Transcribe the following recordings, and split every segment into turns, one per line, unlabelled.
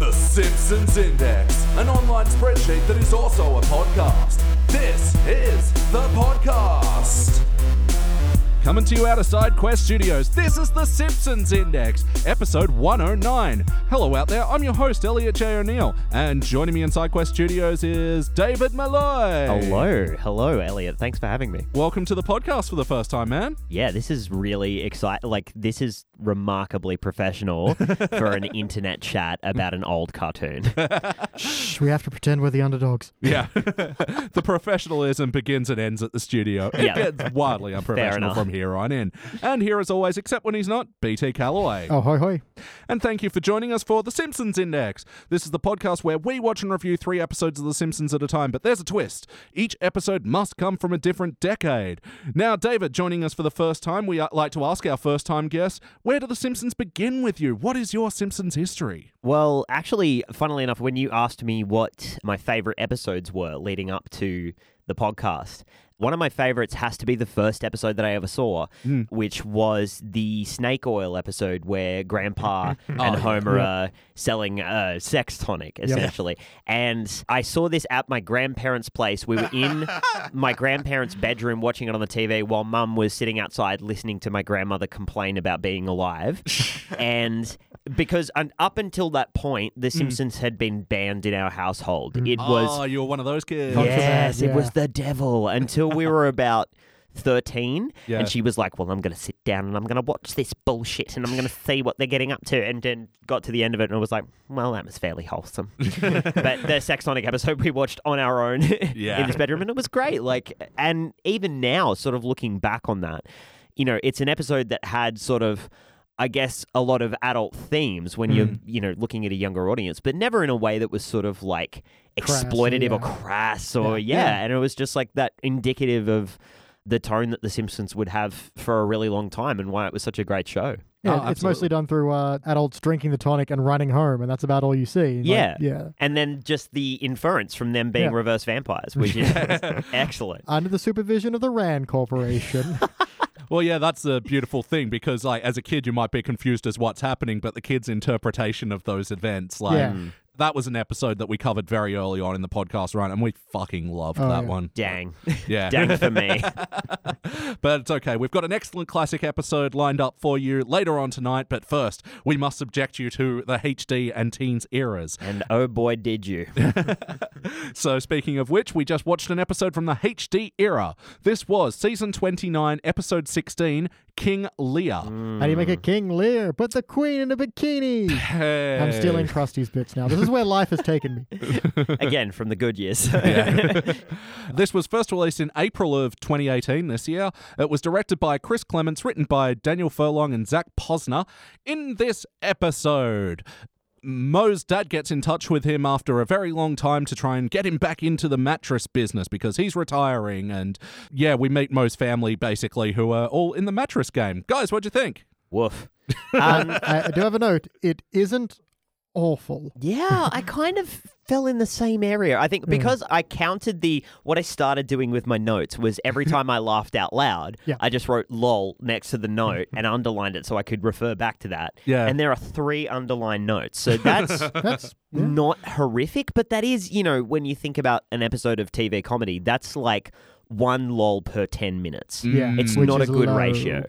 Simpsons Index, an online spreadsheet that is also a podcast. This is the podcast. Coming to you out of SideQuest Studios, this is The Simpsons Index, episode 109. Hello out there, I'm your host, Elliot J. O'Neill, and joining me in SideQuest Studios is David Malloy.
Hello, hello, Elliot. Thanks for having me.
Welcome to the podcast for the first time, man.
Yeah, this is really exciting. Like, this is remarkably professional for an internet chat about an old cartoon.
Shh, we have to pretend we're the underdogs.
Yeah. the professionalism begins and ends at the studio. It
Yeah.
gets wildly unprofessional
enough.
from here on in. And here, as always, except when he's not, BT Calloway.
Oh, hoi hoi.
And thank you for joining us for The Simpsons Index. This is the podcast where we watch and review three episodes of The Simpsons at a time, but there's a twist. Each episode must come from a different decade. Now, David, joining us for the first time, we uh, like to ask our first time guest where do The Simpsons begin with you? What is your Simpsons history?
Well, actually, funnily enough, when you asked me what my favorite episodes were leading up to the podcast, one of my favorites has to be the first episode that I ever saw, which was the snake oil episode where Grandpa and Homer are selling uh, sex tonic, essentially. And I saw this at my grandparents' place. We were in my grandparents' bedroom watching it on the TV while mum was sitting outside listening to my grandmother complain about being alive. and because un- up until that point, The Simpsons had been banned in our household. It was
oh, you were one of those kids.
Contraband,
yes, it was
yeah.
the devil until we were about. 13
Yeah.
and she was like well i'm gonna sit down and i'm gonna watch this bullshit and i'm gonna see what they're getting up to and then got to the end of it and i was like well that was fairly wholesome but the sexonic episode we watched on our own
Yeah.
in this bedroom and it was great like and even now sort of looking back on that you know it's an episode that had sort of I guess a lot of adult themes when
Mm.
you're, you know, looking at a younger audience, but never in a way that was sort of like
Crass,
exploitative or
yeah.
crass or yeah.
Yeah.
And it was just like that indicative of the tone that The Simpsons would have for a really long time and why it was such a great show.
Oh,
Yeah, it's mostly
absolutely.
done through uh, adults drinking the tonic and running home, and that's about all you see. Like,
Yeah.
yeah.
And then just the inference from them being
Yeah. Uh,
reverse vampires, which is excellent.
Under the supervision of the Rand Corporation.
Well, yeah, that's the beautiful thing because, like, as a kid, you might be confused as what's happening, but the kid's interpretation of those events, like,
Yeah.
that was an episode that we covered very early on in the podcast, right? And we fucking loved
Oh,
that
yeah.
one.
Dang.
Yeah.
Dang for me.
but it's okay. We've got an excellent classic episode lined up for you later on tonight. But first, we must subject you to the HD and teens eras.
And oh boy, did you.
So, speaking of which, we just watched an episode from the HD era. This was season 29, episode 16, King Lear.
How do you make
Hmm.
a King Lear? Put the Queen in a bikini. I'm
Hey.
stealing Krusty's bits now. This is where life has taken me.
Again, from the good years.
This was first released in April of 2018 this year. It was directed by Chris Clements, written by Daniel Furlong and Zach Posner. In this episode, Mo's dad gets in touch with him after a very long time to try and get him back into the mattress business because he's retiring. And yeah, we meet Mo's family basically, who are all in the mattress game. Guys, what'd you think?
Woof. Um,
I, I do have a note. It isn't awful.
Yeah, I kind of fell in the same area. I
Hmm.
think because I counted the what I started doing with my notes was every time I laughed out loud,
Yeah. Hmm.
I just wrote lol next to the note and underlined it so I could refer back to that.
Yeah.
And there are three underlined notes. So that's
That's
not horrific, but that is, you know, when you think about an episode of TV comedy, that's like one lol per 10 minutes.
yeah.
Hmm. It's
which
not a
is
good
low.
ratio.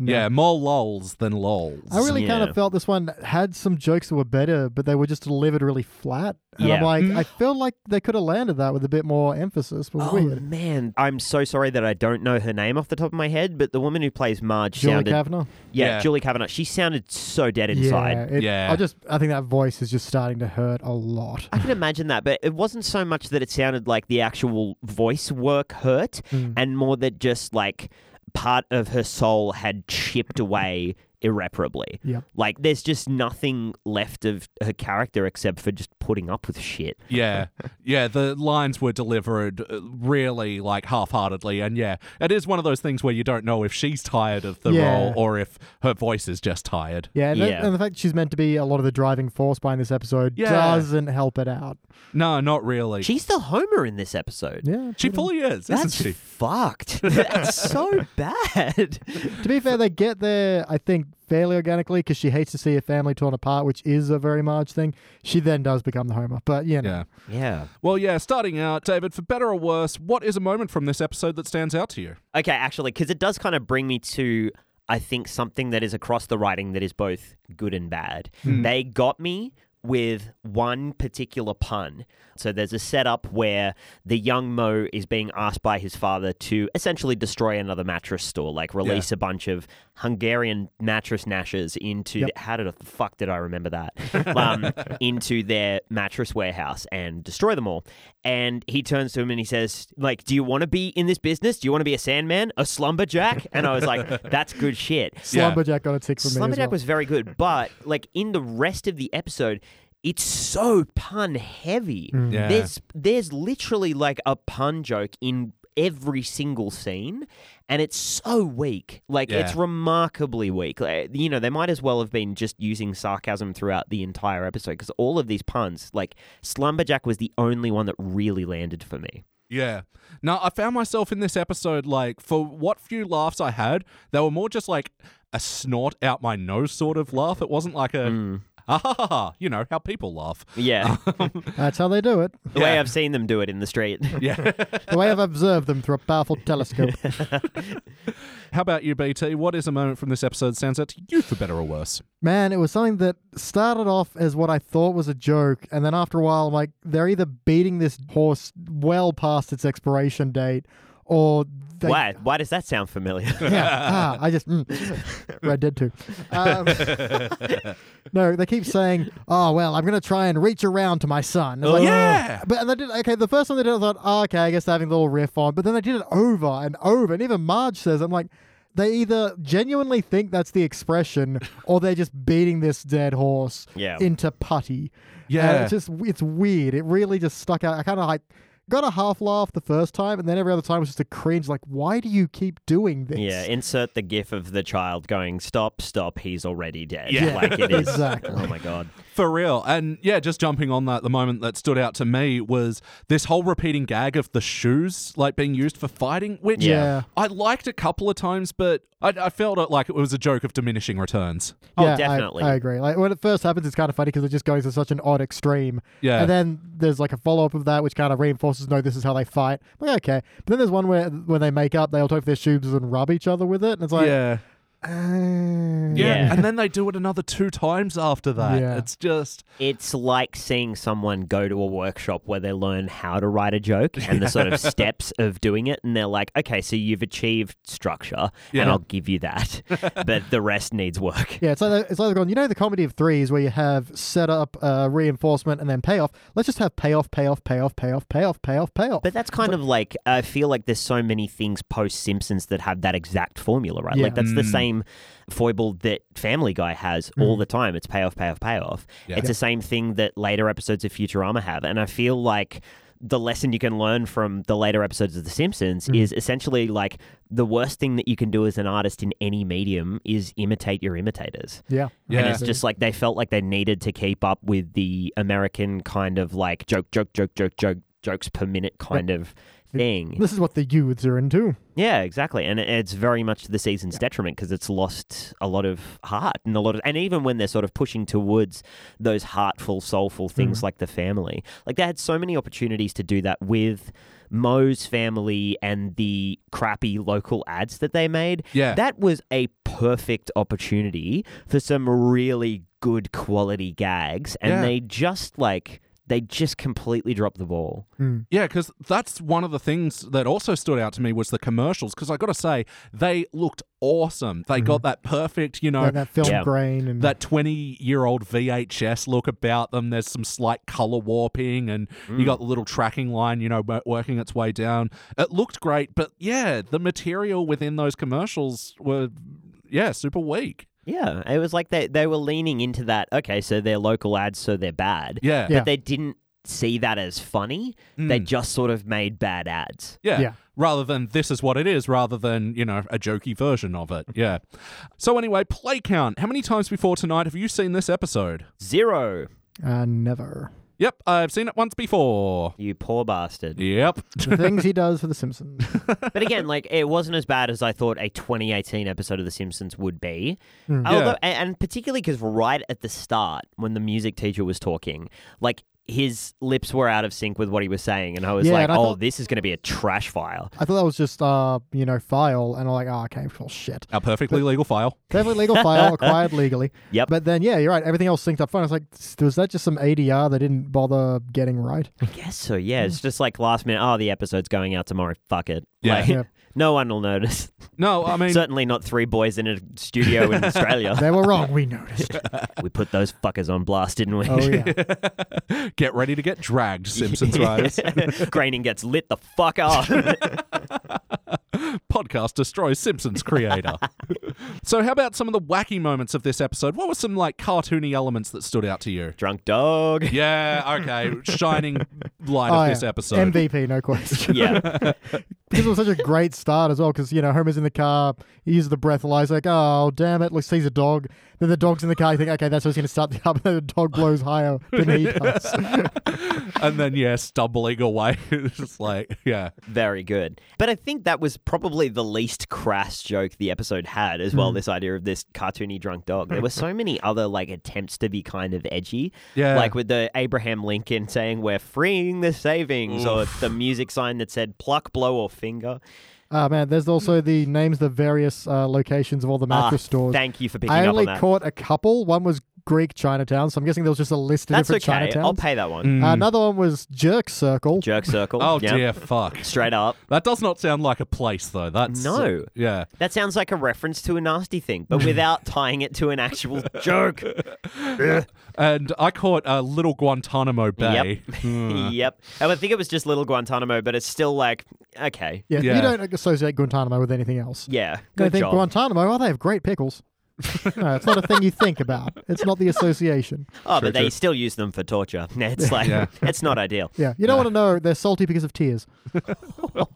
No.
Yeah, more lols than lols.
I really kind
Yeah.
of felt this one had some jokes that were better, but they were just delivered really flat. And
Yeah.
I'm
Mm.
like, I feel like they could have landed that with a bit more emphasis, but
Oh
weird.
man, I'm so sorry that I don't know her name off the top of my head, but the woman who plays Marge
Julie
sounded
Kavner.
Yeah,
Yeah.
Julie Kavanaugh. She sounded so dead inside.
Yeah, it-
Yeah.
I just I think that voice is just starting to hurt a lot.
I can imagine that, but it wasn't so much that it sounded like the actual voice work hurt,
Hmm.
and more that just like part of her soul had chipped away irreparably.
Yep.
Like there's just nothing left of her character except for just putting up with shit.
Yeah, yeah. The lines were delivered uh, really like half-heartedly, and yeah, it is one of those things where you don't know if she's tired of the
Yeah.
role or if her voice is just tired.
Yeah, and, that-
Yeah.
and the fact she's meant to be a lot of the driving force behind this episode
Yeah.
doesn't help it out.
No, not really.
She's the Homer in this episode.
Yeah.
she fully is, isn't
That's
she?
fucked. That's so bad.
To be fair, they get their I think fairly organically because she hates to see her family torn apart, which is a very Marge thing. She then does become the Homer, but you know,
Yeah.
Yeah.
Well, yeah, starting out, David, for better or worse, what is a moment from this episode that stands out to you?
Okay, actually, because it does kind of bring me to, I think, something that is across the writing that is both good and bad. They got me with one particular pun. So there's a setup where the young Mo is being asked by his father to essentially destroy another mattress store, like release a bunch of Hungarian mattress gnashes into
Yep.
the- how did I- the fuck did I remember that? Um, into their mattress warehouse and destroy them all. And he turns to him and he says, "Like, do you want to be in this business? Do you want to be a Sandman, a Slumberjack?" And I was like, "That's good shit."
Yeah.
Slumberjack got a tick from me. as
Slumberjack
well.
was very good, but like in the rest of the episode, it's so pun heavy.
Yeah.
There's there's literally like a pun joke in every single scene, and it's so weak. Like it's
Yeah.
remarkably weak. Like, you know, they might as well have been just using sarcasm throughout the entire episode because all of these puns, like Slumberjack, was the only one that really landed for me.
Yeah. Now, I found myself in this episode, like, for what few laughs I had, they were more just like a snort out my nose sort of laugh. It wasn't like a,
Mm.
ah, ha, ha, ha, you know, how people laugh.
Mm. Yeah,
That's how they do it.
the way I've seen them do it in the street.
Yeah.
The way I've observed them through a powerful telescope.
how about you, BT? What is a moment from this episode that stands out to you for better or worse?
Man, it was something that started off as what I thought was a joke, and then after a while, I'm like, they're either beating this horse well past its expiration date, or they,
Why? Why does that sound familiar?
yeah, ah, I just mm, Red Dead Two. Um, no, they keep saying, "Oh well, I'm gonna try and reach around to my son." It's like,
yeah.
but and they did okay. The first one they did, I thought, "Oh, okay, I guess they're having a little riff on." But then they did it over and over, and even Marge says, "I'm like." They either genuinely think that's the expression, or they're just beating this dead horse
Yeah.
into putty.
Yeah.
And it's just it's weird. It really just stuck out. I kind of like got a half laugh the first time, and then every other time was just a cringe. Like, why do you keep doing this?
Yeah, insert the gif of the child going, stop, stop, he's already dead.
Yeah.
like it is.
Exactly.
Oh my God.
For real. And yeah, just jumping on that, the moment that stood out to me was this whole repeating gag of the shoes like being used for fighting, which
Yeah.
I liked a couple of times, but I, I felt it like it was a joke of diminishing returns.
Oh,
Yeah, I-
definitely.
I, agree. Like when it first happens, it's kind of funny because it just goes to such an odd extreme.
Yeah.
And then there's like a follow up of that, which kind of reinforces, no, this is how they fight. Like, okay. But then there's one where when they make up, they all take their shoes and rub each other with it, and it's like,
yeah.
uh,
Yeah.
And then they do it another two times after that.
Yeah.
It's just
It's like seeing someone go to a workshop where they learn how to write a joke and the sort of steps of doing it. And they're like, okay, so you've achieved structure
Yeah.
and I'll give you that. but the rest needs work.
Yeah, it's like it's like they've gone. You know, the comedy of threes where you have setup, uh, reinforcement, and then payoff. Let's just have payoff, payoff, payoff, payoff, payoff, payoff, payoff.
But that's kind of like I feel like there's so many things post Simpsons that have that exact formula, right? Like
Yeah.
that's the same foible that Family Guy has all the time. It's payoff, payoff, payoff.
Yeah.
It's the same thing that later episodes of Futurama have, and I feel like. The lesson you can learn from the later episodes of The Simpsons is essentially like the worst thing that you can do as an artist in any medium is imitate your imitators.
yeah,
Yeah.
And it's just like they felt like they needed to keep up with the American kind of like joke, joke, joke, joke, joke, jokes per minute kind of thing.
This is what the youths are into.
Yeah, exactly. And it- it's very much to the season's detriment because it's lost a lot of heart and a lot of, and even when they're sort of pushing towards those heartful, soulful things like the family, like they had so many opportunities to do that with Moe's family and the crappy local ads that they made.
Yeah.
That was a perfect opportunity for some really good quality gags. And
Yeah.
they just like, they just completely dropped the ball.
Yeah, because that's one of the things that also stood out to me was the commercials. Because I got to say, they looked awesome. They got Mm-hmm. that perfect, you know,
Like that film
Yeah.
grain and
that 20 year old VHS look about them. There's some slight color warping, and you got the little tracking line, you know, wo- working its way down. It looked great, but yeah, the material within those commercials were, yeah, super weak.
Yeah, it was like they they were leaning into that. Okay, so they're local ads, so they're bad.
Yeah. Mm.
Yeah.
But they didn't see that as funny. They just sort of made bad ads.
Yeah.
Yeah.
Rather than this is what it is, rather than, you know, a jokey version of it. Yeah. So, anyway, play count. How many times before tonight have you seen this episode?
Zero.
uh, never.
Yep, I've seen it once before.
You poor bastard.
Yep.
The things he does for The Simpsons.
But again, like it wasn't as bad as I thought a 2018 episode of The Simpsons would be. Although, a- and particularly because right at the start, when the music teacher was talking, like his lips were out of sync with what he was saying, and I was
Yeah,
like,
and I
"Oh,
thought-
this is going to be a trash file."
I thought that was just, uh, you know, file, and I'm like, oh, okay, well, shit.
A perfectly legal file.
Definitely legal file, acquired legally.
Yep.
But then, yeah, you're right. Everything else synced up fine. I was like, was that just some ADR they didn't bother getting right?
I guess so. Yeah, it's just like last minute. Oh, the episode's going out tomorrow. Fuck it.
Yeah.
Like,
Yeah.
No one will notice.
No, I mean,
Certainly not three boys in a studio in Australia.
They were wrong. We noticed.
we put those fuckers on blast, didn't we?
Oh, yeah.
get ready to get dragged, Simpsons writers.
Groening gets lit the fuck up.
Podcast destroys Simpsons creator. so, how about some of the wacky moments of this episode? What were some like cartoony elements that stood out to you?
Drunk dog.
Yeah, okay. Shining light
Oh,
of
yeah.
this episode.
MVP, no question.
Yeah.
this was such a great start as well because you know Homer's in the car, he uses the breathalyzer, like oh damn it, looks sees a dog. Then the dog's in the car, you think okay that's how he's gonna start the car, but then the dog blows higher than he does.
and then, yeah, stumbling away. it's just like, yeah.
Very good. But I think that was probably the least crass joke the episode had as well. This idea of this cartoony drunk dog. There were so many other like attempts to be kind of edgy.
Yeah.
Like with the Abraham Lincoln saying we're freeing the savings or the music sign that said pluck, blow, or finger.
Oh man, there's also the names of the various uh, locations of all the
Ah,
mattress stores.
Thank you for picking
I
up on
only
that.
caught a couple. One was Greek Chinatown, so I'm guessing there was just a list of
That's
different
okay.
Chinatowns.
I'll Hmm. pay that one.
Uh, Another one was Jerk Circle.
Jerk circle.
Hmm. Oh,
yeah.
dear, fuck.
Straight up.
That does not sound like a place, though. That's.
No.
Yeah.
That sounds like a reference to a nasty thing, but without tying it to an actual joke.
And I caught a little Guantanamo Bay. Hmm.
Yep.
Mm.
yep. Um, I would think it was just Little Guantanamo, but it's still like, okay.
yeah,
Yeah.
you don't associate Guantanamo with anything else.
Yeah.
They
Good
think
job.
Guantanamo, oh, they have great pickles. no, it's not a thing you think about. It's not the association.
oh,
True,
but they
true.
still use them for torture. It's like,
Yeah.
it's not ideal.
Yeah, you don't want to know they're salty because of tears.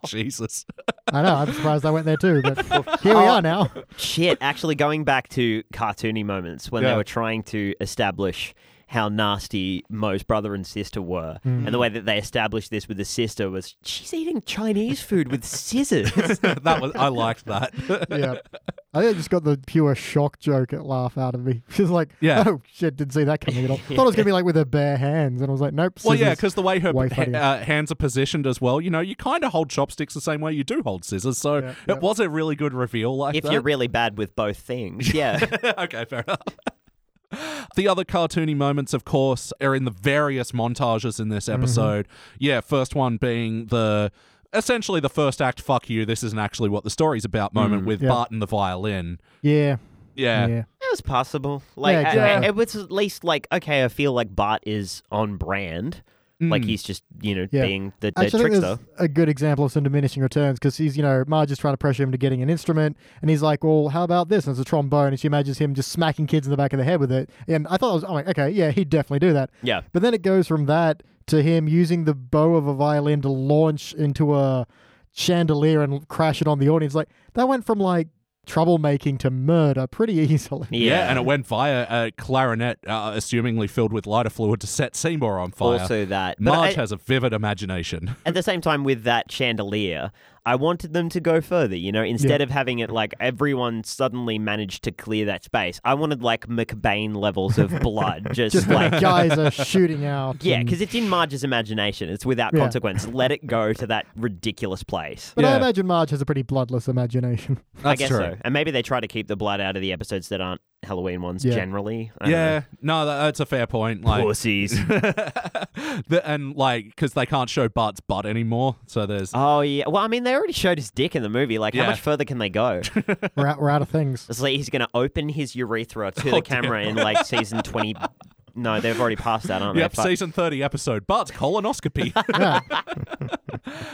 Jesus.
I know. I'm surprised I went there too, but here
oh.
we are now.
Shit. Actually, going back to cartoony moments when
Yeah.
they were trying to establish how nasty Mo's brother and sister were, and the way that they established this with the sister was she's eating Chinese food with scissors.
that was I liked that.
Yeah, I think I just got the pure shock joke at laugh out of me. She's like,
Yeah.
oh shit, didn't see that coming at all. Thought it was gonna be like with her bare hands, and I was like, nope.
well, yeah,
scissors.
because the way her
Way
ha-
funnier.
uh, hands are positioned as well, you know, you kind of hold chopsticks the same way you do hold scissors. So
Yeah,
it
yeah.
was a really good reveal. Like
if
that.
you're really bad with both things, yeah.
okay, fair enough. The other cartoony moments, of course, are in the various montages in this
Mm-hmm.
episode. Yeah, first one being the essentially the first act fuck you this isn't actually what the story's about moment with
Mm, Yeah.
bart and the violin
yeah,
yeah
yeah,
It was possible. Like
Yeah,
I- I-
exactly.
it was at least like okay. I feel like Bart is on brand.
Mm.
Like he's just you know
Yeah.
being the, the
Actually, I think
trickster.
there's a good example of some diminishing returns because he's, you know, Marge is trying to pressure him to getting an instrument, and he's like, "Well, how about this?" And it's a trombone, and she imagines him just smacking kids in the back of the head with it. And I thought, I was, I'm like, okay, yeah, he'd definitely do that.
Yeah.
But then it goes from that to him using the bow of a violin to launch into a chandelier and crash it on the audience. Like that went from like troublemaking to murder pretty easily.
Yeah.
Yeah, and it went via a clarinet, uh, assumingly filled with lighter fluid, to set Seymour on fire.
also that. But
Marge
I-
has a vivid imagination.
at the same time, with that chandelier, I wanted them to go further. You know, instead of having it like everyone suddenly managed to clear that space, I wanted like McBain levels of blood, just,
Just
like.
like guys are shooting out.
Yeah,
and-
because it's in Marge's imagination. It's without
Yeah.
consequence. Let it go to that ridiculous place.
But I
Yeah.
imagine Marge has a pretty bloodless imagination.
That's
I guess
true.
so. And maybe they try to keep the blood out of the episodes that aren't Halloween ones
Yeah.
generally. I don't know.
Yeah, no, that, that's a fair point. Like,
Pussies.
the, and like, because they can't show Bart's butt anymore, so there's
oh yeah. Well, I mean, they already showed his dick in the movie. Like,
Yeah.
how much further can they go?
We're out, we're out of things.
it's like he's gonna open his urethra to
Oh,
the camera in like season twenty. No, they've already passed that, aren't
yep,
they? Fuck.
season thirty episode Bart's colonoscopy.
Yeah.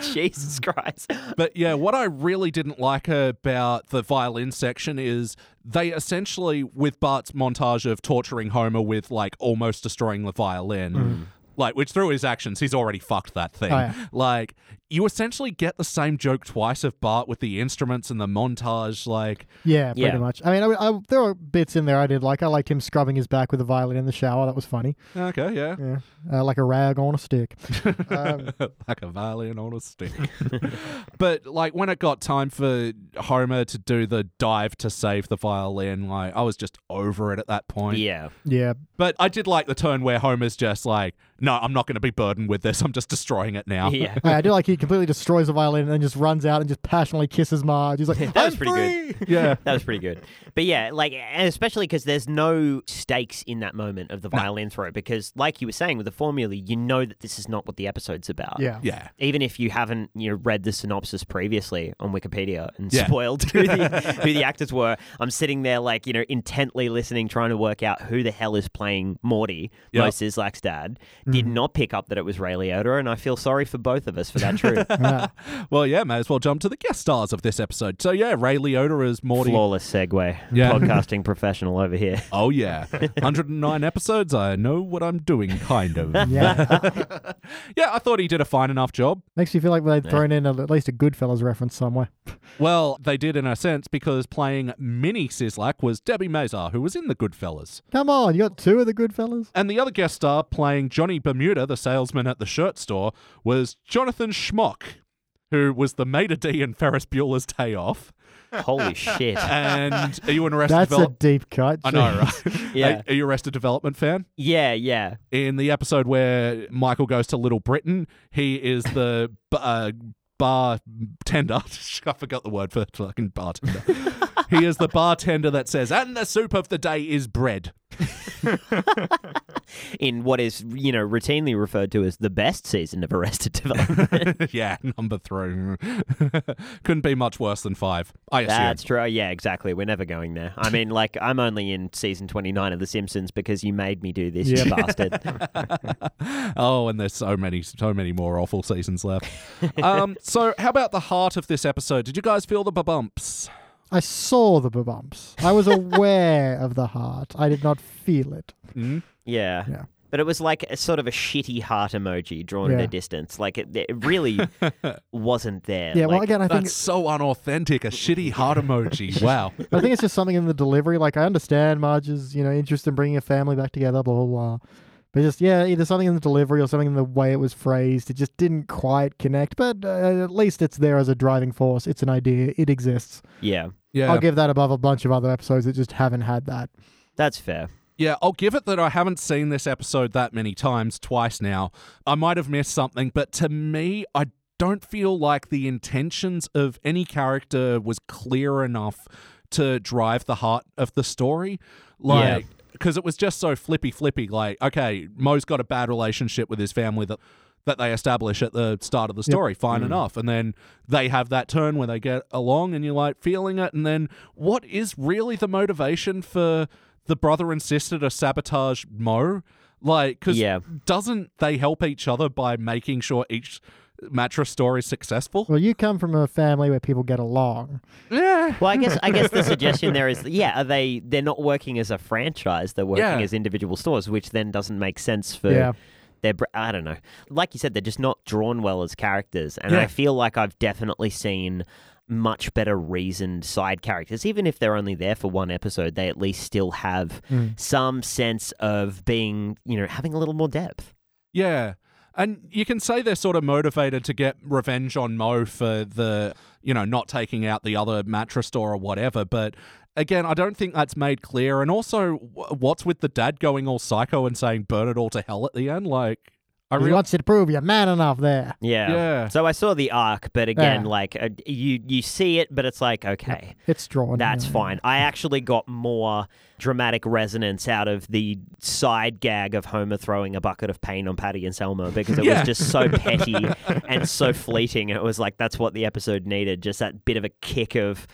Jesus Christ.
But yeah, what I really didn't like about the violin section is they essentially, with Bart's montage of torturing Homer with like
Mm.
almost destroying the violin, like which through his actions, he's already fucked that thing.
Oh, yeah.
Like you essentially get the same joke twice of Bart with the instruments and the montage. Like,
Yeah, pretty
Yeah.
much. I mean, I, I, there are bits in there I did like. I liked him scrubbing his back with a violin in the shower. That was funny.
okay, yeah.
Yeah, uh, like a rag on a stick. um,
like a violin on a stick. but like when it got time for Homer to do the dive to save the violin, like I was just over it at that point.
Yeah.
yeah,
But I did like the turn where Homer's just like, "No, I'm not going to be burdened with this. I'm just destroying it now."
Yeah.
I, I do like he completely destroys the violin and then just runs out and just passionately kisses Marge. He's like,
That
"I'm
was pretty
free!"
good.
yeah.
that was pretty good. But yeah, like, and especially because there's no stakes in that moment of the violin throw, because, like you were saying with the formula, you know that this is not what the episode's about.
Yeah.
Yeah.
Even if you haven't you know, read the synopsis previously on Wikipedia and
Yeah.
spoiled who the, who the actors were, I'm sitting there like you know intently listening, trying to work out who the hell is playing Morty,
Yeah. Mm-hmm.
Mo Sislak's dad. Did not pick up that it was Ray Liotta, and I feel sorry for both of us for that truth.
Yeah.
Well, yeah, may as well jump to the guest stars of this episode. So, yeah, Ray Liotta as Morty.
Flawless segue,
Yeah.
podcasting professional over here.
Oh, yeah. 109 episodes. I know what I'm doing, kind of.
yeah.
yeah, I thought he did a fine enough job.
Makes you feel like they'd thrown in a, at least a Goodfellas reference somewhere.
Well, they did in a sense because playing Minnie Sislak was Debbie Mazar, who was in The Goodfellas.
Come on, you got two of the Goodfellas?
And the other guest star playing Johnny Bermuda, the salesman at the shirt store, was Jonathan Schmock, who was the Mater D in Ferris Bueller's Day Off.
Holy shit!
And are you an Arrested
That's a
Development?
deep cut.
I know, right?
Yeah.
Are, are you an Arrested Development fan?
Yeah, yeah.
In the episode where Michael goes to Little Britain, he is the b- uh, bar tender. I forgot the word for fucking bartender. he is the bartender that says, and the soup of the day is bread.
In what is, you know, routinely referred to as the best season of Arrested Development.
yeah, number three. Couldn't be much worse than five, I assume.
That's true. Yeah, exactly. We're never going there. I mean, like, I'm only in season 29 of The Simpsons because you made me do this, you bastard.
oh, and there's so many, so many more awful seasons left. um, so, how about the heart of this episode? Did you guys feel the bumps?
I saw the bumps. I was aware of the heart. I did not feel it.
Hmm?
Yeah.
Yeah.
But it was like a sort of a shitty heart emoji drawn at
Yeah.
a distance. Like, it, it really wasn't there.
Yeah, well,
Like,
again, I think
That's so unauthentic. A shitty heart emoji. Wow.
I think it's just something in the delivery. Like I understand Marge's, you know, interest in bringing a family back together, blah blah blah. But just yeah, either something in the delivery or something in the way it was phrased. It just didn't quite connect. But uh, at least it's there as a driving force. It's an idea. It exists.
Yeah.
Yeah.
I'll give that above a bunch of other episodes that just haven't had that.
That's fair.
Yeah, I'll give it that I haven't seen this episode that many times, twice now. I might have missed something, but to me, I don't feel like the intentions of any character was clear enough to drive the heart of the story. Like, because it was just so flippy flippy. Like, okay, Mo's got a bad relationship with his family that. That they establish at the start of the story, fine enough. And then they have that turn where they get along and you're like feeling it. And then what is really the motivation for the brother and sister to sabotage Mo? Like, because
Yeah.
doesn't they help each other by making sure each mattress store is successful?
Well, you come from a family where people get along.
Yeah.
Well, I guess I guess the suggestion there is, yeah, are they they're not working as a franchise; they're working
Yeah.
as individual stores, which then doesn't make sense for
Yeah.
their. br- I don't know. Like you said, they're just not drawn well as characters, and
Yeah.
I feel like I've definitely seen much better reasoned side characters even if they're only there for one episode they at least still have
Mm.
some sense of being you know having a little more depth
Yeah. And you can say they're sort of motivated to get revenge on Mo for the, you know, not taking out the other mattress store or whatever. But again, I don't think that's made clear. And also, wh- what's with the dad going all psycho and saying burn it all to hell at the end? Like, I
He
really.
wants you to prove you're man enough there.
yeah,
Yeah.
so i saw the arc but again
Yeah.
like uh, you you see it but it's like okay
It's drawn.
That's
yeah.
fine. I actually got more dramatic resonance out of the side gag of Homer throwing a bucket of paint on Patty and Selma because it
Yeah.
was just so petty and so fleeting. It was like that's what the episode needed, just that bit of a kick of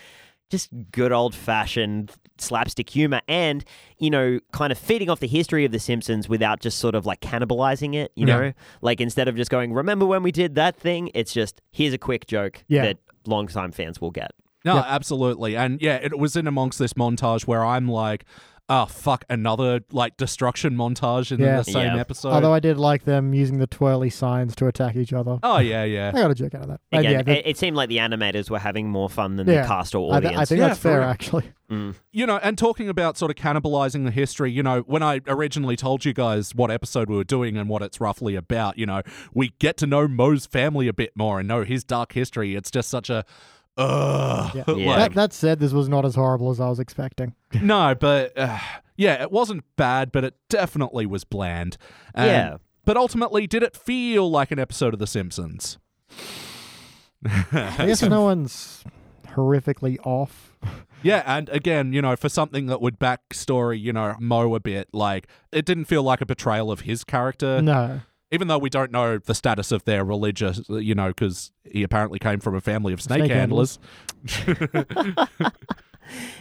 just good old fashioned slapstick humor and, you know, kind of feeding off the history of The Simpsons without just sort of like cannibalizing it, you
Yeah.
know? Like instead of just going, remember when we did that thing? It's just, here's a quick joke
Yeah.
that longtime fans will get.
No,
Yeah.
absolutely. And yeah, it was in amongst this montage where I'm like, oh fuck, another like destruction montage in
Yeah.
the same
Yeah.
episode.
Although I did like them using the twirly signs to attack each other.
oh yeah, yeah.
I got a joke out of that. And
Again,
Oh, yeah, the-
it, it seemed like the animators were having more fun than
Yeah.
the cast or
I, th-
audience.
I think
Yeah,
that's
for
fair,
real.
actually.
Mm.
You know, and talking about sort of cannibalizing the history, you know, when I originally told you guys what episode we were doing and what it's roughly about, you know, we get to know Moe's family a bit more and know his dark history. It's just such a. Ugh.
Yeah.
like-
Yeah.
That, that said, this was not as horrible as I was expecting.
no, but uh, yeah, it wasn't bad, but it definitely was bland. Um,
Yeah.
But ultimately, did it feel like an episode of The Simpsons?
I guess no one's horrifically off.
Yeah, and again, you know, for something that would backstory, you know, Mo a bit, like it didn't feel like a portrayal of his character,
No.
even though we don't know the status of their religious, you know, because he apparently came from a family of snake,
Snake
handlers.
handlers.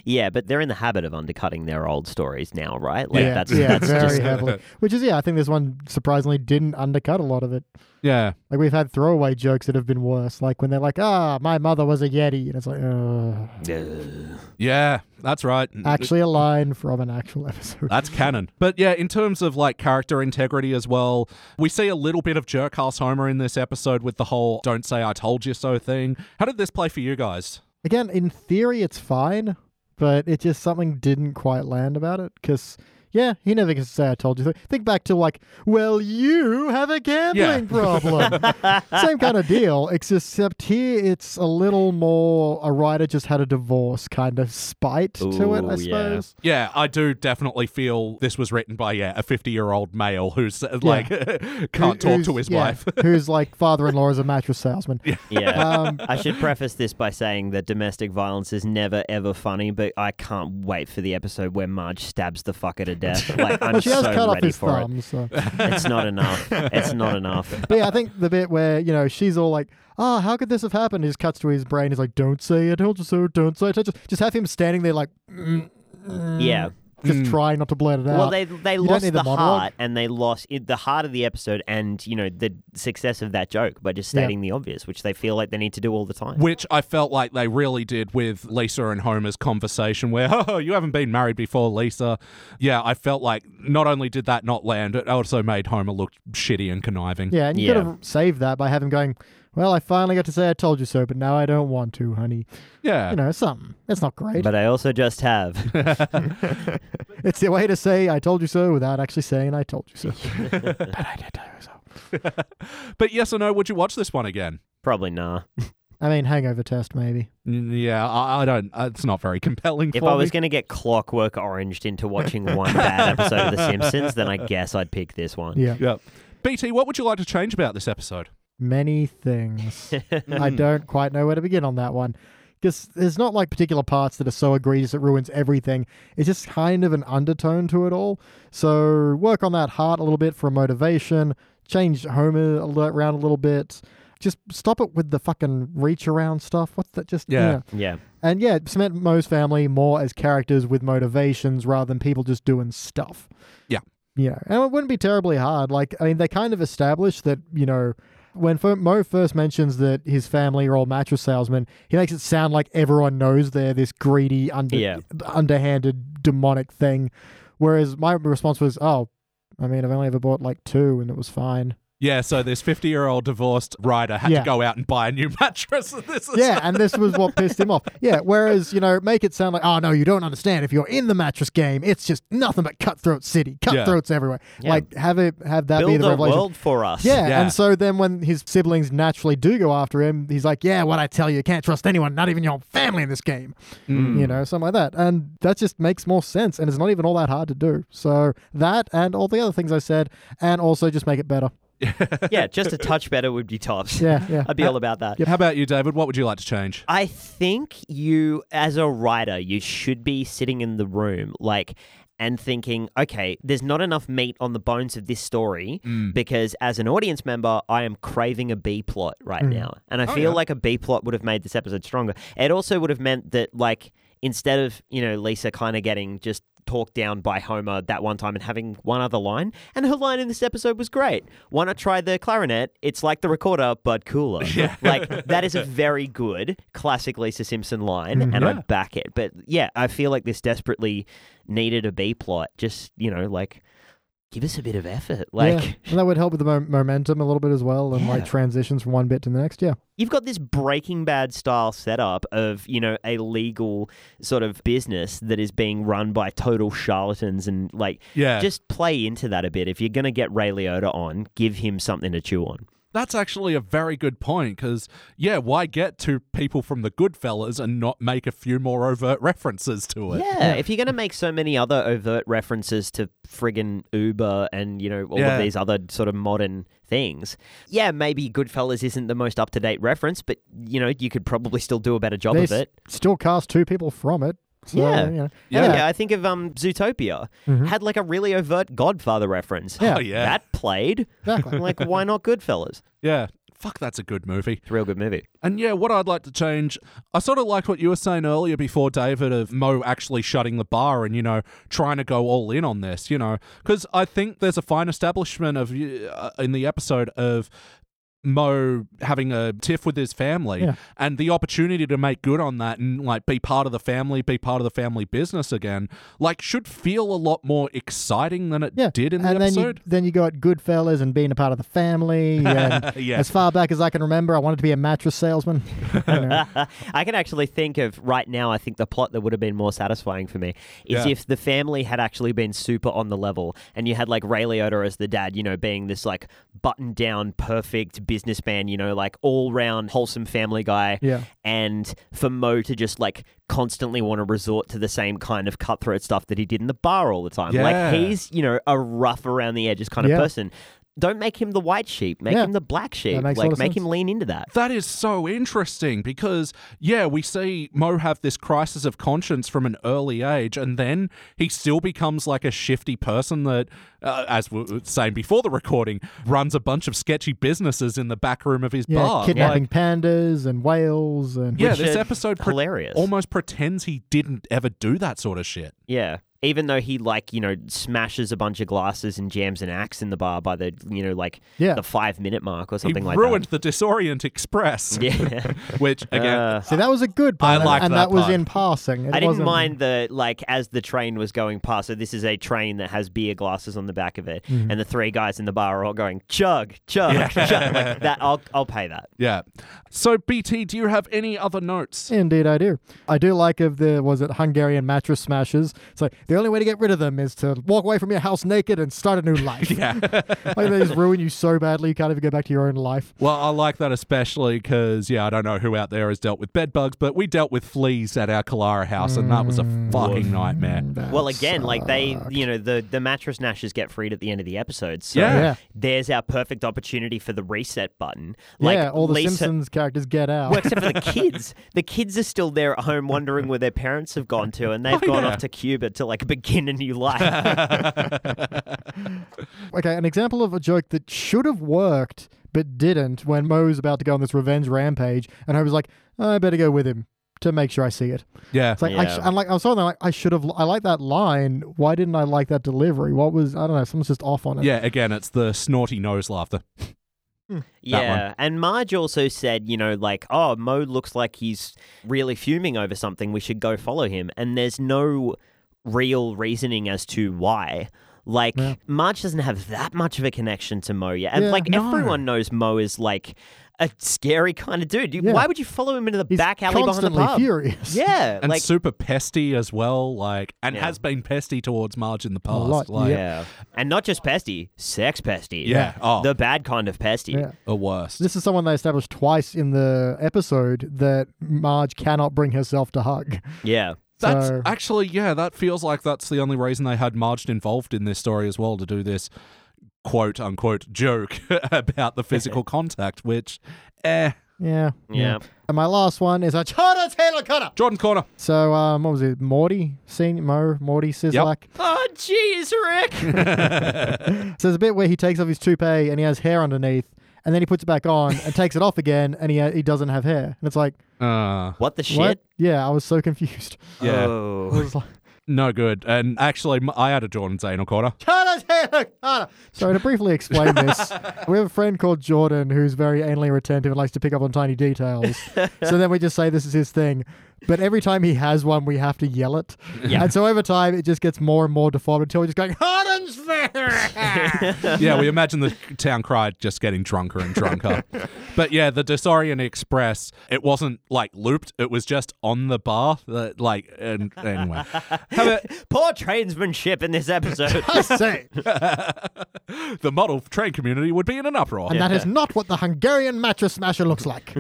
Yeah, but they're in the habit of undercutting their old stories now, right? Like
yeah,
that's
yeah,
that's
very
just
heavily. Which is, yeah, I think this one surprisingly didn't undercut a lot of it.
Yeah,
Like, we've had throwaway jokes that have been worse, like when they're like, ah, my mother was a Yeti. And it's like, Ugh.
yeah, that's right.
actually a line from an actual episode.
That's canon. But yeah, in terms of like character integrity as well, we see a little bit of jerkass Homer in this episode with the whole don't say I told you so thing. How did this play for you guys?
Again, in theory, it's fine, but it just something didn't quite land about it because. Yeah, he never gets to say I told you. so. Think back to like, well, you have a gambling problem. Same kind of deal, ex- except here it's a little more a writer just had a divorce kind of spite to it,
Ooh, yeah.
I suppose.
Yeah, I do definitely feel this was written by yeah a fifty year old male who's uh, like can't
Who-
talk to
who's-
his
yeah,
wife.
who's like father-in-law is a mattress salesman.
yeah.
Um,
I should preface this by saying that domestic violence is never ever funny, but I can't wait for the episode where Marge stabs the fucker to death. Like I'm
well, she
so
has cut off
ready
his
for
thumb, so.
it. It's not enough. It's not enough.
But yeah, I think the bit where, you know, she's all like, oh, how could this have happened? He just cuts to his brain. He's like, don't say I told you so. Don't say I told you. Just have him standing there like, mm, mm,
Yeah.
Just
Mm.
trying not to blurt it out.
Well, they they
don't
lost
need
the,
the monologue.
heart and they lost it, the heart of the episode and you know the success of that joke by just
Yeah.
stating the obvious, which they feel like they need to do all the time.
Which I felt like they really did with Lisa and Homer's conversation, where, oh, you haven't been married before, Lisa. Yeah, I felt like not only did that not land, it also made Homer look shitty and conniving.
yeah, and you
Yeah.
could have saved that by having going, well, I finally got to say I told you so, but now I don't want to, honey.
Yeah.
You know, something. That's not great.
But I also just have.
it's the way to say I told you so without actually saying I told you so. but I did tell you so.
But yes or no, would you watch this one again?
Probably nah.
I mean, hangover test, maybe.
N- Yeah, I, I don't. uh, It's not very compelling
If
for
I was
me.
going to get clockwork oranged into watching one bad episode of The Simpsons, then I guess I'd pick this one.
Yeah.
yeah. BT, what would you like to change about this episode?
many things. I don't quite know where to begin on that one. Because there's not like particular parts that are so egregious it ruins everything. It's just kind of an undertone to it all. So work on that heart a little bit for motivation. Change Homer a li- around a little bit. Just stop it with the fucking reach around stuff. What's that? Just
Yeah.
Yeah.
And yeah, cement Moe's family more as characters with motivations rather than people just doing stuff.
Yeah.
Yeah. And it wouldn't be terribly hard. Like, I mean, they kind of established that, you know, when Fo- Mo first mentions that his family are all mattress salesmen, he makes it sound like everyone knows they're this greedy, under-
Yeah.
underhanded, demonic thing. Whereas my response was, oh, I mean, I've only ever bought like two and it was fine.
Yeah, so this 50 year old divorced writer had
Yeah.
to go out and buy a new mattress. This is
yeah, and this was what pissed him off. Yeah, whereas, you know, make it sound like, oh, no, you don't understand. If you're in the mattress game, it's just nothing but cutthroat city, cutthroats everywhere.
Yeah.
Like, have it have that be
Build
the
a
revelation.
world for us.
Yeah,
Yeah.
and so then when his siblings naturally do go after him, he's like, yeah, what I tell you, you can't trust anyone, not even your own family in this game.
Mm.
You know, something like that. And that just makes more sense, and it's not even all that hard to do. So that and all the other things I said, and also just make it better.
Yeah, just a touch better would be tops.
Yeah, yeah.
I'd be all about that.
How about you, David? What would you like to
Uh,
change?
I think you, as a writer, you should be sitting in the room, like, and thinking, okay, there's not enough meat on the bones of this story because, as an audience member, I am craving a B plot right
Mm.
now. And I
yeah.
feel like a B plot would have made this episode stronger. It also would have meant that, like, instead of, you know, Lisa kind of getting just talked down by Homer that one time and having one other line. And her line in this episode was great. Why not try the clarinet? It's like the recorder, but cooler. Like, that is a very good classic Lisa Simpson line, and I
Yeah.
back it. But yeah, I feel like this desperately needed a B plot. Just, you know, like, give us a bit of effort. Like,
yeah. And that would help with the mo- momentum a little bit as well, and
Yeah.
like transitions from one bit to the next. Yeah,
you've got this Breaking Bad style setup of you know a legal sort of business that is being run by total charlatans and like
Yeah.
just play into that a bit. If you're gonna get Ray Liotta on, give him something to chew on.
That's actually a very good point because, yeah, why get two people from the Goodfellas and not make a few more overt references to it?
Yeah, if you're gonna make so many other overt references to friggin' Uber and you know all
Yeah.
of these other sort of modern things, yeah, maybe Goodfellas isn't the most up to date reference, but you know you could probably still do a better job
they
of it.
s- still cast two people from it. So,
Yeah.
you know.
Yeah. I think of um Zootopia had like a really overt Godfather reference.
Mm-hmm. Yeah.
Oh, yeah.
that played.
Exactly.
like, why not Goodfellas?
Yeah. Fuck, that's a good movie.
It's a real good movie.
And yeah, what I'd like to change, I sort of liked what you were saying earlier before, David, of Mo actually shutting the bar and, you know, trying to go all in on this, you know, because I think there's a fine establishment of uh, in the episode of Mo having a tiff with his family
Yeah.
and the opportunity to make good on that and like be part of the family, be part of the family business again, like should feel a lot more exciting than it
Yeah.
did in the
and then you,
episode.
then you got Goodfellas and being a part of the family. And
Yeah.
As far back as I can remember, I wanted to be a mattress salesman. Yeah.
I can actually think of right now. I think the plot that would have been more satisfying for me is
Yeah.
if the family had actually been super on the level, and you had like Ray Liotta as the dad, you know, being this like buttoned down, perfect businessman, you know, like all round wholesome family guy.
Yeah.
and for Mo to just like constantly want to resort to the same kind of cutthroat stuff that he did in the bar all the time.
Yeah.
Like he's, you know, a rough around the edges kind of
Yeah.
person. Don't make him the white sheep. Make
Yeah.
him the black sheep.
makes a
like
lot of
make him
sense.
lean into that.
That is so interesting because, yeah, we see Mo have this crisis of conscience from an early age, and then he still becomes like a shifty person that, uh, as we were saying before the recording, runs a bunch of sketchy businesses in the back room of his
Yeah,
bar.
kidnapping
Like,
pandas and whales and
yeah,
Which
this
are
episode pre-
hilarious.
almost pretends he didn't ever do that sort of shit.
Yeah. Even though he like, you know, smashes a bunch of glasses and jams an axe in the bar by the you know, like
Yeah.
the five minute mark or something
he
like
ruined the Disorient Express,
that. Yeah.
which again,
Uh,
See, that was a good
I
part, and-
liked
and
that
that, was
part.
in passing. It
I didn't
wasn't-
mind the like as the train was going past. So this is a train that has beer glasses on the back of it,
Mm-hmm.
and the three guys in the bar are all going chug, chug, chug. Like that, I'll I'll pay that.
yeah. So BT, do you have any other notes?
Indeed, I do. I do like of the was it Hungarian mattress smashes. It's like the only way to get rid of them is to walk away from your house naked and start a new life.
Yeah.
like they just ruin you so badly you can't even go back to your own life.
Well, I like that especially because, yeah, I don't know who out there has dealt with bed bugs, but we dealt with fleas at our Kalara house, and that was a fucking nightmare.
Mm. Well, again, like they, you know, the the mattress nashes get freed at the end of the episode. So
Yeah.
Yeah.
there's our perfect opportunity for the reset button. Like
yeah, all the
Lisa-
Simpsons characters get out.
Well, except for the kids. The kids are still there at home wondering where their parents have gone to, and they've
Oh,
gone
yeah.
off to Cuba to like begin a new life.
Okay, an example of a joke that should have worked but didn't when Moe's about to go on this revenge rampage, and Homer's like, I better go with him to make sure I see it.
Yeah.
It's like I sh-
Yeah.
I'm like I'm sorry, like I should have. I like that line. Why didn't I like that delivery? What was I don't know. Someone's just off on it.
Yeah, again, it's the snorty nose laughter. that one.
Yeah, and Marge also said, you know, like, oh, Mo looks like he's really fuming over something. We should go follow him. And there's no real reasoning as to why. Like,
Yeah.
Marge doesn't have that much of a connection to Mo yet. And,
Yeah.
like,
No.
everyone knows Mo is, like, a scary kind of dude. You-
Yeah.
Why would you follow him into the
He's
back alley behind the
constantly
pub?
furious.
Yeah.
And
like,
super pesty as well, like, and
Yeah.
has been pesty towards Marge in the past.
lot,
like,
yeah. And not just pesty, sex pesty.
Yeah, oh.
The bad kind of pesty.
Yeah.
the worst.
This is someone they established twice in the episode that Marge cannot bring herself to hug.
yeah.
That's
uh,
So-
actually, yeah, that feels like that's the only reason they had Marge involved in this story as well to do this quote unquote joke about the physical contact, which, eh.
Yeah.
Yeah.
And my last one is a Chana Taylor Cutter.
Jordan Corner.
So um, what was it? Morty, senior Mo, Morty Sizzlack.
Oh, jeez, Rick.
So there's a bit where he takes off his toupee and he has hair underneath, and then he puts it back on and takes it off again, and he he doesn't have hair, and it's like
Uh,
what the shit?
what? Yeah, I was so confused.
yeah.
Oh.
I was like,
No good. And actually, m- I had a Jordan's anal corner.
So to briefly explain this, we have a friend called Jordan who's very anally retentive and likes to pick up on tiny details. so then we just say this is his thing. But every time he has one, we have to yell it.
Yeah.
And so over time, it just gets more and more deformed until we're just going, Jordan's
yeah, we imagine the town cry just getting drunker and drunker. but yeah, the Desaurian Express, it wasn't like looped, it was just on the bar. uh, Like, and anyway. Have a-
Poor tradesmanship in this episode.
I say.
the model train community would be in an uproar.
And that is not what the Hungarian mattress smasher looks like.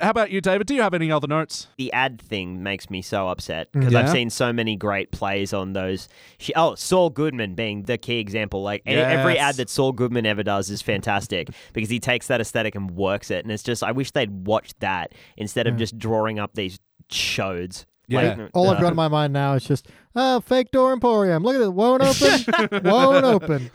How about you, David? Do you have any other notes?
the ad thing makes me so upset because I've
Yeah.
seen so many great plays on those. She, oh, Saul Goodman being the key example. Like e- every
Yes.
ad that Saul Goodman ever does is fantastic because he takes that aesthetic and works it. And it's just I wish they'd watched that instead of just drawing up these shodes.
Yeah.
All I've got in my mind now is just, ah, fake door emporium. Look at it. Won't open. won't open.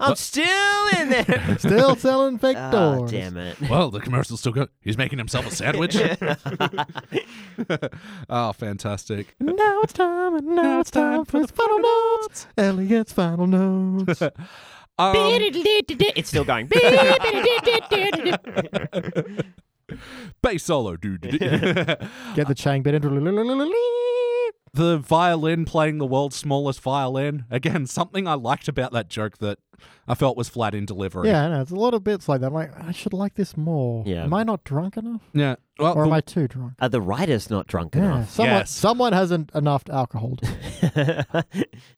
I'm still in there.
Still selling fake
oh,
doors.
damn it.
Well, the commercial's still good. He's making himself a sandwich. oh, fantastic.
Now it's time, and now it's time for his final notes. Elliot's final notes.
Um,
It's still going.
Um,
bass solo. dude.
Get the Chang bit into
the violin playing the world's smallest violin. Again, something I liked about that joke that I felt was flat in delivery.
Yeah, I know. It's a lot of bits like that. I'm like, I should like this more.
Yeah.
Am I not drunk enough?
Yeah. Well,
Or am
the-
I too drunk?
Are the writers not drunk
Yeah.
enough?
Someone,
Yes.
someone hasn't enough alcohol.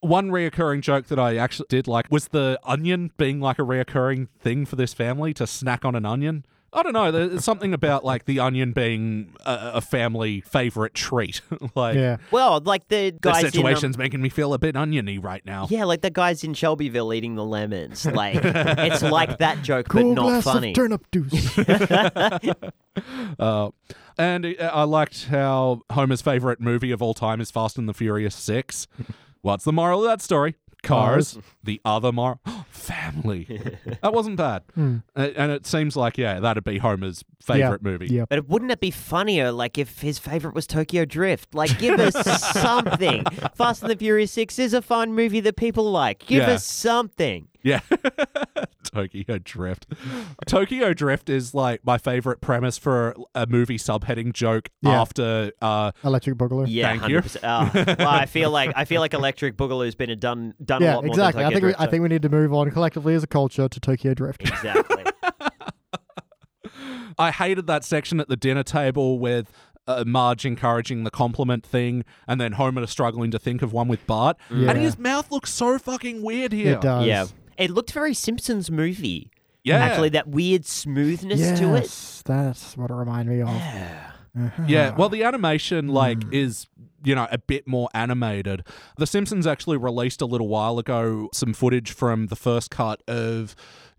one reoccurring joke that I actually did like was the onion being like a reoccurring thing for this family to snack on an onion. I don't know. There's something about like the onion being a, a family favorite treat. like
yeah.
Well, like the
the
guys in, um,
situation's making me feel a bit oniony right now.
Yeah, like the guys in Shelbyville eating the lemons. Like it's like that joke, but
Cool
not
glass
funny.
of turnip juice.
Uh, and uh, I liked how Homer's favorite movie of all time is Fast and the Furious Six. What's the moral of that story? Cars. The other moral, family. that wasn't bad. Uh, and it seems like yeah, that'd be Homer's favorite movie.
Yep.
but wouldn't it be funnier, like if his favorite was Tokyo Drift? Like, give us something. Fast and the Furious Six is a fun movie that people like. Give
Yeah.
us something.
Yeah. Tokyo Drift. Tokyo Drift is like my favorite premise for a movie subheading joke
Yeah.
after uh
Electric Boogaloo.
Yeah,
Thank you.
100%. Oh, well, I feel like I feel like Electric Boogaloo's been a done done a
Yeah,
lot more.
exactly.
Than
I
Tokyo
think we,
Drift,
I think we need to move on collectively as a culture to Tokyo Drift.
so- exactly.
I hated that section at the dinner table with uh, Marge encouraging the compliment thing and then Homer struggling to think of one with Bart. And
Yeah.
his mouth looks so fucking weird here.
It does.
yeah, it looked very Simpsons movie.
Yeah.
actually, that weird smoothness
Yes,
to it.
that's what it reminded me of.
Yeah, well, the animation like
Hmm.
is you know a bit more animated. The Simpsons actually released a little while ago some footage from the first cut of.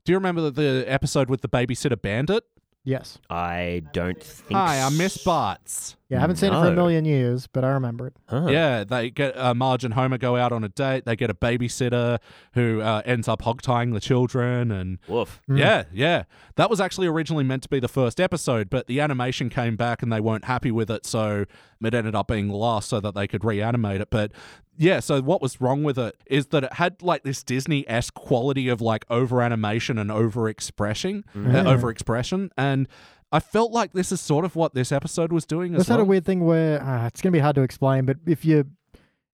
Do you remember the episode with the babysitter bandit?
Yes.
I don't think.
Hi, I miss Bart's.
Yeah, I haven't seen it for a
No.
million years, but I remember it.
Huh.
Yeah, they get uh, Marge and Homer go out on a date. They get a babysitter who uh, ends up hogtying the children, and
Woof.
yeah, yeah, that was actually originally meant to be the first episode, but the animation came back and they weren't happy with it, so it ended up being lost so that they could reanimate it. But yeah, so what was wrong with it is that it had like this Disney esque quality of like over animation and over expression, uh, over expression, and. I felt like this is sort of what this episode was doing as
That's not
well.
a weird thing where uh, it's going to be hard to explain, but if you're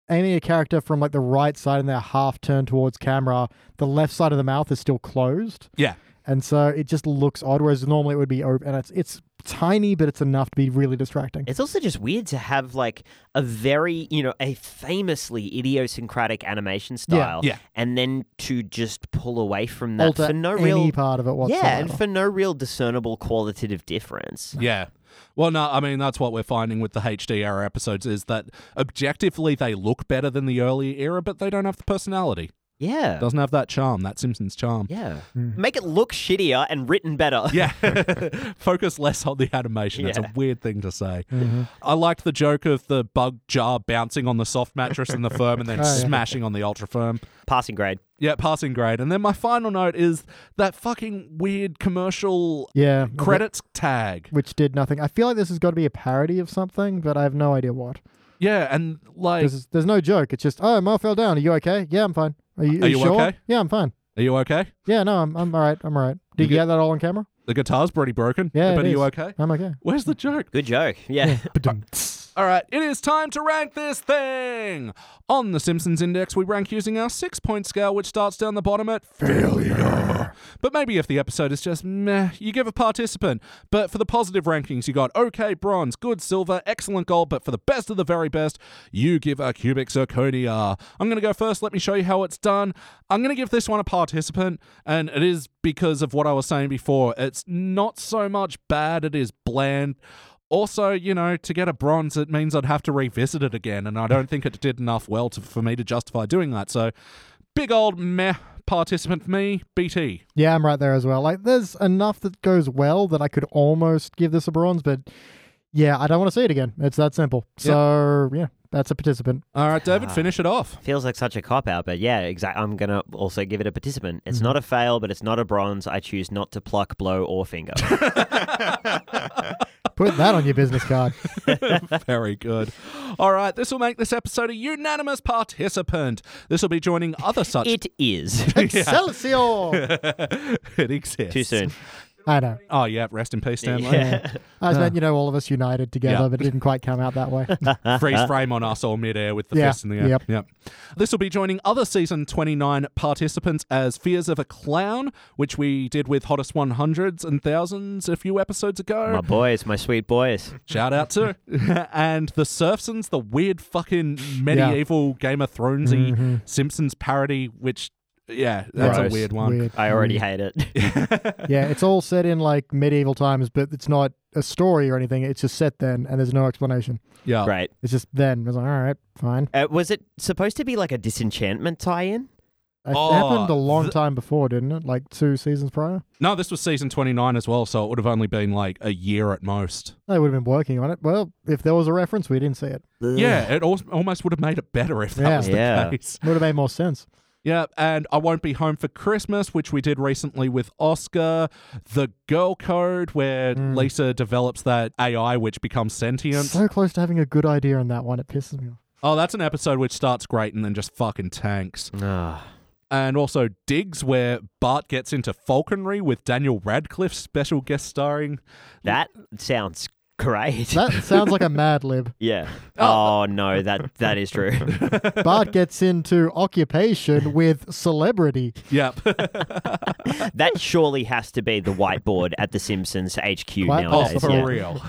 aiming a character from like the right side and they're half turned towards camera, the left side of the mouth is still closed.
yeah,
And so it just looks odd, whereas normally it would be open. And it's, it's tiny, but it's enough to be really distracting.
It's also just weird to have like a very, you know, a famously idiosyncratic animation style,
Yeah.
and then to just pull away from that
Alter
for no
any
real,
part of it whatsoever.
yeah, and for no real discernible qualitative difference.
Yeah. Well, no, I mean that's what we're finding with the HD era episodes is that objectively they look better than the early era, but they don't have the personality.
Yeah,
Doesn't have that charm, that Simpsons charm.
yeah, make it look shittier and written better.
Yeah. Focus less on the animation. It's
Yeah.
a weird thing to say. I liked the joke of the bug jar bouncing on the soft mattress in the firm and then
Oh, yeah.
smashing on the ultra firm.
Passing grade.
Yeah, passing grade. And then my final note is that fucking weird commercial
yeah.
credits tag.
Which did nothing. I feel like this has got to be a parody of something, but I have no idea what.
Yeah, and like,
There's, there's no joke. It's just, oh, Mo fell down. Are you okay? Yeah, I'm fine. Are you,
Are you
sure?
okay?
Yeah, I'm fine.
are you okay?
Yeah, no, I'm, I'm all right. I'm all right.
You
Did you,
get-
get that all on camera?
The guitar's pretty broken.
Yeah,
but
it
are you
is.
okay?
I'm okay.
Where's the joke?
Good joke. Yeah.
All right, it is time to rank this thing. On the Simpsons Index, we rank using our six point scale, which starts down the bottom at failure. But maybe if the episode is just meh, you give a participant. But for the positive rankings, you got okay, bronze, good, silver, excellent gold. But for the best of the very best, you give a cubic zirconia. I'm going to go first. Let me show you how it's done. I'm going to give this one a participant, and it is because of what I was saying before. It's not so much bad, it is bland. Also, you know, to get a bronze, it means I'd have to revisit it again, and I don't think it did enough well to, for me to justify doing that. So, big old meh participant for me, BT.
Yeah, I'm right there as well. Like, there's enough that goes well that I could almost give this a bronze, but yeah, I don't want to see it again. It's that simple. So yeah, that's a participant.
All right, David,
Ah.
finish it off.
Feels like such a cop out, but yeah, exactly. I'm gonna also give it a participant. It's not a fail, but it's not a bronze. I choose not to pluck, blow, or finger.
Put that on your business card.
Very good. All right, this will make this episode a unanimous participant. This will be joining other such.
it is
Excelsior!
it exists.
too soon.
I know.
Oh, yeah, rest in peace, Stanley.
Yeah. I just meant, you know, all of us united together,
Yeah.
but it didn't quite come out that way.
freeze frame on us all midair with the
Yeah,
fist in the air.
yep.
This will be joining other season 29 participants as Fears of a Clown, which we did with Hottest 100s and Thousands a few episodes ago.
My boys, my sweet boys.
Shout out to. and The Surfsons, the weird fucking medieval Game of Thronesy Simpsons parody, which, yeah, that's a
Gross.
weird one.
Weird.
I
Mm.
already hate it.
Yeah, it's all set in like medieval times, but it's not a story or anything. It's just set then, and there's no explanation.
Yeah.
Great.
It's just then. It's like, all right, fine.
Uh, was it supposed to be like a disenchantment tie-in?
It
Oh,
happened a long
th-
time before, didn't it? Like two seasons prior.
No, this was season 29 as well, so it would have only been like a year at most.
They would have been working on it. Well, if there was a reference, we didn't see it.
Yeah, it al- almost would have made it better if that
Yeah.
was the
Yeah.
case.
It would have made more sense.
Yeah, and I Won't Be Home for Christmas, which we did recently with Oscar. The Girl Code, where Lisa develops that AI which becomes sentient.
So close to having a good idea on that one. It pisses me off.
Oh, that's an episode which starts great and then just fucking tanks.
Ah.
And also Diggs, where Bart gets into falconry with Daniel Radcliffe, special guest starring.
that sounds great.
That sounds like a Mad Lib.
yeah.
Oh.
Oh no, that that is true.
Bart gets into occupation with celebrity.
Yep.
that surely has to be the whiteboard at the Simpsons HQ
Quite
Oh,
nowadays.
for
yeah.
real.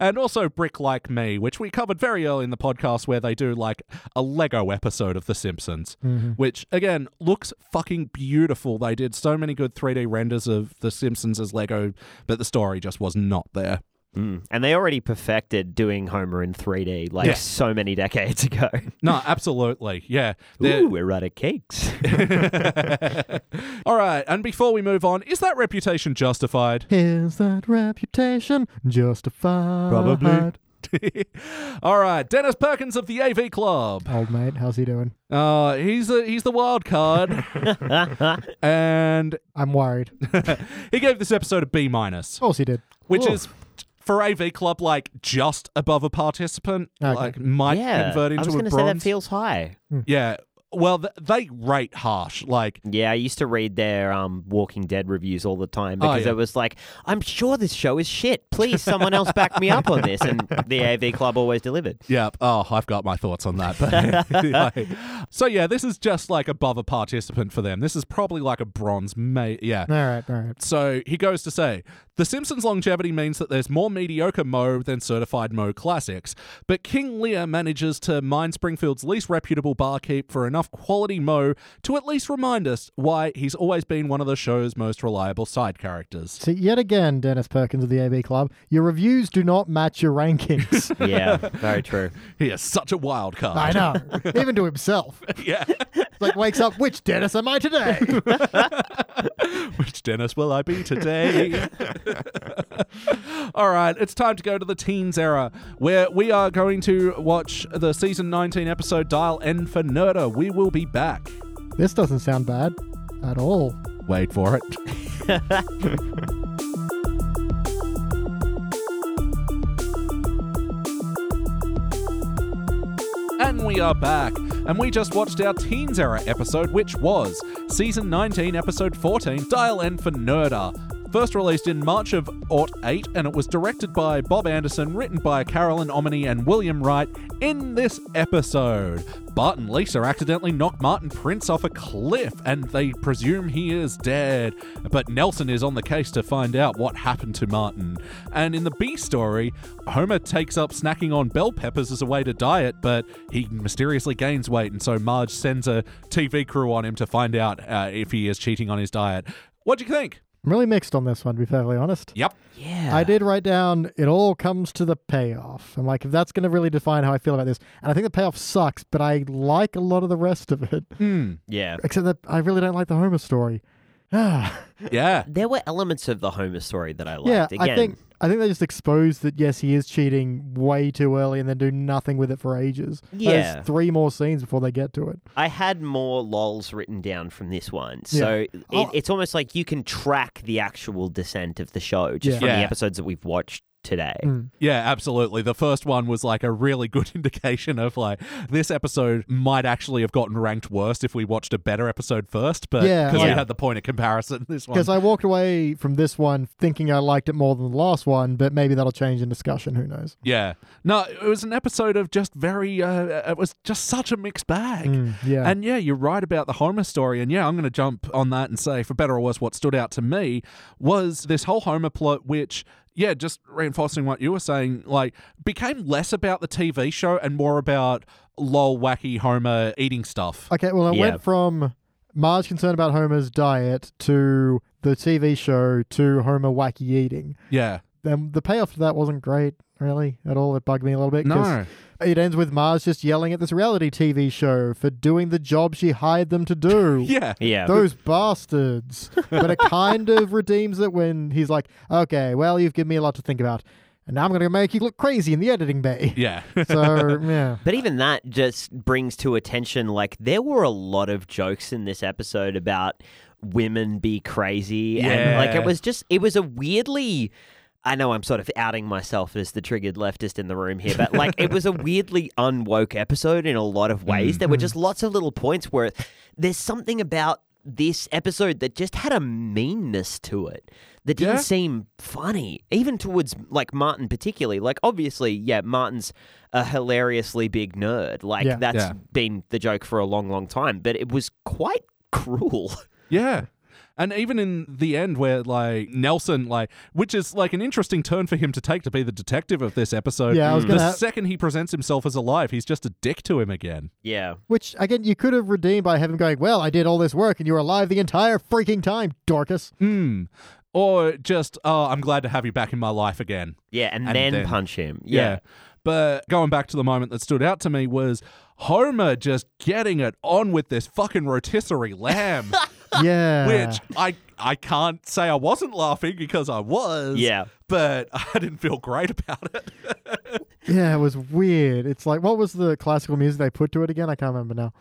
and also Brick Like Me, which we covered very early in the podcast, where they do like a Lego episode of The Simpsons,
Mm-hmm.
which again looks fucking beautiful. They did so many good 3D renders of The Simpsons as Lego, but the story just was not there.
Mm. And they already perfected doing Homer in 3D like
Yeah.
so many decades ago.
No, absolutely. Yeah. They're-
Ooh, we're out of cakes.
All right. And before we move on, is that reputation justified?
Is that reputation justified?
All right. Dennis Perkins of the AV Club.
Old mate, how's he doing?
Uh, he's a, he's the wild card, and
I'm worried. Of
he gave this episode a B minus,
course he did.
which
Oof.
is for AV Club like just above a participant,
Okay.
like might
yeah.
convert
I
into
was
a
gonna say that
bronze.
feels high.
yeah, well th- they rate harsh, like
Yeah, I used to read their um, Walking Dead reviews all the time
Oh,
because
yeah.
it was like, I'm sure this show is shit. Please, someone else back me up on this. And the AV Club always delivered.
yeah. Oh, I've got my thoughts on that, but like- so yeah, this is just like above a participant for them. This is probably like a bronze, mate. Yeah,
All right, all right.
So he goes to say, The Simpsons longevity means that there's more mediocre Mo than certified Mo classics, but King Lear manages to mine Springfield's least reputable barkeep for enough quality Mo to at least remind us why he's always been one of the show's most reliable side characters.
So yet again, Dennis Perkins of the AB Club, your reviews do not match your rankings.
Yeah, very true.
He is such a wild card.
I know. Even to himself.
yeah.
Like wakes up, which Dennis am I today?
Which Dennis will I be today? All right, it's time to go to the teens era, where we are going to watch the season 19 episode Dial N for Nerda. We will be back.
this doesn't sound bad at all.
Wait for it. and we are back. And we just watched our Teens Era episode, which was Season 19, Episode 14, Dial N for Nerder. First released in March of Aught 8, and it was directed by Bob Anderson, written by Carolyn Omni and William Wright. In this episode, Bart and Lisa accidentally knock Martin Prince off a cliff, and they presume he is dead. But Nelson is on the case to find out what happened to Martin. And in the B story, Homer takes up snacking on bell peppers as a way to diet, but he mysteriously gains weight, and so Marge sends a TV crew on him to find out uh, if he is cheating on his diet. What do you think?
I'm really mixed on this one, to be fairly honest.
Yep.
Yeah.
I did write down it all comes to the payoff. I'm like, if that's going to really define how I feel about this, and I think the payoff sucks, but I like a lot of the rest of it,
Hmm.
Yeah.
except that I really don't like the Homer story. Ah.
Yeah.
There were elements of the Homer story that I liked.
yeah,
Again,
I think I think they just exposed that yes, he is cheating way too early, and then do nothing with it for ages.
Yeah.
There's three more scenes before they get to it.
I had more lols written down from this one. So
Oh.
it, it's almost like you can track the actual descent of the show just
Yeah.
from
Yeah.
the episodes that we've watched today.
Mm.
Yeah, absolutely. The first one was like a really good indication of like this episode might actually have gotten ranked worst if we watched a better episode first, but
Yeah.
because we
Yeah.
had the point of comparison, this one.
Because I walked away from this one thinking I liked it more than the last one, but maybe that'll change in discussion. Who knows?
Yeah. No, it was an episode of just very, uh, it was just such a mixed bag.
Mm, yeah.
And yeah, you're right about the Homer story. And yeah, I'm going to jump on that and say, for better or worse, what stood out to me was this whole Homer plot, which, yeah, just reinforcing what you were saying, like, became less about the TV show and more about lol, wacky Homer eating stuff.
Okay, well, I
Yeah.
went from Marge concerned about Homer's diet to the TV show to Homer wacky eating.
Yeah.
And the payoff to that wasn't great, really, at all. It bugged me a little bit. 'cause
No.
It ends with Marge just yelling at this reality TV show for doing the job she hired them to do.
Yeah.
Yeah.
Those bastards. but it kind of redeems it when he's like, okay, well, you've given me a lot to think about. And now I'm going to make you look crazy in the editing bay.
Yeah.
So, yeah.
But even that just brings to attention like there were a lot of jokes in this episode about women be crazy and like
Yeah.
it was just it was a weirdly I know I'm sort of outing myself as the triggered leftist in the room here, but like it was a weirdly unwoke episode in a lot of ways. There were just
Mm-hmm.
lots of little points where there's something about this episode that just had a meanness to it that didn't
Yeah.
seem funny, even towards like Martin particularly. Like obviously, yeah, Martin's a hilariously big nerd. Like
Yeah.
that's
Yeah.
been the joke for a long, long time. But it was quite cruel.
Yeah. And even in the end, where like Nelson, like, which is like an interesting turn for him to take to be the detective of this episode.
Yeah, I was
the
gonna-
second he presents himself as alive, he's just a dick to him again.
Yeah.
Which, again, you could have redeemed by having him going, well, I did all this work and you were alive the entire freaking time, Dorcas.
Hmm. Or just, oh, I'm glad to have you back in my life again.
Yeah, and,
And
then,
then-
punch him. Yeah.
But going back to the moment that stood out to me was Homer just getting it on with this fucking rotisserie lamb,
Yeah.
which I I can't say I wasn't laughing because I was.
Yeah.
But I didn't feel great about it.
Yeah, it was weird. It's like, what was the classical music they put to it again? I can't remember now.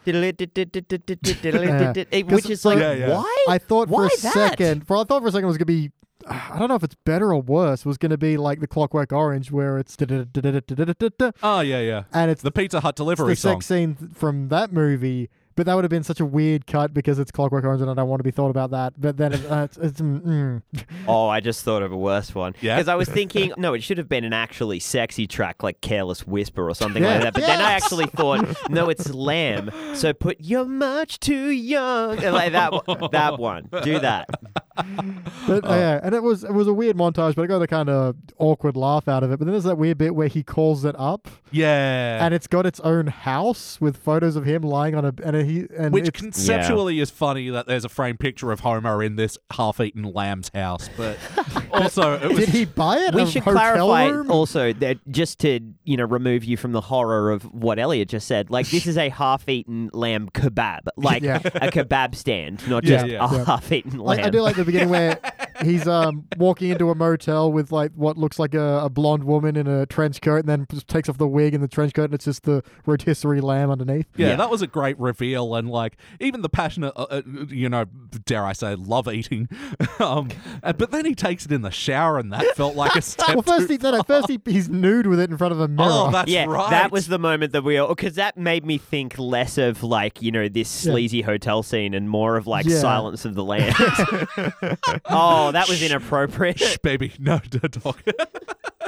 Which is like,
Yeah, yeah.
why?
I thought for
Why
a
that?
second. For I thought for a second it was gonna be. I don't know if it's better or worse. It was gonna be like the Clockwork Orange, where it's da-da-da-da-da-da-da-da,
Oh yeah, yeah.
and it's
The Pizza Hut
the
delivery song.
sex scene th- from that movie. But that would have been such a weird cut because it's Clockwork Orange, and I don't want to be thought about that. But then it, uh, it's, it's mm, mm.
Oh, I just thought of a worse one.
Yeah?
Because I was thinking, no, it should have been an actually sexy track like Careless Whisper or something
Yeah.
like that. But then I
Yes!
actually thought, no, it's Lamb. So put You're Much Too Young. And Like that, one- that one. Do that.
But,
Oh.
uh, yeah, and it was it was a weird montage, but I got a kind of awkward laugh out of it. But then there's that weird bit where he calls it up,
Yeah.
and it's got its own house with photos of him lying on a and he and
Which
it's-
conceptually is funny that there's a framed picture of Homer in this half-eaten lamb's house, but also it
did
was
he buy it?
We
A
should
hotel
clarify
room?
also that just to, you know, remove you from the horror of what Elliot just said, like this is a half eaten lamb kebab, like
Yeah.
a kebab stand, not
Yeah,
just
yeah.
a
Yeah.
half eaten lamb.
Like I do like the beginning where he's um walking into a motel with like what looks like a, a blonde woman in a trench coat, and then just takes off the wig and the trench coat, and it's just the rotisserie lamb underneath.
Yeah,
Yeah.
that was a great reveal, and like even the passionate, uh, uh, you know, dare I say, love eating. um, uh, but then he takes it in the shower, and that felt like a step.
Well, first
too-
he, no, no, first he, he's nude with it in front of a mirror.
oh, that's
yeah,
right.
that was the moment that we all because that made me think less of like you know this
Yeah.
sleazy hotel scene and more of like
Yeah.
Silence of the Lambs. oh, that was inappropriate.
Shh, baby, no, dog.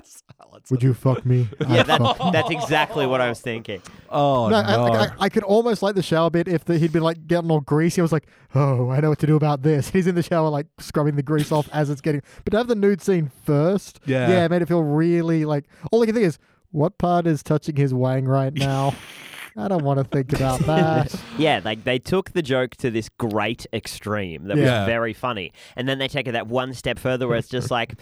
Silence.
Would you fuck me?
yeah,
I'd fuck
that, that's exactly what I was thinking.
Oh
No,
no.
I, like, I, I could almost like the shower bit if the, he'd been like getting all greasy. I was like, oh, I know what to do about this. He's in the shower like scrubbing the grease off as it's getting. But to have the nude scene first,
Yeah.
yeah, it made it feel really like. All I can think is, what part is touching his wang right now? I don't want to think about that.
Yeah, like they took the joke to this great extreme that
Yeah.
was very funny, and then they take it that one step further where it's just like.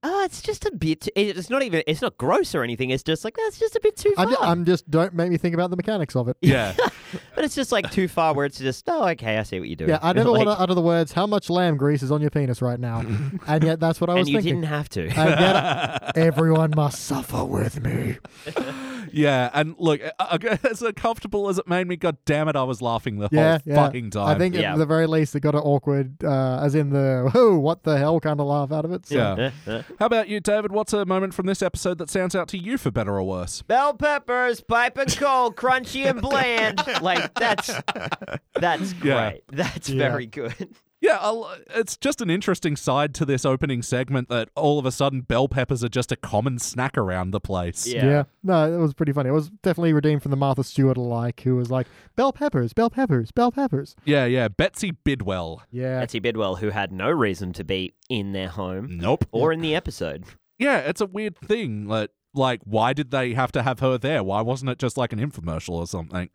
Oh, it's just a bit. Too, it- it's not even. It's not gross or anything. It's just like that's just a bit too far.
I'm, ju- I'm just don't make me think about the mechanics of it.
yeah,
but it's just like too far. Where it's just oh, okay, I see what you're doing.
Yeah, I never
Like-
want to utter the words "How much lamb grease is on your penis right now?" and yet that's what I
And
was
you
thinking.
didn't have to.
And yet, everyone must suffer with me.
yeah, and look, uh, uh, as uncomfortable as it made me, god damn it, I was laughing the
yeah,
whole
yeah.
fucking time.
I think
Yeah.
at the very least it got an awkward, uh, as in the "whoa, what the hell" kind of laugh out of it. So.
Yeah.
Uh, uh.
How about you, David? What's a moment from this episode that sounds out to you for better or worse?
Bell peppers, pipe and coal, crunchy and bland. like that's that's great.
Yeah.
That's
Yeah.
very good.
Yeah, I'll, it's just an interesting side to this opening segment that all of a sudden bell peppers are just a common snack around the place.
Yeah.
Yeah. no, it was pretty funny. It was definitely redeemed from the Martha Stewart alike, who was like bell peppers, bell peppers, bell peppers.
yeah, yeah. Betsy Bidwell.
Yeah,
Betsy Bidwell, who had no reason to be in their home
Nope.
or in the episode.
Yeah, it's a weird thing. Like, like, why did they have to have her there? Why wasn't it just like an infomercial or something?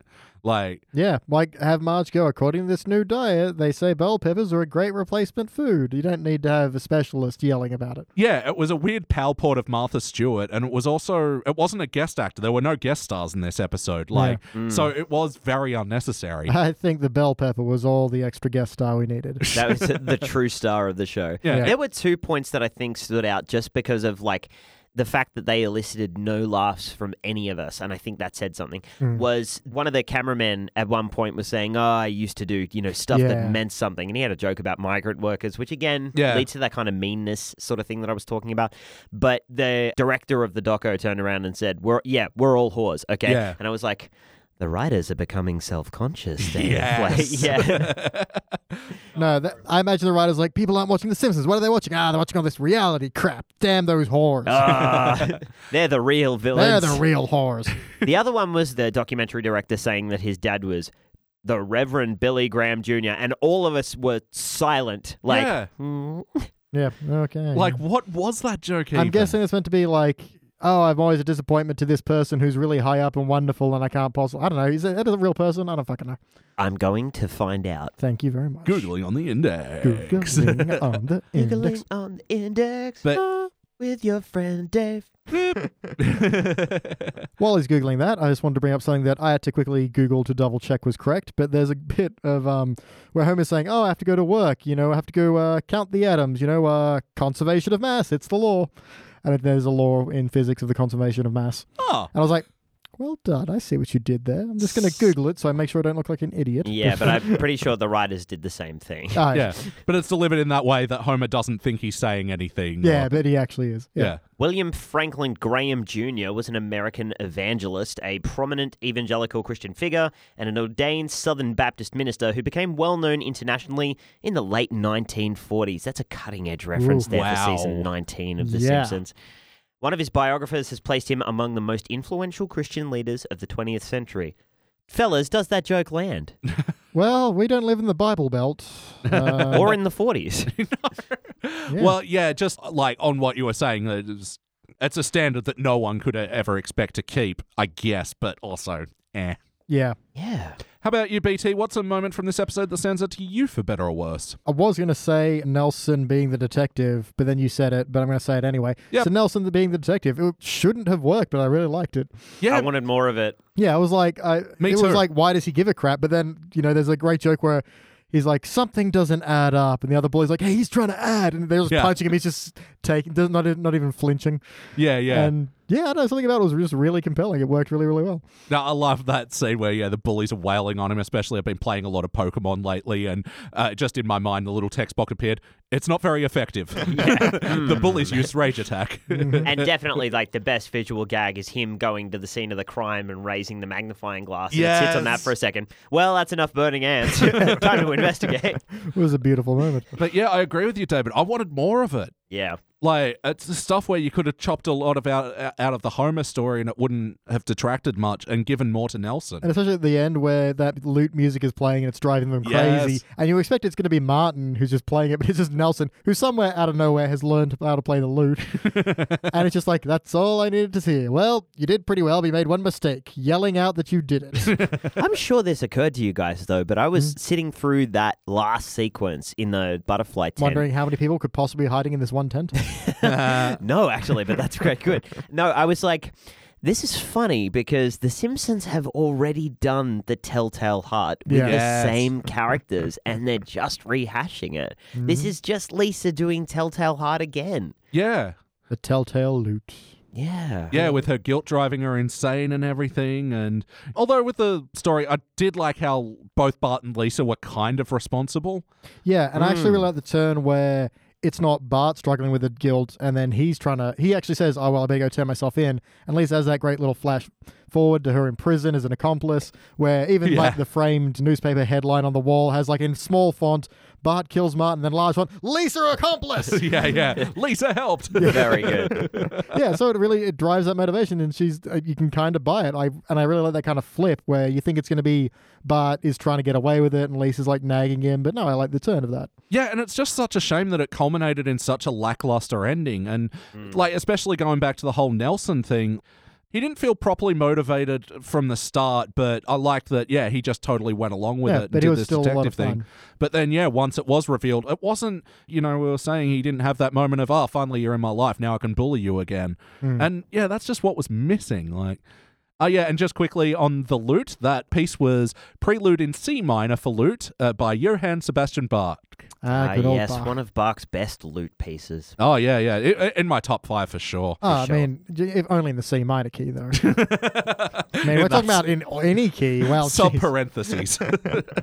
Like,
yeah. Like have Marge go. According to this new diet, they say bell peppers are a great replacement food. You don't need to have a specialist yelling about it.
yeah, it was a weird palport of Martha Stewart, and it was also it wasn't a guest actor. There were no guest stars in this episode. Like, so it was very unnecessary.
I think the bell pepper was all the extra guest star we needed.
That was the true star of the show.
Yeah.
There were two points that I think stood out just because of like the fact that they elicited no laughs from any of us, and I think that said something. Was one of the cameramen at one point was saying, "Oh, I used to do you know stuff
Yeah.
that meant something," and he had a joke about migrant workers, which again
Yeah.
leads to that kind of meanness sort of thing that I was talking about. But the director of the doco turned around and said, "We're yeah, we're all whores, okay?"
Yeah.
And I was like. The writers are becoming self-conscious. Dave."
Yes.
Like, yeah.
No, that, I imagine the writers like people aren't watching The Simpsons. What are they watching? Ah, they're watching all this reality crap. Damn those whores.
Ah, they're the real
they're
villains.
the real whores.
the other one was the documentary director saying that his dad was the Reverend Billy Graham Jr. and all of us were silent. Like,
yeah.
"Mm."
yeah. Okay.
Like, what was that joke?
I'm
even?
guessing it's meant to be like, oh, I'm always a disappointment to this person who's really high up and wonderful, and I can't possibly. I don't know. Is that, that is a real person? I don't fucking know.
I'm going to find out.
Thank you very much.
Googling on the index.
Googling on the
Googling
index.
on the index
But-
ah, with your friend Dave.
While he's googling that, I just wanted to bring up something that I had to quickly Google to double check was correct. But there's a bit of um, where Homer's saying, "Oh, I have to go to work. You know, I have to go uh, count the atoms. You know, uh, conservation of mass. It's the law." And there's a law in physics of the conservation of mass.
oh,
And I was like, "Well done. I see what you did there. I'm just going to Google it so I make sure I don't look like an idiot."
Yeah, but I'm pretty sure the writers did the same thing.
Ah,
yeah. But it's delivered in that way that Homer doesn't think he's saying anything.
Yeah,
or-
but he actually is.
yeah.
William Franklin Graham Jr. was an American evangelist, a prominent evangelical Christian figure, and an ordained Southern Baptist minister who became well known internationally in the late 1940s. That's a cutting edge reference
Ooh.
there
Wow.
for season 19 of The
Yeah.
Simpsons. One of his biographers has placed him among the most influential Christian leaders of the 20th century. Fellas, does that joke land?
Well, we don't live in the Bible Belt. Uh,
or in the 40s?
Yeah.
Well, yeah, just like on what you were saying, that it's, it's a standard that no one could uh, ever expect to keep, I guess, but also, eh.
yeah.
yeah.
How about you, BT? What's a moment from this episode that sounds out to you for better or worse?
I was going to say Nelson being the detective, but then you said it, but I'm going to say it anyway.
Yep.
So, Nelson being the detective, it shouldn't have worked, but I really liked it.
Yeah,
I wanted more of it.
Yeah, I was like, I,
Me
it
too.
was like, why does he give a crap? But then, you know, there's a great joke where he's like, something doesn't add up. And the other boy's like, hey, he's trying to add. And they're just
Yeah.
punching him. He's just taking, does- not, not even flinching.
Yeah, yeah.
And yeah, I don't know. Something about it was just really compelling. It worked really, really well.
No, I love that scene where yeah the bullies are wailing on him. Especially I've been playing a lot of Pokemon lately, and uh, just in my mind the little text box appeared. It's not very effective. the bullies use Rage Attack.
and definitely like the best visual gag is him going to the scene of the crime and raising the magnifying glass and it sits on that
Yes.
for a second. Well, that's enough burning ants. Time to investigate.
It was a beautiful moment.
but yeah, I agree with you, David. I wanted more of it.
Yeah.
Like it's the stuff where you could have chopped a lot of out out of the Homer story, and it wouldn't have detracted much, and given more to Nelson.
And especially at the end where that lute music is playing and it's driving them
Yes.
crazy. And you expect it's going to be Martin who's just playing it, but it's just Nelson who somewhere out of nowhere has learned how to play the lute. and it's just like, that's all I needed to see. Well, you did pretty well, but you made one mistake, yelling out that you did it.
I'm sure this occurred to you guys though, but I was sitting through that last sequence in the butterfly tent.
Wondering how many people could possibly be hiding in this one tent.
No, actually, but that's great. Good. No, I was like, this is funny because The Simpsons have already done the Telltale Heart with
Yes.
the same characters and they're just rehashing it.
Mm-hmm.
This is just Lisa doing Telltale Heart again.
yeah,
the telltale lute.
Yeah.
Yeah, with her guilt driving her insane and everything. And although with the story, I did like how both Bart and Lisa were kind of responsible.
Yeah, and I actually
Hmm.
really like the turn where it's not Bart struggling with the guilt, and then he's trying to. He actually says, "Oh well, I better go turn myself in." And Lisa has that great little flash forward to her in prison as an accomplice, where even
Yeah.
like the framed newspaper headline on the wall has like in small font, "Bart kills Martin," then large font, "Lisa accomplice."
yeah, yeah. Lisa helped.
Very good.
yeah, so it really it drives that motivation, and she's uh, you can kind of buy it. I and I really like that kind of flip where you think it's going to be Bart is trying to get away with it, and Lisa's like nagging him, but no, I like the turn of that.
Yeah, and it's just such a shame that it culminated in such a lackluster ending. And, like, especially going back to the whole Nelson thing, he didn't feel properly motivated from the start, but I liked that, yeah, he just totally went along with
Yeah,
it and
but it
did
was
this
still a lot
detective
of
thing.
fun.
But then, yeah, once it was revealed, it wasn't, you know, we were saying he didn't have that moment of, oh, finally you're in my life, now I can bully you again.
Hmm.
And, yeah, that's just what was missing. Like, Oh, yeah, and just quickly on the lute, that piece was Prelude in C minor for lute uh, by Johann Sebastian Bach.
Ah,
Ah,
good old
yes,
Bart.
one of Bach's best loot pieces.
Oh yeah, yeah, I- I- in my top five for sure.
Oh,
sure.
I mean, j- if only in the C minor key, though. I mean, we're
In
talking
that
about in any key. Well,
Sub
geez.
parentheses.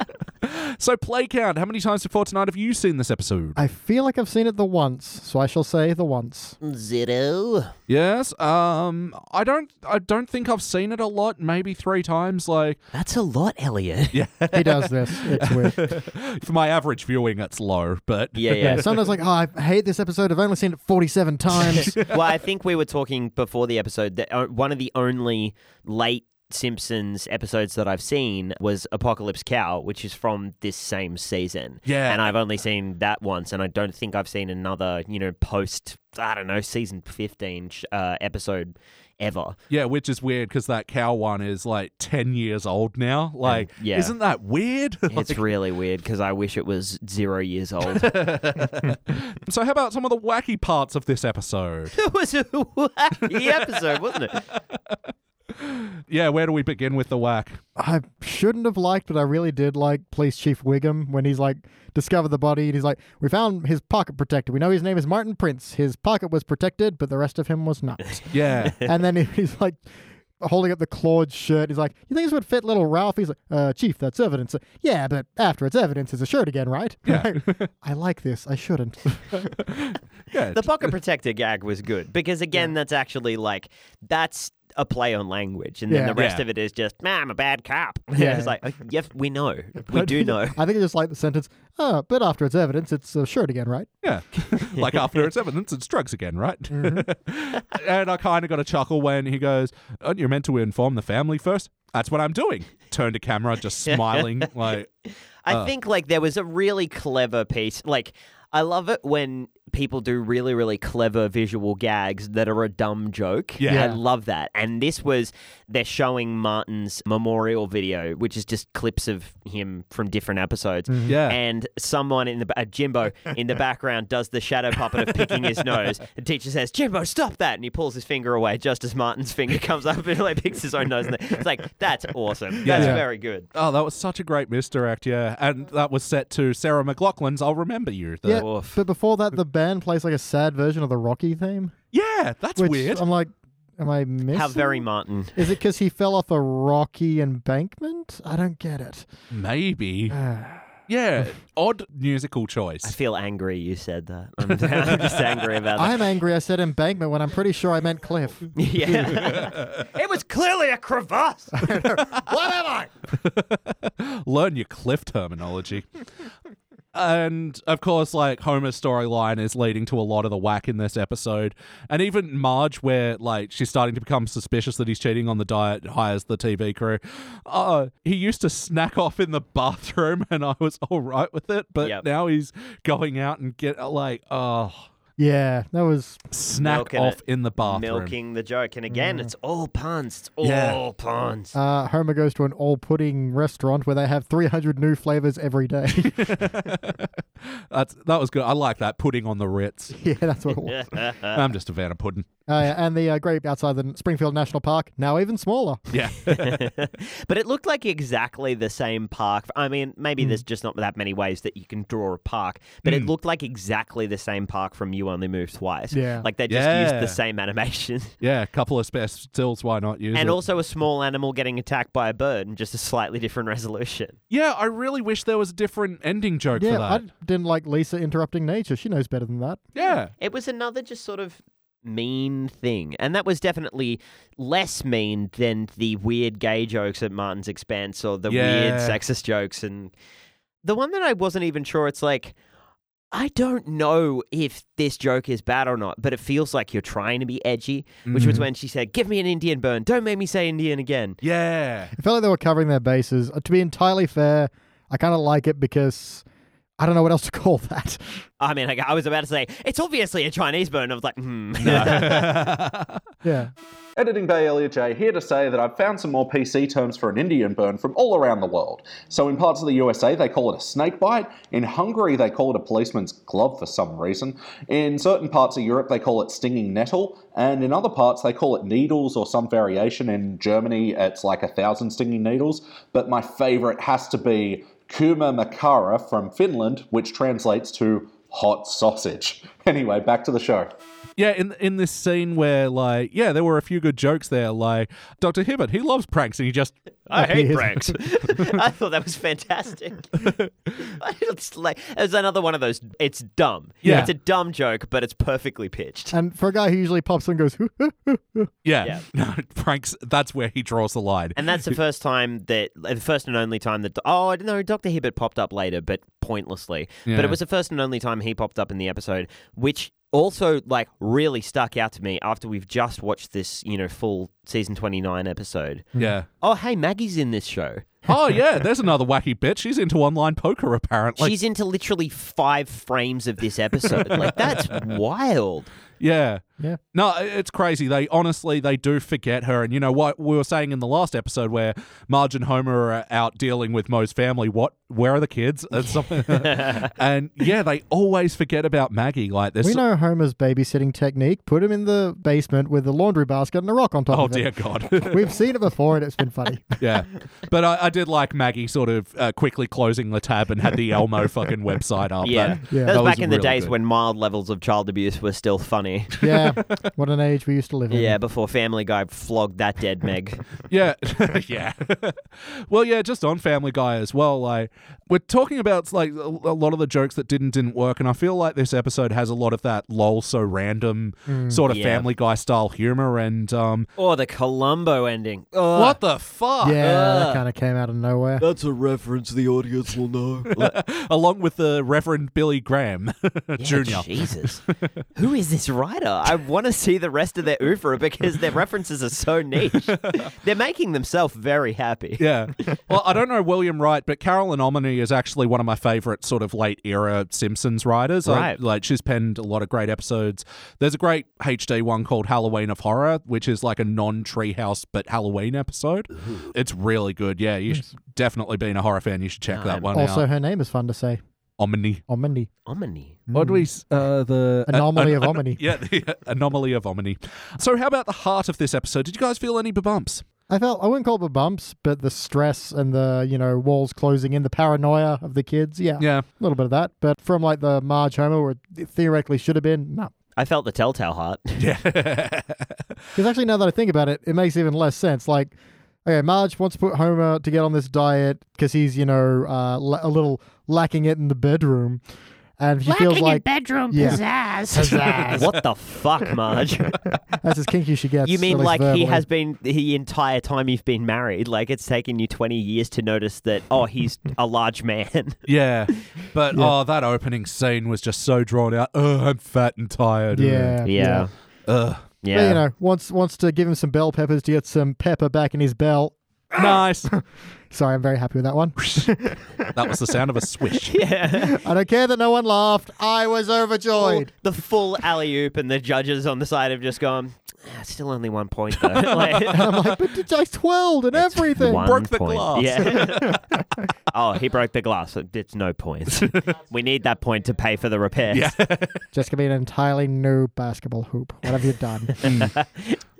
so play count. How many times before tonight have you seen this episode?
I feel like I've seen it the once, so I shall say the once.
Zero.
yes. Um. I don't. I don't think I've seen it a lot. Maybe three times. Like
That's a lot, Elliot. Yeah.
He does this. It's weird. Yeah.
for my average viewing, it's low. But
Yeah, yeah.
Sometimes like, oh, I hate this episode. I've only seen it forty-seven times.
well, I think we were talking before the episode that uh, one of the only late Simpsons episodes that I've seen was Apocalypse Cow, which is from this same season.
Yeah.
And I've only seen that once, and I don't think I've seen another, you know, post, I don't know, season 15 sh- uh, episode ever.
yeah, which is weird because that cow one is like ten years old now. Like,
yeah.
isn't that weird?
It's really weird because I wish it was zero years old. it
so, how about some of the wacky parts of this episode?
was a wacky episode, wasn't it?
yeah, where do we begin with the whack?
I shouldn't have liked, but I really did like Police Chief Wiggum when he's like discovered the body and he's like, "We found his pocket protected. We know his name is Martin Prince. His pocket was protected, but the rest of him was not."
Yeah.
and then he's like holding up the Claude shirt. He's like, "You think this would fit little Ralph?" He's like, "Uh, Chief, that's evidence." Yeah, but after it's evidence, it's a shirt again, right?
Yeah.
I like this. I shouldn't.
yeah.
The pocket protector gag was good because again, that's actually like that's a play on language, and then
Yeah.
the rest
Yeah.
of it is just, man, I'm a bad cop.
Yeah.
it's like, "Oh, yes, we know, we do know.
I think I just like the sentence. Oh, but after it's evidence, it's a shirt again, right?
Yeah. like after it's evidence, it's drugs again, right? and I kind of got a chuckle when he goes, Aren't you meant to inform the family first? That's what I'm doing. Turn to camera, just smiling. like,
Oh.
I think like there was a really clever piece. Like I love it when people do really, really clever visual gags that are a dumb joke.
Yeah.
I
Yeah.
love that. And this was, they're showing Martin's memorial video, which is just clips of him from different episodes.
Mm-hmm.
Yeah.
And someone in the, ba- uh, Jimbo in the background does the shadow puppet of picking his nose. The teacher says, Jimbo, stop that. And he pulls his finger away just as Martin's finger comes up and like picks his own nose. And it's like, that's awesome. That's
Yeah.
very good.
Oh, that was such a great misdirect, yeah. And that was set to Sarah McLaughlin's I'll Remember You. the-
Yeah,
Oof.
but before that, the band plays like a sad version of the Rocky theme.
Yeah, that's
which um,
weird.
I'm like, am I missing?
How very Martin.
Is it because he fell off a rocky embankment? I don't get it.
Maybe. yeah, odd musical choice.
I feel angry you said that. I'm, I'm just angry about that.
I'm angry. I said embankment when I'm pretty sure I meant cliff.
Yeah. it was clearly a crevasse. what am I?
Learn your cliff terminology. and of course, like Homer's storyline is leading to a lot of the whack in this episode. And even Marge, where like she's starting to become suspicious that he's cheating on the diet, hires the TV crew. Uh, he used to snack off in the bathroom and I was all right with it. But
Yep.
now he's going out and get like, oh,
Yeah, that was.
snack
Milking
off
it.
in the bathroom.
Milking the joke. And again, it's all puns. It's all
Yeah.
puns.
Uh, Homer goes to an all pudding restaurant where they have 300 new flavors every day.
That's, that was good. I like that. Pudding on the Ritz.
yeah, that's what it was.
I'm just a fan of pudding.
Uh, yeah, and the uh, grape outside the Springfield National Park, now even smaller.
Yeah.
but it looked like exactly the same park. I mean, maybe there's just not that many ways that you can draw a park, but it looked like exactly the same park from You Only Move Twice.
Yeah.
Like they just used
Yeah.
the same animation.
Yeah, a couple of spare stills. Why not use
and
it?
also a small animal getting attacked by a bird and just a slightly different resolution.
yeah, I really wish there was a different ending joke for
Yeah,
that.
I didn't like Lisa interrupting nature. She knows better than that.
Yeah,
It was another just sort of mean thing. And that was definitely less mean than the weird gay jokes at Martin's Expense or the weird
Yeah.
sexist jokes. And the one that I wasn't even sure, it's like, I don't know if this joke is bad or not, but it feels like you're trying to be edgy, which was when she said, Give me an Indian burn. Don't make me say Indian again.
yeah,
It felt like they were covering their bases. Uh, To be entirely fair, I kind of like it because I don't know what else to call that.
I mean, I, I was about to say, It's obviously a Chinese burn. I was like, Hmm.
Yeah.
Editing Bay Elliot J here to say that I've found some more PC terms for an Indian burn from all around the world. So in parts of the USA they call it a snake bite, in Hungary they call it a policeman's glove for some reason, in certain parts of Europe they call it stinging nettle, and in other parts they call it needles or some variation. In Germany it's like a thousand stinging needles, but my favorite has to be Kuma Makara from Finland, which translates to hot sausage. Anyway, back to the show.
yeah. In in this scene where like yeah, there were a few good jokes there. Like Doctor Hibbert, he loves pranks and he just
I hate
Appears.
pranks. I thought that was fantastic. it's like it was another one of those. It's dumb.
Yeah.
it's a dumb joke, but it's perfectly pitched.
And for a guy who usually pops and goes,
yeah,
Yeah.
no pranks. That's where he draws the line.
And that's the first time that, uh, the first and only time that, oh, no, Dr. Hibbert popped up later, but pointlessly. But
Yeah.
it was the first and only time he popped up in the episode, which also, like, really stuck out to me after we've just watched this, you know, full season 29 episode.
yeah.
Oh, hey, Maggie's in this show.
Oh yeah, there's another wacky bitch. She's into online poker apparently.
She's into literally five frames of this episode. like, that's wild.
Yeah.
Yeah.
No, it's crazy. They honestly they do forget her. And you know what we were saying in the last episode where Marge and Homer are out dealing with Moe's family. What where are the kids? And, something. and yeah, they always forget about Maggie like this.
We know Homer's babysitting technique. Put him in the basement with the laundry basket and a rock on top
oh
of
dear
it.
God.
We've seen it before and it's been funny.
yeah. But I, I did like Maggie sort of uh, quickly closing the tab and had the Elmo fucking website up.
Yeah.
That-
Yeah.
That was,
That was
back in the
really
days
good.
when mild levels of child abuse were still funny.
yeah. What an age we used to live in.
yeah, before Family Guy flogged that dead Meg.
Yeah, yeah. well, yeah, just on Family Guy as well. Like we're talking about like a a lot of the jokes that didn't didn't work, and I feel like this episode has a lot of that lol so random
Mm.
sort of
Yeah.
Family Guy style humor. And um,
or Oh, the Columbo ending. Ugh.
what the fuck?
Yeah,
uh.
that kind of came out of nowhere.
That's a reference the audience will know.
Along with the Reverend Billy Graham
Yeah,
Junior.
Jesus. Who is this writer. I want to see the rest of their oeuvre because their references are so niche. They're making themselves very happy.
Yeah. Well, I don't know William Wright, but Carolyn Omini is actually one of my favorite sort of late era Simpsons writers. I-
Right.
like she's penned a lot of great episodes. There's a great HD one called Halloween of Horror, which is like a non-treehouse but Halloween episode. It's really good. Yeah, you should definitely being a horror fan, you should check that one
Also,
out.
her name is fun to say.
Omni.
Omni.
Omni.
Oddly's uh, the
Anomaly
an-
of
an-
Omni.
Yeah, the anomaly of Omni. So, how about the heart of this episode? Did you guys feel any bumps?
I felt I wouldn't call it the bumps, but the stress and the you know walls closing in, the paranoia of the kids. Yeah,
Yeah.
a little bit of that. But from like the Marge Homer, where it theoretically should have been, no.
I felt the telltale heart.
Because actually, now that I think about it, it makes even less sense. Like, okay, Marge wants to put Homer to get on this diet because he's you know uh, la- a little lacking it in the bedroom, and she feels like
bedroom
Yeah.
pizzazz.
what the fuck, Marge?
that's as kinky she gets.
You
at
mean
least
like
verbally.
he has been the entire time you've been married? Like it's taken you 20 years to notice that, oh, he's a large man.
Yeah, but oh, that opening scene was just so drawn out. Ugh, I'm fat and tired. Ugh.
Yeah,
Yeah.
Ugh.
Yeah.
But, you know, wants wants to give him some bell peppers to get some pepper back in his bell.
Nice.
Sorry, I'm very happy with that one.
that was the sound of a swish.
yeah.
I don't care that no one laughed. I was overjoyed.
The full alley oop, and the judges on the side have just gone, "Ah, still only one point, though. Like,
I'm like, but the dice twirled and everything.
one
Broke the
point.
glass.
Yeah. oh, he broke the glass. It's no points. we need that point to pay for the repairs.
Just gonna be an entirely new basketball hoop. What have you done?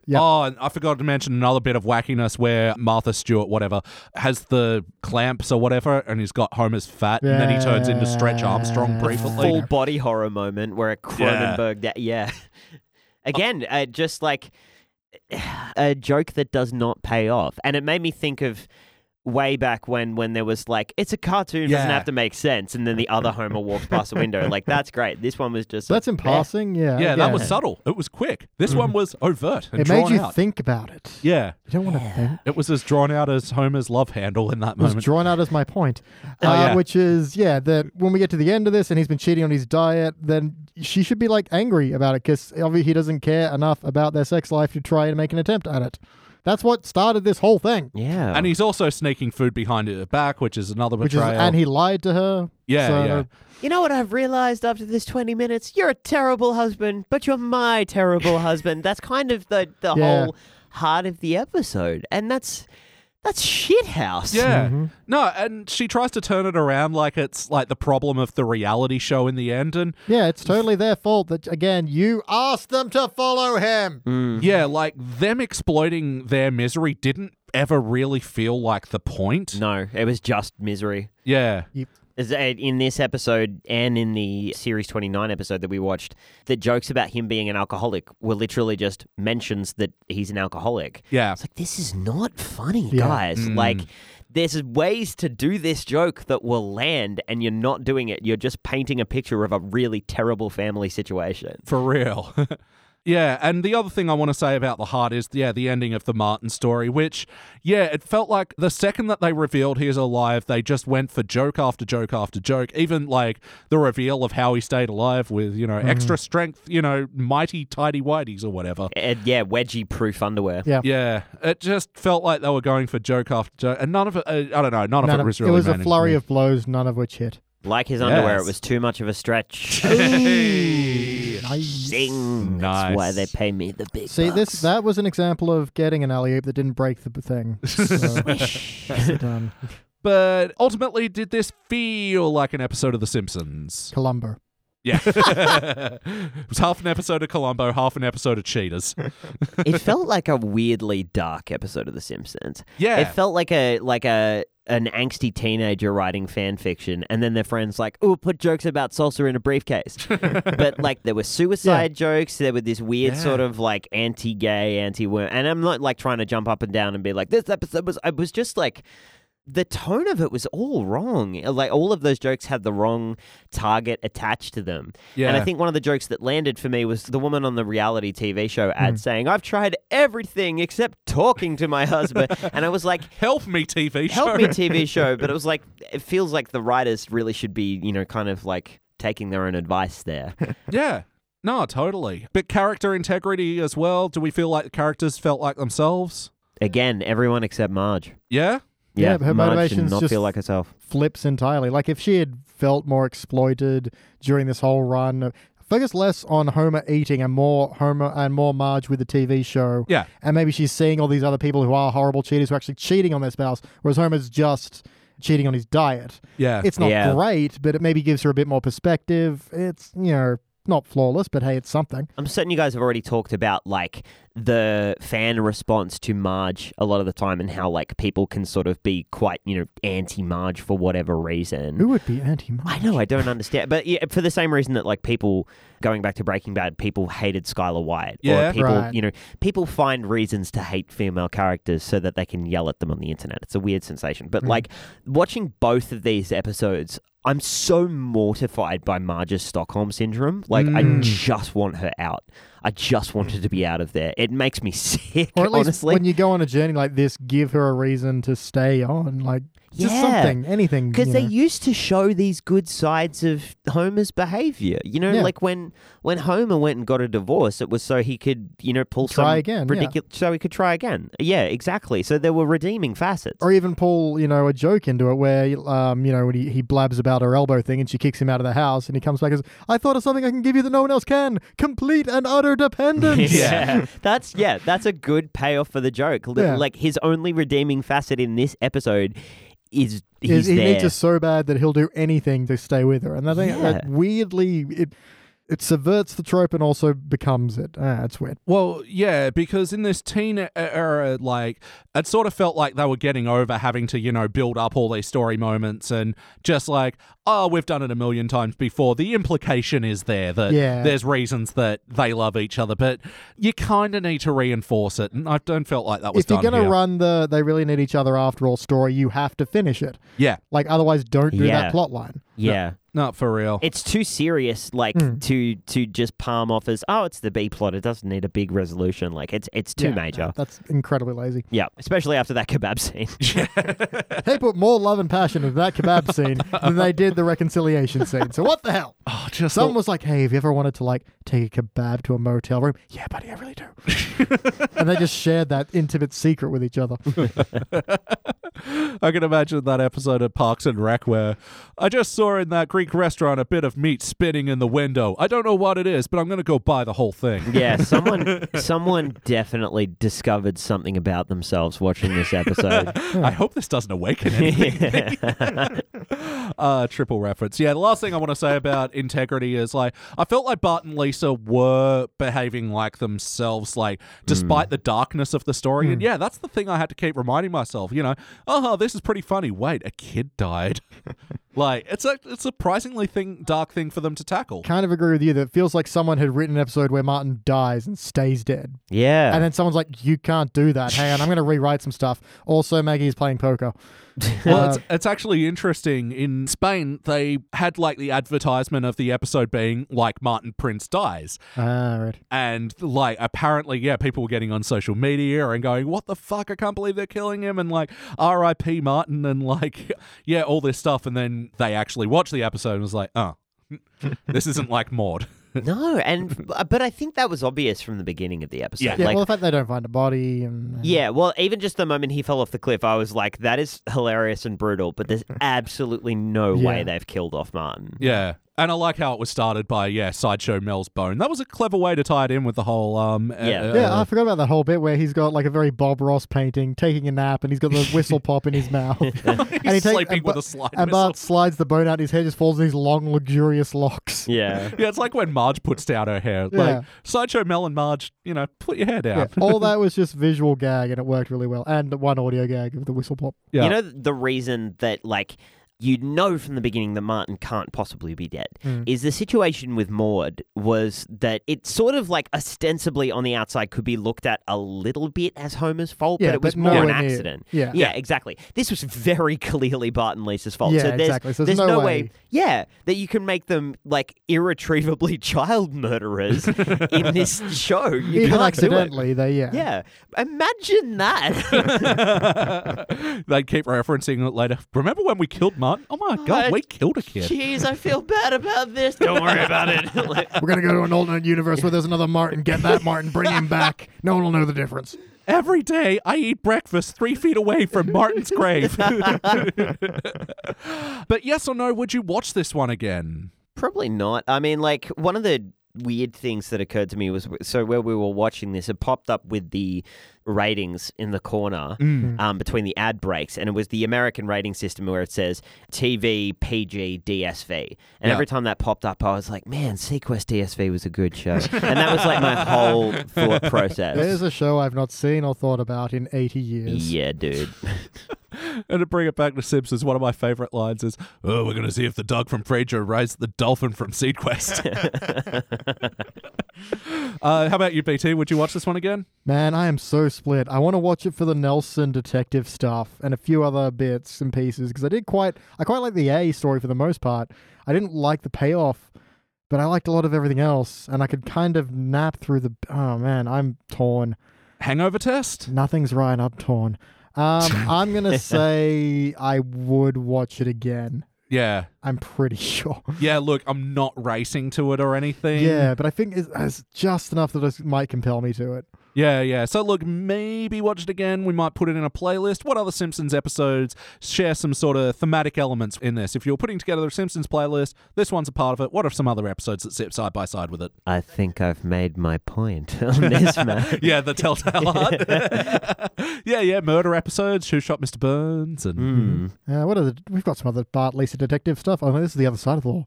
Yep.
Oh, and I forgot to mention another bit of wackiness where Martha Stewart, whatever, has the clamps or whatever, and he's got Homer's fat, and then he turns into Stretch Armstrong
Yeah.
briefly.
Full body horror moment where a Cronenberg. Yeah. yeah. Again, uh, just like a joke that does not pay off. And it made me think of way back when when there was like it's a cartoon doesn't
Yeah.
have to make sense and then the other homer walks past the window like that's great this one was just
That's in
meh.
passing. Yeah.
yeah, that was
again.
subtle. It was quick. This one was overt and
It made
drawn
you
out.
think about it.
yeah,
You don't want to think.
it was as drawn out as Homer's love handle in that
It was
moment. Oh,
drawn out as my point, uh,
yeah.
which is yeah that when we get to the end of this and he's been cheating on his diet, then she should be like angry about it because obviously he doesn't care enough about their sex life to try and make an attempt at it. That's what started this whole thing.
yeah
and he's also sneaking food behind her back, which is another
Which is,
betrayal.
and he lied to her.
yeah,
so-
yeah.
You know what I've realized after this 20 minutes? You're a terrible husband, but you're my terrible husband. That's kind of the, the
Yeah.
whole heart of the episode. And that's that's shithouse.
Yeah. No, and she tries to turn it around like it's like the problem of the reality show in the end. And
Yeah, it's totally their fault that again you asked them to follow
Mm,
him.
yeah, like them exploiting their misery didn't ever really feel like the point.
No, it was just misery.
Yeah.
Is that In this episode and in the Series 29 episode that we watched, the jokes about him being an alcoholic were literally just mentions that he's an alcoholic.
Yeah.
It's like this is not funny,
Yeah.
guys. Like there's ways to do this joke that will land and you're not doing it. You're just painting a picture of a really terrible family situation.
For real. yeah, and the other thing I want to say about the heart is yeah, the ending of the Martin story, which yeah, it felt like the second that they revealed he is alive, they just went for joke after joke after joke. Even like the reveal of how he stayed alive with, you know,
Mm-hmm.
extra strength, you know, mighty tidy whiteys or whatever.
And yeah, wedgie proof underwear.
Yeah.
Yeah, it just felt like they were going for joke after joke, and none of it. Uh, I don't know. None,
None
of it
of-
was really.
it was a
meaningful.
flurry of blows, none of which hit.
Like his underwear,
Yes.
it was too much of a stretch.
Nice.
Zing.
Nice.
That's why they pay me the big
See this?
bucks.
That was an example of getting an alley oop that didn't break the thing. So, nicely done,
But ultimately, did this feel like an episode of The Simpsons?
Columbo.
Yeah, it was half an episode of Columbo, half an episode of Cheaters.
it felt like a weirdly dark episode of The Simpsons.
Yeah.
It felt like a like a an angsty teenager writing fan fiction, and then their friends like, "Oh, put jokes about salsa in a briefcase." but like, there were suicide jokes. There were this weird
Yeah.
sort of like anti-gay, anti-worm. And I'm not like trying to jump up and down and be like, "This episode was." I was just like. The tone of it was all wrong. Like all of those jokes had the wrong target attached to them. And
Yeah.
I think one of the jokes that landed for me was the woman on the reality TV show
Hmm.
ad saying, I've tried everything except talking to my husband. and I was like,
Help me, TV show.
help me TV show. But it was like, it feels like the writers really should be, you know, kind of like taking their own advice there.
Yeah. No, totally. But character integrity as well. Do we feel like the characters felt like themselves?
Again, everyone except Marge.
Yeah?
Yeah, but her
Marge
motivation's
did not
just-
feel like herself.
Flips entirely. Like if she had felt more exploited during this whole run, focus less on Homer eating and more Homer and more Marge with the TV show.
Yeah.
And maybe she's seeing all these other people who are horrible cheaters who are actually cheating on their spouse, whereas Homer's just cheating on his diet.
Yeah.
It's not
Yeah.
great, but it maybe gives her a bit more perspective. It's, you know, not flawless, but hey, it's something.
I'm certain you guys have already talked about like the fan response to Marge a lot of the time and how like people can sort of be quite, you know, anti Marge for whatever reason.
Who would be anti Marge?
Mm. I know, I don't understand. But yeah, for the same reason that like people going back to Breaking Bad, people hated Skylar White.
Yeah.
or people
Right.
you know people find reasons to hate female characters so that they can yell at them on the internet. It's a weird sensation.
Mm.
But like watching both of these episodes I'm so mortified by Marge's Stockholm syndrome. Like,
Mm.
I just want her out. I just want her to be out of there. It makes me sick,
Or at least
honestly.
when you go on a journey like this, give her a reason to stay on. Like just
Yeah.
something, anything.
because
you
they
know.
used to show these good sides of Homer's behavior. You know,
Yeah.
like when when Homer went and got a divorce, it was so he could you know pull
Try
some
again, yeah.
ridiculous, so he could try again. Yeah, exactly. So there were redeeming facets.
or even pull you know a joke into it where um you know when he, he blabs about her elbow thing and she kicks him out of the house and he comes back as I thought of something I can give you that no one else can complete and utter dependence.
yeah, that's yeah, that's a good payoff for the joke. Li-
Yeah.
Like his only redeeming facet in this episode is
Is-
he's
he
there.
needs her so bad that he'll do anything to stay with her, and I think that
Yeah.
weirdly it it subverts the trope and also becomes it. Ah, it's weird.
Well, yeah, because in this teen e- era, like, it sort of felt like they were getting over having to, you know, build up all these story moments and just like, oh, we've done it a million times before. The implication is there that
Yeah.
there's reasons that they love each other, but you kind of need to reinforce it. And I don't felt like that was
If you're
done
gonna
here.
run the they really need each other after all story, you have to finish it.
yeah,
Like otherwise, don't do
Yeah.
that plot line.
yeah.
not for real.
It's too serious, like
Hmm.
to to just palm off as oh, it's the B plot. It doesn't need a big resolution. Like it's it's too
Yeah,
major.
no, that's incredibly lazy.
Yeah, especially after that kebab scene.
They put more love and passion into that kebab scene than they did the reconciliation scene. So what the hell?
oh, just
Someone was like, "Hey, have you ever wanted to like take a kebab to a motel room?" Yeah, buddy, I really do. and they just shared that intimate secret with each other.
I can imagine that episode of Parks and Rec where I just saw in that Greek restaurant a bit of meat spinning in the window. I don't know what it is, but I'm going to go buy the whole thing.
yeah, someone someone definitely discovered something about themselves watching this episode.
I hope this doesn't awaken anything. uh, triple reference. Yeah, the last thing I want to say about integrity is like I felt like Bart and Lisa were behaving like themselves, like despite the darkness of the story. And yeah, that's the thing I had to keep reminding myself. You know, oh, this is pretty funny. Wait, a kid died. like it's a it's a surprisingly thing dark thing for them to tackle.
kind of agree with you that it feels like someone had written an episode where Martin dies and stays dead.
yeah.
And then someone's like, "You can't do that. Hang on, I'm going to rewrite some stuff." Also, Maggie's playing poker.
Well, it's, it's actually interesting. In Spain, they had like the advertisement of the episode being like Martin Prince dies.
Ah, right.
And like, apparently, yeah, people were getting on social media and going, what the fuck? I can't believe they're killing him. And like, RIP Martin and like, yeah, all this stuff. And then they actually watched the episode and was like, oh, this isn't like Maud.
no, and uh, but I think that was obvious from the beginning of the episode.
Yeah.
Yeah,
like,
well, the fact they don't find a body and uh,
Yeah, well, even just the moment he fell off the cliff, I was like, that is hilarious and brutal, but there's absolutely no
Yeah.
way they've killed off Martin.
Yeah. And I like how it was started by, yeah, Sideshow Mel's bone. That was a clever way to tie it in with the whole, um, uh,
Yeah.
Yeah,
uh,
I forgot about that whole bit where he's got like a very Bob Ross painting, taking a nap, and he's got the whistle pop in his mouth. and
he's
take-
uh, sleeping
and
with
Ba-
a slide
And
whistle.
Bart slides the bone out, his hair just falls in these long, luxurious locks.
Yeah.
Yeah, it's like when Marge puts down her hair.
Yeah.
Like Sideshow Mel and Marge, you know, put your hair
Yeah,
down.
all that was just visual gag, and it worked really well. And one audio gag of the whistle pop.
Yeah.
You know the reason that like you know from the beginning that Martin can't possibly be dead
Mm.
is the situation with Maud was that it sort of like ostensibly on the outside could be looked at a little bit as Homer's fault,
Yeah,
but it
but
was more an
nowhere near.
accident.
Yeah.
yeah, exactly. This was very clearly Bart and Lisa's fault.
Yeah,
so there's,
exactly. So there's no
no,
way.
yeah, that you can make them like irretrievably child murderers in this show. You
Even
can't Do it.
accidentally, they yeah.
Yeah, imagine that.
They'd keep referencing it later. Remember when we killed can't. Oh my god, we killed a kid.
Jeez, I feel bad about this. Don't worry about it. Like,
We're gonna go to an alternate universe where there's another Martin. Get that Martin. Bring him back. No one will know the difference.
Every day I eat breakfast three feet away from Martin's grave. but yes or no, would you watch this one again?
Probably not. I mean, like one of the weird things that occurred to me was so where we were watching this, it popped up with the ratings in the corner um, between the ad breaks, and it was the American rating system where it says TV, PG, DSV, and
Yeah.
every time that popped up, I was like, man, Sequest DSV was a good show, and that was like my whole thought
There's
process.
a show I've not seen or thought about in 80 years.
Yeah, dude.
And to bring it back to Simpsons, one of my favorite lines is, "Oh, we're gonna see if the dog from Frasier rides the dolphin from Seed Quest." uh, how about you, BT? Would you watch this one again?
Man, I am so split. I want to watch it for the Nelson detective stuff and a few other bits and pieces because I did quite, I quite like the A story for the most part. I didn't like the payoff, but I liked a lot of everything else, and I could kind of nap through the. Oh man, I'm torn.
Hangover test?
Nothing's right. I'm torn. Um, I'm gonna say I would watch it again.
Yeah,
I'm pretty sure.
yeah. Look, I'm not racing to it or anything.
Yeah, but I think it's, it's just enough that it might compel me to it.
Yeah, yeah. So look, maybe watch it again. We might put it in a playlist. What other Simpsons episodes share some sort of thematic elements in this? If you're putting together the Simpsons playlist, this one's a part of it. What are some other episodes that sit side by side with it?
I think I've made my point on this, man.
Yeah, the Telltale Heart. yeah, yeah, murder episodes. Who shot Mr. Burns? And
Uh, what are the, we've got some other Bart Lisa detective stuff. Oh, no, this is the other side of the law.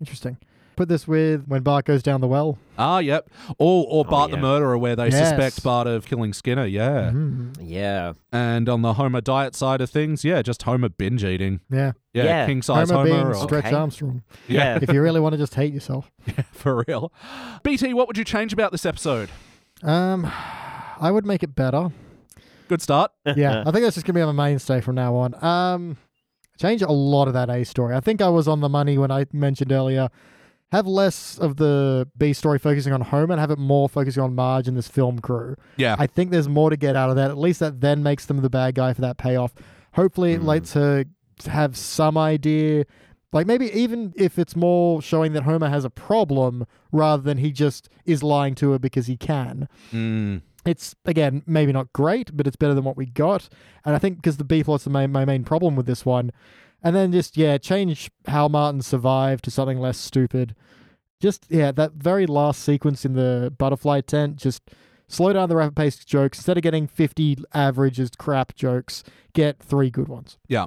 Interesting. Put this with when Bart goes down the well.
ah, yep. Or or Bart the
yeah.
murderer, where they
Yes. Mm-hmm.
suspect Bart of killing Skinner. Yeah.
Yeah.
And on the Homer diet side of things, yeah, just Homer binge eating.
Yeah.
Yeah,
Yeah.
king size Homer. Oh,
Homer being
or-
Stretch
Okay.
Armstrong.
Yeah.
if you really want to just hate yourself.
for real. BT, what would you change about this episode?
Um, I would make it better.
Good start.
Yeah. I think that's just going to be my mainstay from now on. Um, change a lot of that A story. I think I was on the money when I mentioned earlier. Have less of the B story focusing on Homer and have it more focusing on Marge and this film crew.
Yeah.
I think there's more to get out of that. At least that then makes them the bad guy for that payoff. Hopefully, it lets her have some idea. Like maybe even if it's more showing that Homer has a problem rather than he just is lying to her because he can.
Mm.
It's again maybe not great, but it's better than what we got. And I think because the B plot's the main, my main problem with this one, and then just yeah change how Martin survived to something less stupid. Just yeah that very last sequence in the butterfly tent just slow down the rapid paced jokes instead of getting 50 average as crap jokes get three good ones
Yeah.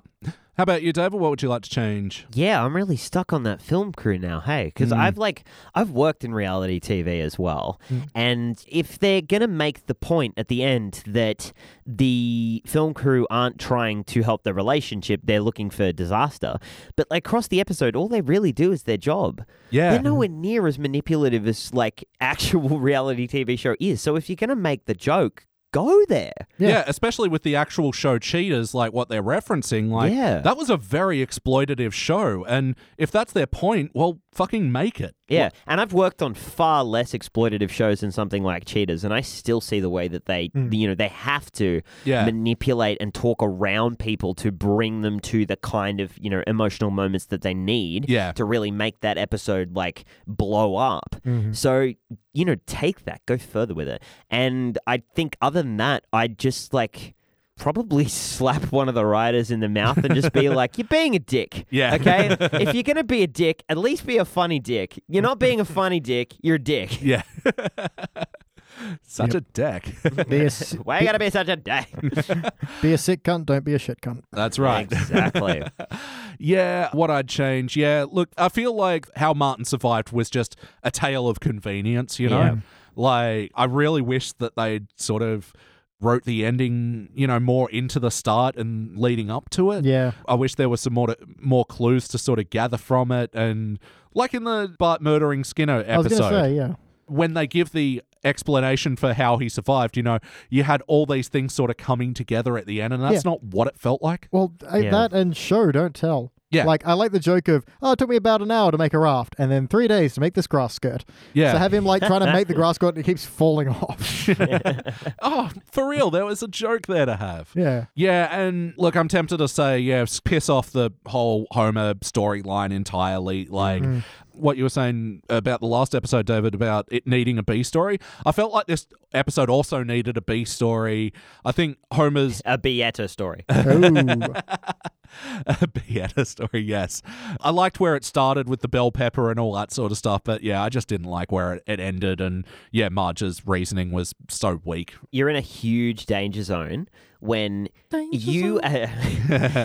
How about you, David? What would you like to change?
Yeah, I'm really stuck on that film crew now. Hey, because I've like I've worked in reality TV as well, and if they're gonna make the point at the end that the film crew aren't trying to help the relationship, they're looking for disaster. But like across the episode, all they really do is their job.
Yeah.
they're nowhere near as manipulative as like actual reality TV show is. So if you're gonna make the joke, go there.
Yeah.
Yeah.
especially with the actual show cheaters, like what they're referencing. Like,
Yeah.
that was a very exploitative show. And if that's their point, well, fucking make it.
Yeah, and I've worked on far less exploitative shows than something like Cheaters, and I still see the way that they, you know, they have to
Mm. Yeah.
manipulate and talk around people to bring them to the kind of you know emotional moments that they need
Yeah.
to really make that episode like blow up.
Mm-hmm.
So you know, take that, go further with it, and I think other than that, I just like. Probably slap one of the writers in the mouth and just be like, "You're being a dick."
Yeah.
Okay. if you're gonna be a dick, at least be a funny dick. You're not being a funny dick. You're a dick.
Yeah. Such a deck.
be a, s-
Why you gotta be such a dick?
be a sick cunt don't be a shit cunt
that's right.
Exactly.
Yeah, what I'd change. Yeah, look, I feel like how Martin survived was just a tale of convenience, you know?
Yeah.
Like, I really wish that they'd sort of wrote the ending, you know, more into the start and leading up to it.
yeah
I wish there was some more to, more clues to sort of gather from it, and like in the Bart murdering Skinner
i was
episode,
gonna say yeah
when they give the explanation for how he survived, you know, you had all these things sort of coming together at the end, and that's
Yeah.
not what it felt like.
well I,
Yeah.
that and show don't tell
Yeah.
Like I like the joke of, oh, it took me about an hour to make a raft and then three days to make this grass skirt.
Yeah.
So have him like trying to make the grass skirt and it keeps falling off.
Oh, for real, there was a joke there to have.
yeah.
Yeah, and look, I'm tempted to say, yeah, s- piss off the whole Homer storyline entirely. Like what you were saying about the last episode, David, about it needing a B story. I felt like this episode also needed a B story. I think Homer's
A Beata story.
Oh. Ooh.
Beata story, yes. I liked where it started with the bell pepper and all that sort of stuff, but yeah, I just didn't like where it, it ended. And yeah, Marge's reasoning was so weak.
You're in a huge danger zone when you, uh,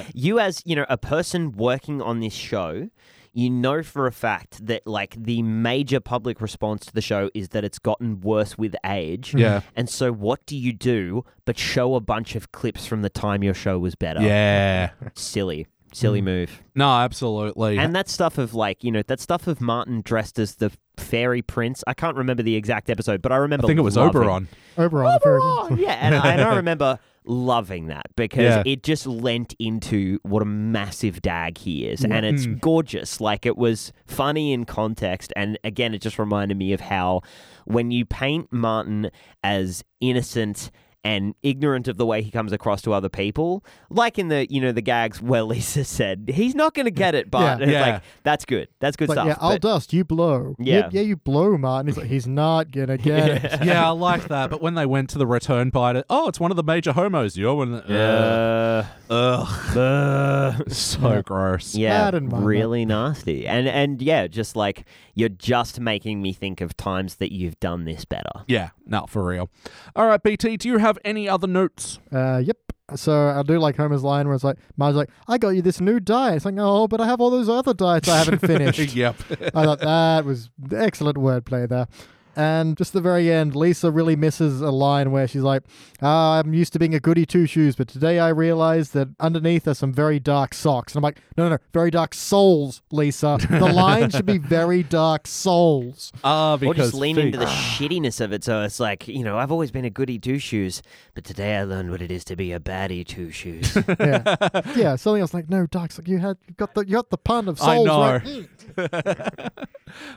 you as you know, a person working on this show, you know for a fact that like the major public response to the show is that it's gotten worse with age.
Yeah.
And so, what do you do but show a bunch of clips from the time your show was better?
Yeah. Mm.
Silly, silly move.
No, absolutely.
And that stuff of like, you know, that stuff of Martin dressed as the fairy prince. I can't remember the exact episode, but I remember.
I think it was
loving-
Oberon.
Oberon.
Oberon, yeah, and, I- and I remember loving that because
Yeah.
it just lent into what a massive dag he is, and it's gorgeous. Like it was funny in context, and again, it just reminded me of how when you paint Martin as innocent. And ignorant of the way he comes across to other people, like in the you know the gags where Lisa said he's not going to get it, but
Yeah.
it's
Yeah.
like that's good, that's good
Like,
stuff.
yeah, I'll
but-
dust, you blow.
Yeah.
Yep, yeah, you blow, Martin. He's like, he's not gonna get it.
yeah, I like that. But when they went to the return bite, it, oh, it's one of the major homos. You're one. Of the,
Uh,
Ugh. so gross.
Yeah,
Bad environment.
really nasty. And and yeah, just like you're just making me think of times that you've done this better.
Yeah, not for real. All right, BT, do you have any other notes?
Uh, yep. So I do like Homer's line where it's like, Marge's like, I got you this new diet. It's like, oh, but I have all those other diets I haven't finished.
yep.
I thought that was excellent wordplay there. And just the very end, Lisa really misses a line where she's like, ah, I'm used to being a goody two shoes, but today I realized that underneath are some very dark socks. And I'm like, no, no, no, very dark souls, Lisa. The line should be very dark souls.
Ah,
Or
because
just lean
feet.
into the shittiness of it. So it's like, you know, I've always been a goody two shoes, but today I learned what it is to be a baddie two shoes.
yeah, yeah. Something else like no, Docs. Like you had, you got the, you got the pun of
I
souls.
know.
right? Mm.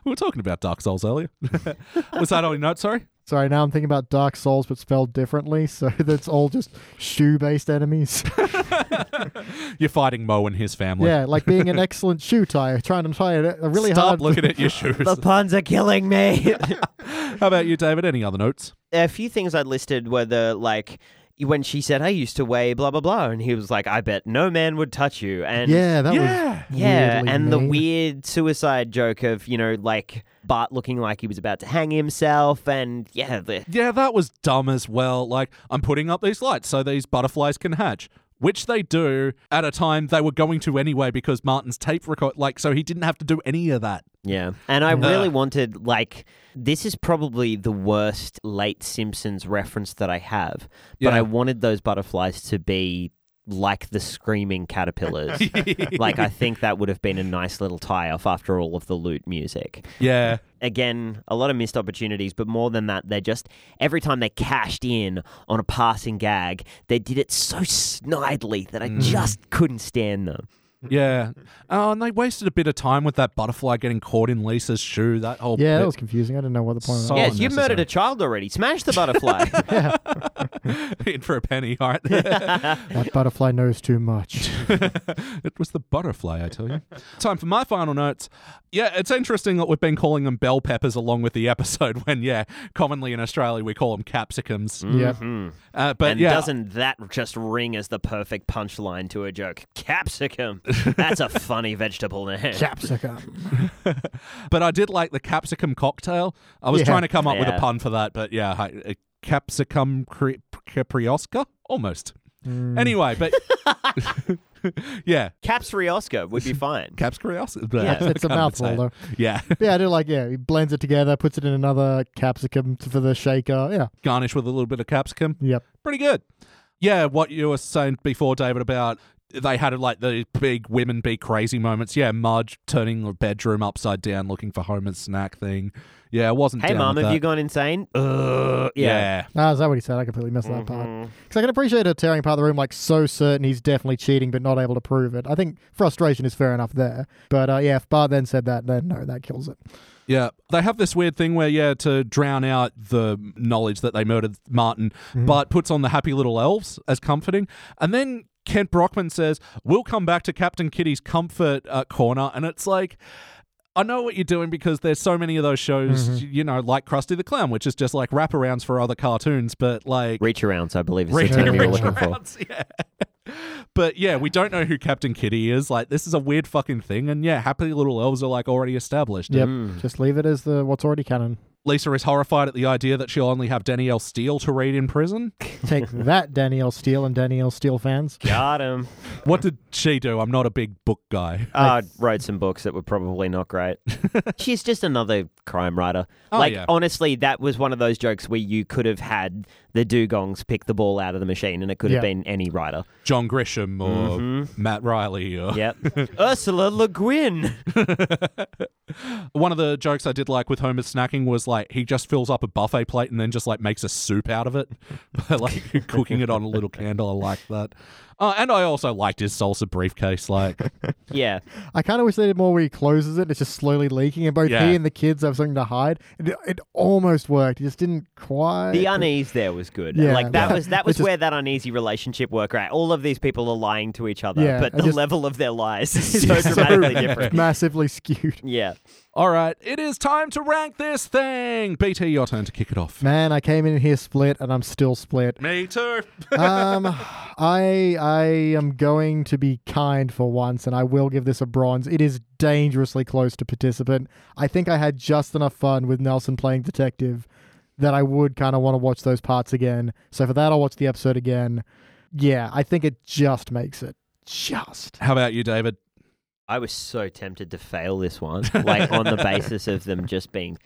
we were talking about Dark Souls earlier. Was that only note? Sorry.
Sorry, now I'm thinking about Dark Souls, but spelled differently. So that's all just shoe-based enemies.
You're fighting Mo and his family.
yeah, like being an excellent shoe tie, trying to tie a, a uh, really
Stop
hard.
looking at your shoes.
the puns are killing me.
How about you, David? Any other notes?
a few things I listed were the like when she said I used to weigh blah blah blah, and he was like, I bet no man would touch you. And
yeah, that
Yeah.
was
Yeah,
weirdly
and the
mean.
weird suicide joke of, you know, like Bart looking like he was about to hang himself and yeah, the,
Yeah, that was dumb as well. Like, I'm putting up these lights so these butterflies can hatch, which they do at a time they were going to anyway because Martin's tape record, like, so he didn't have to do any of that.
yeah. And I really wanted like this is probably the worst late Simpsons reference that I have, but
Yeah.
I wanted those butterflies to be like the screaming caterpillars. like I think that would have been a nice little tie off after all of the loot music.
Yeah.
again, a lot of missed opportunities, but more than that, they just every time they cashed in on a passing gag, they did it so snidely that I
Mm.
just couldn't stand them.
Yeah. Oh, and they wasted a bit of time with that butterfly getting caught in Lisa's shoe. That whole
Yeah, that
bit.
was confusing. I didn't know what the point.
So-
of
yes, you've
unnecessary.
murdered a child already. Smash the butterfly.
in for a penny, all right?
that. that butterfly knows too much.
it was the butterfly, I tell you. Time for my final notes. Yeah, it's interesting that we've been calling them bell peppers along with the episode when, yeah, commonly in Australia we call them capsicums.
yeah,
Uh, but
Hmm. and
yeah,
doesn't that just ring as the perfect punchline to a joke? Capsicum. That's a funny vegetable name.
capsicum.
But I did like the capsicum cocktail. I was
Yeah.
trying to come up with a
Yeah.
pun for that, but yeah, I, uh, capsicum cre- capriosca? Almost.
Hmm.
Anyway, but yeah, uh,
Capsriosca would be fine.
capsicum.
It's a mouthful though.
Yeah,
Yeah, I do like. Yeah, he blends it together, puts it in another capsicum for the shaker. Yeah,
garnish with a little bit of capsicum.
yep.
Pretty good. Yeah, what you were saying before, David, about they had like the big women be crazy moments. Yeah, Marge turning the bedroom upside down looking for Homer's snack thing. Yeah, I wasn't.
Hey,
down
mom,
with
have
that.
you gone insane? Uh,
yeah.
yeah.
Ah, is that what he said? I completely missed that part.
Mm-hmm.
Because I can appreciate her tearing apart the room, like so certain he's definitely cheating, but not able to prove it. I think frustration is fair enough there. But uh, yeah, if Bart then said that, then no, that kills it.
Yeah, they have this weird thing where yeah, to drown out the knowledge that they murdered Martin, Bart puts on the happy little elves as comforting, and then Kent Brockman says, "We'll come back to Captain Kitty's comfort uh, corner," and it's like. I know what you're doing because there's so many of those shows, you know, like Krusty the Clown, which is just like wraparounds for other cartoons, but like
Reach arounds, I believe, is
Reach-
the term you're
reach
looking for.
arounds, yeah. But yeah, we don't know who Captain Kitty is. Like, this is a weird fucking thing. And yeah, happy little elves are like already established.
Yep. Just leave it as the what's already canon.
Lisa is horrified at the idea that she'll only have Danielle Steele to read in prison.
Take that, Danielle Steele and Danielle Steele fans.
Got him.
What did she do? I'm not a big book guy.
Uh, wrote some books that were probably not great. She's just another crime writer.
Oh,
like,
yeah.
honestly, that was one of those jokes where you could have had the dugongs pick the ball out of the machine and it could have
Yeah.
been any writer.
John Grisham or Matt Riley. Or...
Yep. Ursula Le Guin.
One of the jokes I did like with Homer's snacking was like he just fills up a buffet plate and then just like makes a soup out of it by like cooking it on a little candle. I like that. Uh, and I also liked his salsa briefcase. Like,
Yeah.
I kind of wish they did more where he closes it. and It's just slowly leaking, and both
Yeah.
he and the kids have something to hide. It, it almost worked. It just didn't quite.
The unease there was good.
Yeah,
like that
yeah.
was that was
It's just-
where that uneasy relationship worked. Right, all of these people are lying to each other,
Yeah,
but
I
the
just-
level of their lies is
It's
so
so
dramatically different.
Massively skewed.
Yeah,
all right, it is time to rank this thing. BT, your turn to kick it off.
Man, I came in here split, and I'm still split.
Me too.
um, I I am going to be kind for once, and I will give this a bronze. It is dangerously close to participant. I think I had just enough fun with Nelson playing detective that I would kind of want to watch those parts again. So for that, I'll watch the episode again. Yeah, I think it just makes it just.
How about you, David?
I was so tempted to fail this one, like on the basis of them just being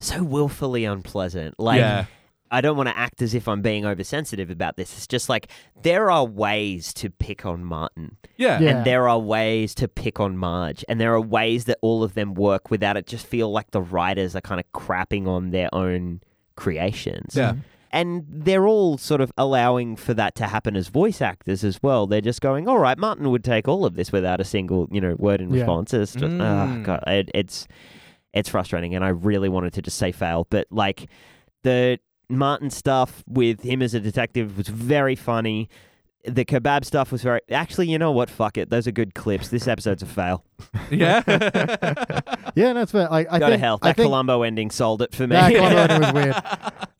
so willfully unpleasant. Like,
Yeah.
I don't want to act as if I'm being oversensitive about this. It's just like there are ways to pick on Martin.
Yeah.
Yeah.
And there are ways to pick on Marge, and there are ways that all of them work without it just feel like the writers are kind of crapping on their own creations.
Yeah.
And they're all sort of allowing for that to happen as voice actors as well. They're just going, "All right, Martin would take all of this without a single, you know, word in
Yeah.
response." It's just,
Mm.
oh, God, it, it's it's frustrating, and I really wanted to just say fail, but like the Martin stuff with him as a detective was very funny. The kebab stuff was very. Actually, you know what? Fuck it. Those are good clips. This episode's a fail.
Yeah.
Yeah, that's fair. I, I
Go
think,
to hell.
I
That
think
Columbo ending sold it for me.
That Colorado was weird.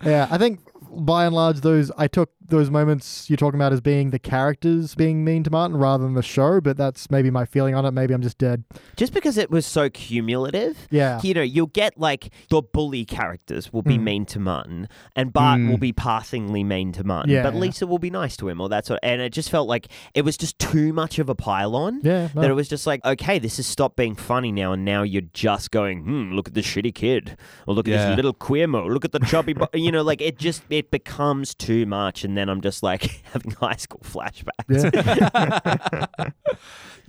Yeah, I think by and large, those I took those moments you're talking about as being the characters being mean to Martin rather than the show. But that's maybe my feeling on it. Maybe I'm just dead.
Just because it was so cumulative.
Yeah. Mm.
You know, you'll get like the bully characters will be mean to Martin, and Bart will be passingly mean to Martin,
Yeah.
but Lisa will be nice to him, or that sort. and it just felt like it was just too much of a pile on.
Yeah, no.
That it was just like, okay, this has stopped being funny now, and now you're just going, hmm, look at this shitty kid, or look at
Yeah.
this little queer mo, look at the chubby, bo-. you know, like it just it becomes too much, and then I'm just like having high school flashbacks.
Yeah.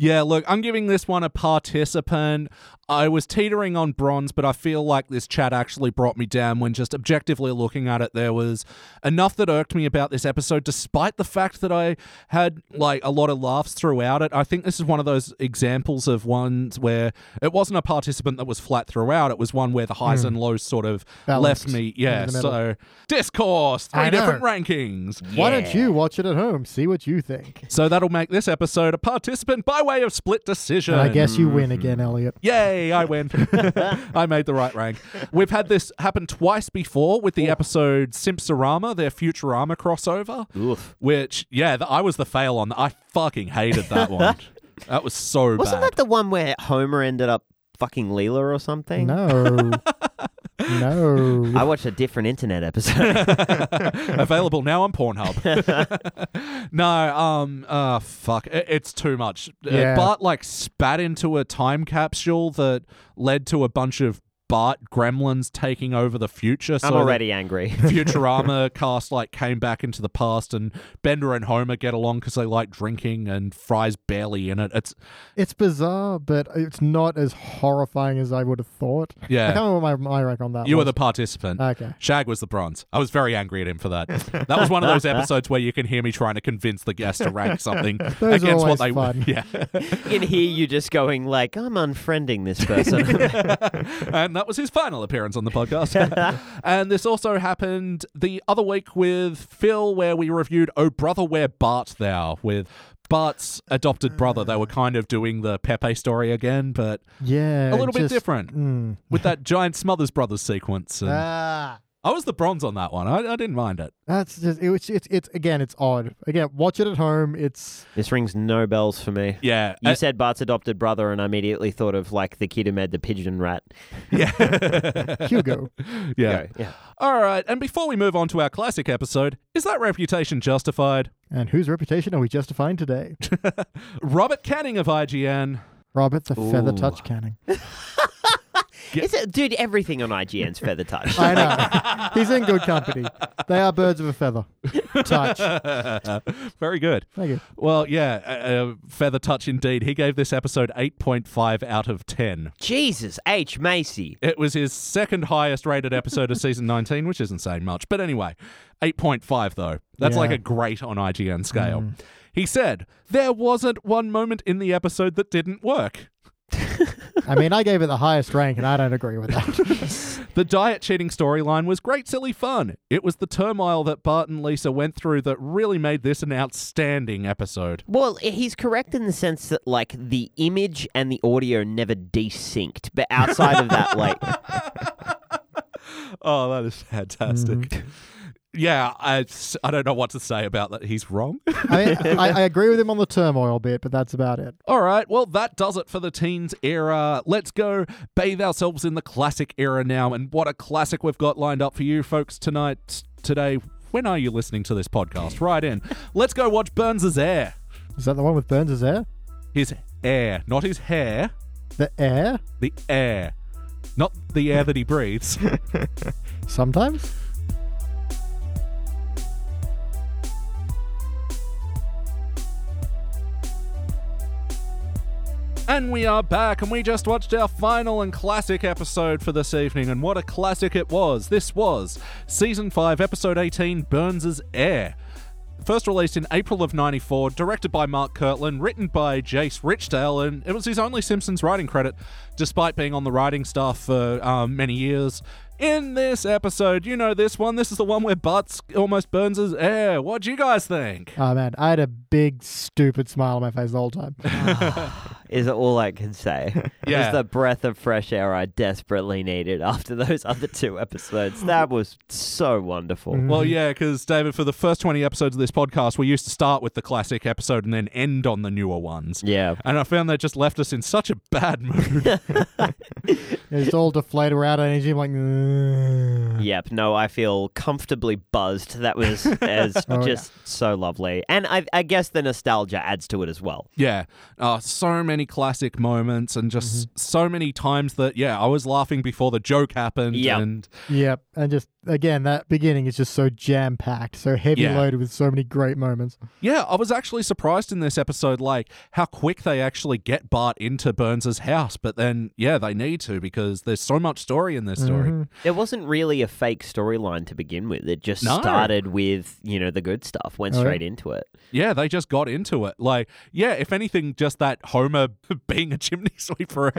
Yeah, look, I'm giving this one a participant. I was teetering on bronze, but I feel like this chat actually brought me down when just objectively looking at it, there was enough that irked me about this episode, despite the fact that I had like a lot of laughs throughout it. I think this is one of those examples of ones where it wasn't a participant that was flat throughout, it was one where the highs and lows sort of
Hmm. Balanced
left me.
in
Yeah,
the middle.
so discourse, three
I know.
different rankings.
Why don't
Yeah.
you watch it at home? See what you think.
So that'll make this episode a participant by way of split decision.
And I guess you win
Mm-hmm.
again, Elliot.
Yay, I win. I made the right rank. We've had this happen twice before with the episode Simpsorama, their Futurama crossover,
Oof.
which, yeah, th- I was the fail on. I fucking hated that one. that was so
Wasn't
bad.
that the one where Homer ended up fucking Leela or something?
No. no.
I watched a different internet episode.
Available now on Pornhub. no, um, uh, fuck, I- it's too much. Uh,
Yeah.
Bart like spat into a time capsule that led to a bunch of Bart Gremlins taking over the future. So
I'm
that
already angry.
Futurama cast like came back into the past, and Bender and Homer get along because they like drinking, and Fry's barely in it. It's
It's bizarre, but it's not as horrifying as I would have thought. I
yeah.
can't remember what my, my rank on that. Uh,
You were
was.
the participant.
Okay.
Shag was the bronze. I was very angry at him for that. That was one of those episodes where you can hear me trying to convince the guest to rank something
are
against what
always
they
fun.
Yeah.
you can hear you just going like, I'm unfriending this person.
and that was his final appearance on the podcast. and this also happened the other week with Phil, where we reviewed Oh Brother Where Bart Thou with Bart's adopted brother. They were kind of doing the Pepe story again, but
yeah,
a little bit
just-
different
Mm.
with that giant Smothers Brothers sequence. And
Ah,
I was the bronze on that one. I, I didn't mind it.
that's just it, it's it's it's again it's odd. Again, watch it at home. It's
this rings no bells for me.
Yeah.
You
uh,
said Bart's adopted brother, and I immediately thought of like the kid who made the pigeon rat.
yeah.
Hugo.
yeah.
Go, yeah.
All right. And before we move on to our classic episode, is that reputation justified?
and whose reputation are we justifying today?
Robert Canning of IGN.
Robert the Feather
Ooh.
Touch Canning.
Is it, dude? Everything on IGN's feather touch.
I know. He's in good company. They are birds of a feather. Touch.
Very good.
Thank you.
Well, yeah, uh, uh, feather touch indeed. He gave this episode 8.5 out of 10.
Jesus H Macy.
It was his second highest rated episode of season 19, which isn't saying much. But anyway, 8.5 though. That's
Yeah.
like a great on IGN scale. He said, There wasn't one moment in the episode that didn't work.
I mean, I gave it the highest rank, and I don't agree with that.
The diet cheating storyline was great, silly fun. It was the turmoil that Bart and Lisa went through that really made this an outstanding episode.
Well, he's correct in the sense that like the image and the audio never desynced, but outside of that, like
Oh, that is fantastic. Yeah, I, s- I don't know what to say about that. He's wrong.
I, mean, I, I agree with him on the turmoil bit, but that's about it.
All right, well, that does it for the teens era. Let's go bathe ourselves in the classic era now. And what a classic we've got lined up for you folks tonight, today. When are you listening to this podcast? Right in. Let's go watch Burns' Air.
Is that the one with Burns' air?
His air, not his hair.
The air?
the air, not the air that he breathes.
Sometimes?
and we are back, and we just watched our final and classic episode for this evening. And what a classic it was! This was season 5, episode 18 Burns' Air. First released in April of 94, directed by Mark Kirtland, written by Jace Richdale, and it was his only Simpsons writing credit, despite being on the writing staff for um, many years. In this episode, you know this one, this is the one where Butts almost burns his air. What do you guys think?
Oh, man. I had a big, stupid smile on my face the whole time.
is all I can say. It
Yeah.
was the breath of fresh air I desperately needed after those other two episodes. That was so wonderful.
Mm-hmm.
Well, yeah, because David, for the first 20 episodes of this podcast, we used to start with the classic episode and then end on the newer ones.
Yeah.
And I found that just left us in such a bad mood.
It's all deflated. We're out of energy. I'm like, "Mm."
Yep. No, I feel comfortably buzzed. That was as
Oh, yeah.
just so lovely. And I, I guess the nostalgia adds to it as well.
yeah. Uh, so many classic moments and just
Mm-hmm.
so many times that, yeah, I was laughing before the joke happened.
Yeah.
And
yep. And just, again, that beginning is just so jam packed, so heavy
Yeah.
loaded with so many great moments.
yeah, I was actually surprised in this episode, like how quick they actually get Bart into Burns' house. But then, yeah, they need to because there's so much story in this story.
It wasn't really a fake storyline to begin with. It just
No.
started with, you know, the good stuff, went
Oh, yeah.
straight into it.
Yeah, they just got into it. Like, yeah, if anything, just that Homer being a chimney sweep for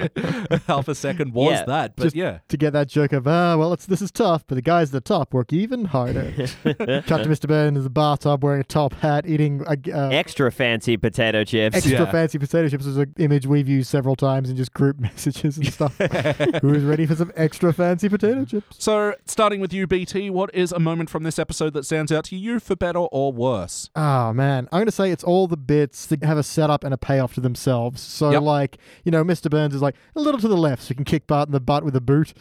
half a second was
Yeah,
that. But
just-
yeah,
to get that joke of ah well it's this is tough but the guys at the top work even harder cut to mmr burns in the bathtub wearing a top hat eating a, uh,
Extra fancy potato chips.
extra
Yeah.
fancy potato chips is an image we've used several times in just group messages and stuff who's ready for some extra fancy potato chips
so starting with you, BT, what is a moment from this episode that stands out to you for better or worse?
Oh man, I'm gonna say it's all the bits that have a setup and a payoff to themselves. So
Yep.
like, you know, Mr. Burns is like a little to the left, so you can kick Bart in the butt with a boot.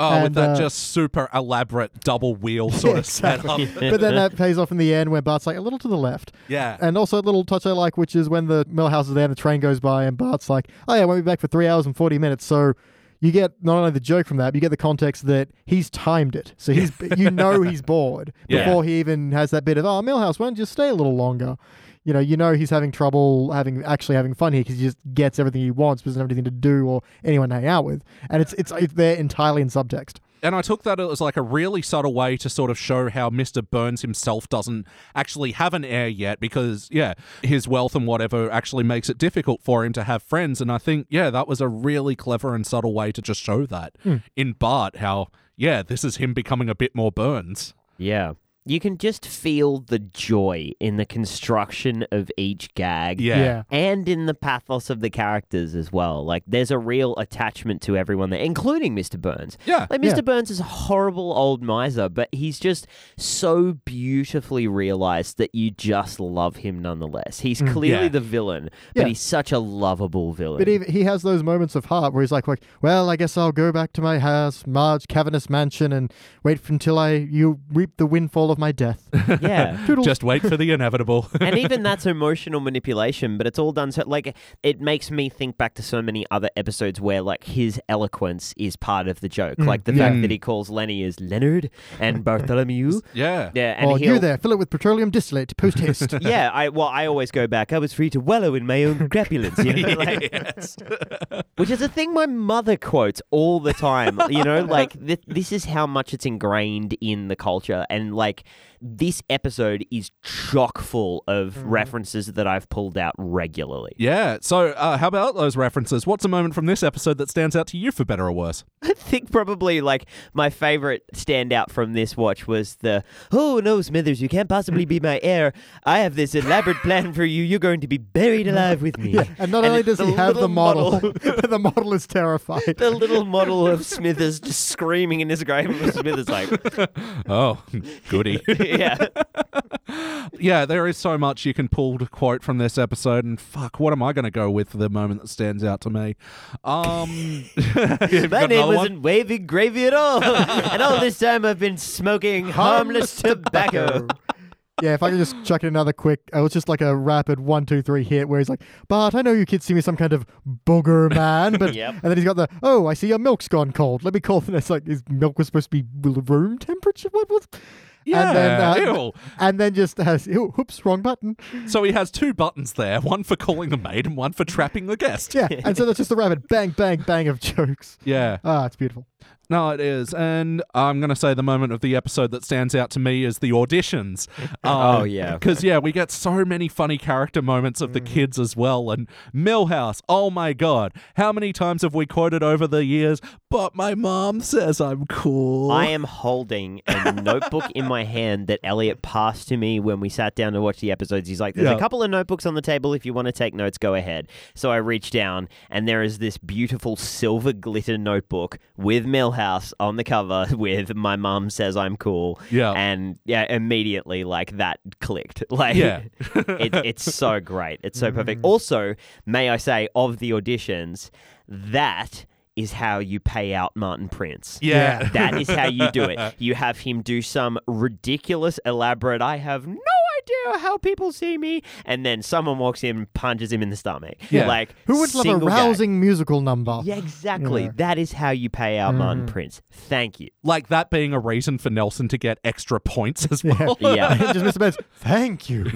Oh, with
And,
that
uh,
just super elaborate double wheel sort of
exactly.
setup.
but then that pays off in the end when Bart's like a little to the left.
Yeah.
And also a little touch I like, which is when the mill house is there and the train goes by and Bart's like, oh yeah, I won't be back for three hours and 40 minutes. So you get not only the joke from that, but you get the context that he's timed it. So he's you know he's bored
Yeah.
before he even has that bit of oh Millhouse, why don't you stay a little longer? You know, you know he's having trouble having actually having fun here because he just gets everything he wants, but doesn't have anything to do or anyone to hang out with, and it's it's, it's there entirely in subtext.
And I took that as like a really subtle way to sort of show how Mr. Burns himself doesn't actually have an heir yet because, yeah, his wealth and whatever actually makes it difficult for him to have friends. And I think, yeah, that was a really clever and subtle way to just show that in Bart, how, yeah, this is him becoming a bit more Burns.
Yeah. You can just feel the joy in the construction of each gag.
Yeah.
Yeah.
And in the pathos of the characters as well. Like, there's a real attachment to everyone there, including Mr. Burns.
Yeah.
Like, Mr. Burns is a horrible old miser, but he's just so beautifully realized that you just love him nonetheless. He's clearly
Yeah.
the villain,
Mm, Yeah.
but he's such a lovable villain.
But even, he has those moments of heart where he's like, like, well, I guess I'll go back to my house, Marge cavernous mansion, and wait until I you reap the windfall of my death.
yeah.
Toodles.
Just wait for the inevitable.
and even that's emotional manipulation, but it's all done so like it makes me think back to so many other episodes where like his eloquence is part of the
Mm,
joke, like the fact that he calls Lenny is Leonard and Bartholomew.
yeah.
Yeah, and
or
he'll,
Oh, you there, fill it with petroleum distillate, post haste.
Yeah, I well, I always go back. I was free to wallow in my own crapulence, you know, like, which is a thing my mother quotes all the time. You know, like th- this is how much it's ingrained in the culture, and like this episode is chock full of references that I've pulled out regularly.
Yeah. So, uh, how about those references? What's a moment from this episode that stands out to you for better or worse?
I think probably like my favorite standout from this watch was the "Oh no, Smithers, you can't possibly be my heir. I have this elaborate plan for you. You're going to be buried alive with me."
And not only
it's
does he have the
little
model, but the model is terrified.
the little model of Smithers just screaming in his grave. and Smithers like,
Oh, goody.
yeah,
yeah, there is so much you can pull to quote from this episode, and fuck, what am I going to go with for the moment that stands out to me? Um, you've
my
got
name
another
wasn't
one?
Wavy Gravy at all, and all this time I've been smoking harmless tobacco.
Yeah, if I could just chuck in another quick, uh, it was just like a rapid one, two, three hit where he's like, Bart, I know you kids see me as some kind of booger man, but
Yep.
and then he's got the, oh, I see your milk's gone cold. Let me call. And it's like, his milk was supposed to be room temperature? What was?
Yeah,
and then, uh,
ew.
and then just has, ew, oops, wrong button.
So he has two buttons there one for calling the maid and one for trapping the guest.
Yeah, and so that's just the rapid bang, bang, bang of jokes.
Yeah.
Ah, it's beautiful.
No, it is. And I'm going to say the moment of the episode that stands out to me is the auditions.
Oh, yeah. Mm-hmm.
Because, yeah, we get so many funny character moments of the kids as well. And Millhouse, oh my God, how many times have we quoted over the years, but my mom says I'm cool?
I am holding a notebook in my hand that Elliot passed to me when we sat down to watch the episodes. He's like, There's
Yeah.
a couple of notebooks on the table. If you want to take notes, go ahead. So I reach down, and there is this beautiful silver glitter notebook with Millhouse on the cover with My Mom Says I'm Cool.
Yeah.
And yeah, immediately, like, that clicked. Like,
Yeah. Mm.
it, it's so great. It's so perfect. Also, may I say, of the auditions, that is how you pay out Martin Prince.
Yeah. Yeah.
That is how you do it. You have him do some ridiculous, elaborate, I have no idea how people see me. And then someone walks in and punches him in the stomach.
Yeah.
Like,
Who would love a
single gag.
rousing musical number?
Yeah, exactly.
Yeah.
That is how you pay out
Mm-hmm.
Martin Prince. Thank you.
like that being a reason for Nelson to get extra points as well.
Yeah.
just Mr. Benz, thank you.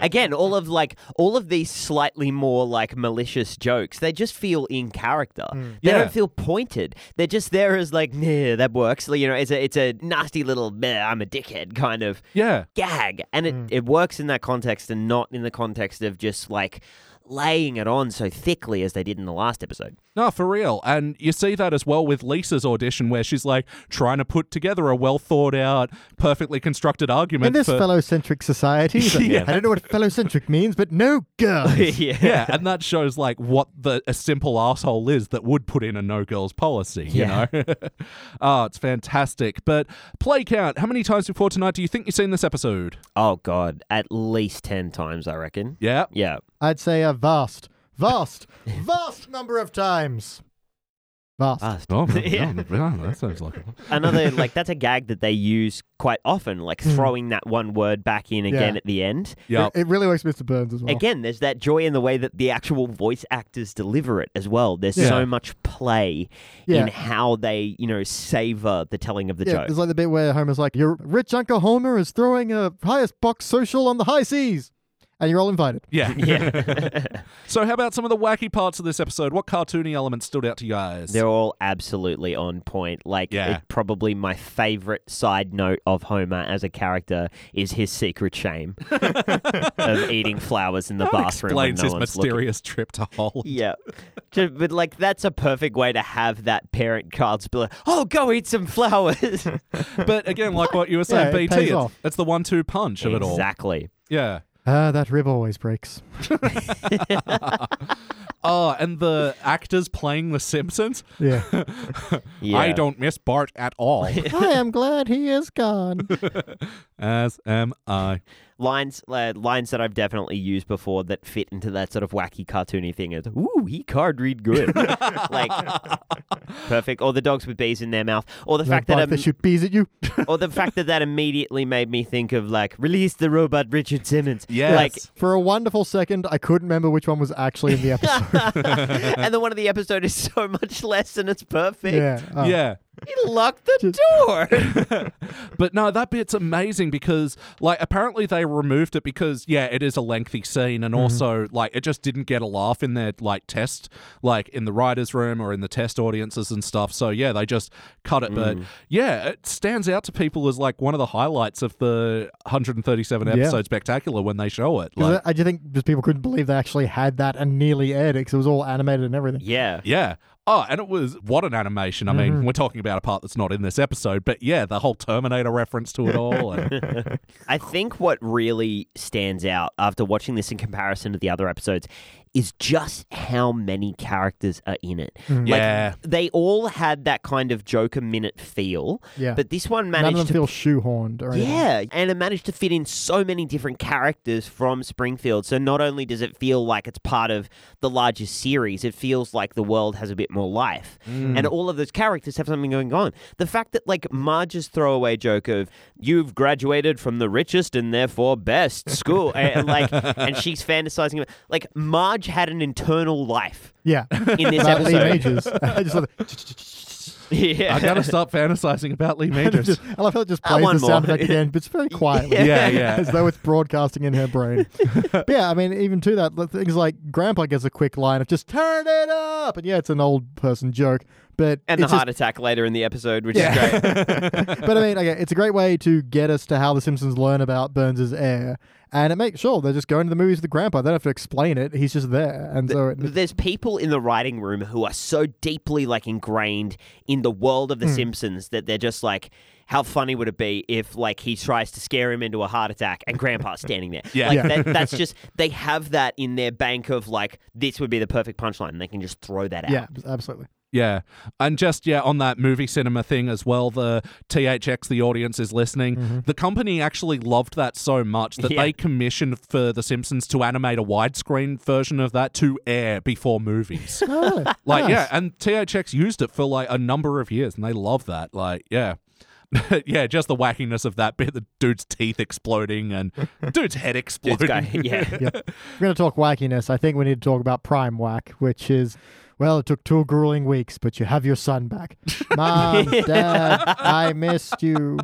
Again, all of like all of these slightly more like malicious jokes, they just feel in character. They
Mm.
Yeah.
don't feel pointed. They're just there as like, yeah, that works. Like, You know, it's a it's a nasty little "Meh, I'm a dickhead kind of
yeah.
gag. And it, it works in that context and not in the context of just like laying it on so thickly as they did in the last episode.
No, for real. And you see that as well with Lisa's audition, where she's like trying to put together a well thought out, perfectly constructed argument.
In this
for-
fellow-centric society, he's like,
Yeah.
I don't know what fellow-centric means, but no girls.
yeah.
yeah, and that shows like what the a simple asshole is that would put in a no girls policy. You
Yeah.
know, oh, it's fantastic. But play count. How many times before tonight do you think you've seen this episode?
Oh god, at least 10 times I reckon.
Yeah,
Yeah.
I'd say a vast, vast, vast number of times. Vast.
Fast.
Oh,
Yeah.
yeah. yeah, that sounds like a-
Another like that's a gag that they use quite often, like throwing that one word back in again
Yeah.
at the end.
Yeah.
It really works Mr. Burns as well.
Again, there's that joy in the way that the actual voice actors deliver it as well. There's
Yeah.
so much play
Yeah.
in how they, you know, savor the telling of the
yeah,
joke.
it's like the bit where Homer's like, "Your rich uncle Homer is throwing a highest box social on the high seas," and you're all invited.
Yeah.
yeah.
So, how about some of the wacky parts of this episode? What cartoony elements stood out to you guys?
They're all absolutely on point. Like,
Yeah.
it- probably my favorite side note of Homer as a character is his secret shame of eating flowers in the
That
bathroom. when
explains
no
his
one's looking.
mysterious trip to Holland.
Yeah. Ju- but, like, that's a perfect way to have that parent card spill. Oh, go eat some flowers.
But again, like what you were saying,
Yeah, it
BT,
pays
it's,
off.
it's the one-two punch of it all.
exactly.
Yeah.
Ah, that rib always breaks.
Oh, and the actors playing The Simpsons.
Yeah,
Yeah.
I don't miss Bart at all.
I am glad he is gone.
As am I.
Lines, uh, lines that I've definitely used before that fit into that sort of wacky cartoony thing is, ooh, he card read good. like, perfect. Or the dogs with bees in their mouth. Or the fact that
Like, "Bart, they
im-
shoot bees at you.
or the fact that that immediately made me think of like release the robot Richard Simmons.
Yes.
Like,
For a wonderful second, I couldn't remember which one was actually in the episode.
and the one of the episode is so much less, and it's perfect.
yeah, uh,
Yeah.
He locked the door.
But no, that bit's amazing because, like, apparently they removed it because, yeah, it is a lengthy scene, and also, like, it just didn't get a laugh in their, like, test, like, in the writer's room or in the test audiences and stuff. So, yeah, they just cut it. But, yeah, it stands out to people as, like, one of the highlights of the 137
Yeah.
episode spectacular when they show it.
'Cause
Like,
I, I do think just people couldn't believe they actually had that and nearly aired it because it was all animated and everything.
yeah.
yeah. Oh, and it was what an animation. I mean, we're talking about a part that's not in this episode, but yeah, the whole Terminator reference to it all. And,
I think what really stands out after watching this in comparison to the other episodes is just how many characters are in it. Like,
Mm.
Yeah.
They all had that kind of Joker minute feel.
Yeah.
But this one
None
managed
of them
to
feel shoehorned or anything.
Yeah, and it managed to fit in so many different characters from Springfield. So not only does it feel like it's part of the larger series, it feels like the world has a bit more life. And all of those characters have something going on. The fact that like Marge's throwaway joke of you've graduated from the richest and therefore best school and like and she's fantasizing about like Marge had an internal life
Yeah.
in this
About Lee
episode.
Majors. I just love it.
yeah.
I gotta stop fantasizing about Lee Majors.
Just- I love how it just
Uh,
plays
one
the sound
more.
effect again, but it's very quietly.
Yeah, yeah.
As though it's broadcasting in her brain. But yeah, I mean, even to that, like, things like Grandpa gets a quick line of just turn it up. And yeah, it's an old person joke, but.
and the
it's just-
heart attack later in the episode, which
Yeah.
is great.
but I mean, okay, it's a great way to get us to how the Simpsons learn about Burns' heir. And it makes sure they're just going to the movies with the grandpa. They don't have to explain it. He's just there. And so it,
there's people in the writing room who are so deeply like ingrained in the world
Hmm.
of the Simpsons that they're just like how funny would it be if like he tries to scare him into a heart attack and grandpa's standing there
Yeah.
like
Yeah.
That, that's just they have that in their bank of like this would be the perfect punchline and they can just throw that out
yeah, absolutely.
Yeah. And just, yeah, on that movie cinema thing as well, the THX, the audience is listening. The company actually loved that so much that
Yeah.
they commissioned for The Simpsons to animate a widescreen version of that to air before movies.
Oh,
like,
nice.
yeah. And THX used it for like a number of years and they love that. Like, yeah. yeah, just the wackiness of that bit the dude's teeth exploding and dude's head exploding.
Dude's guy- yeah
If we're going to talk wackiness, I think we need to talk about Prime Whack, which is, well, it took two grueling weeks, but you have your son back. Mom, Dad, I missed you.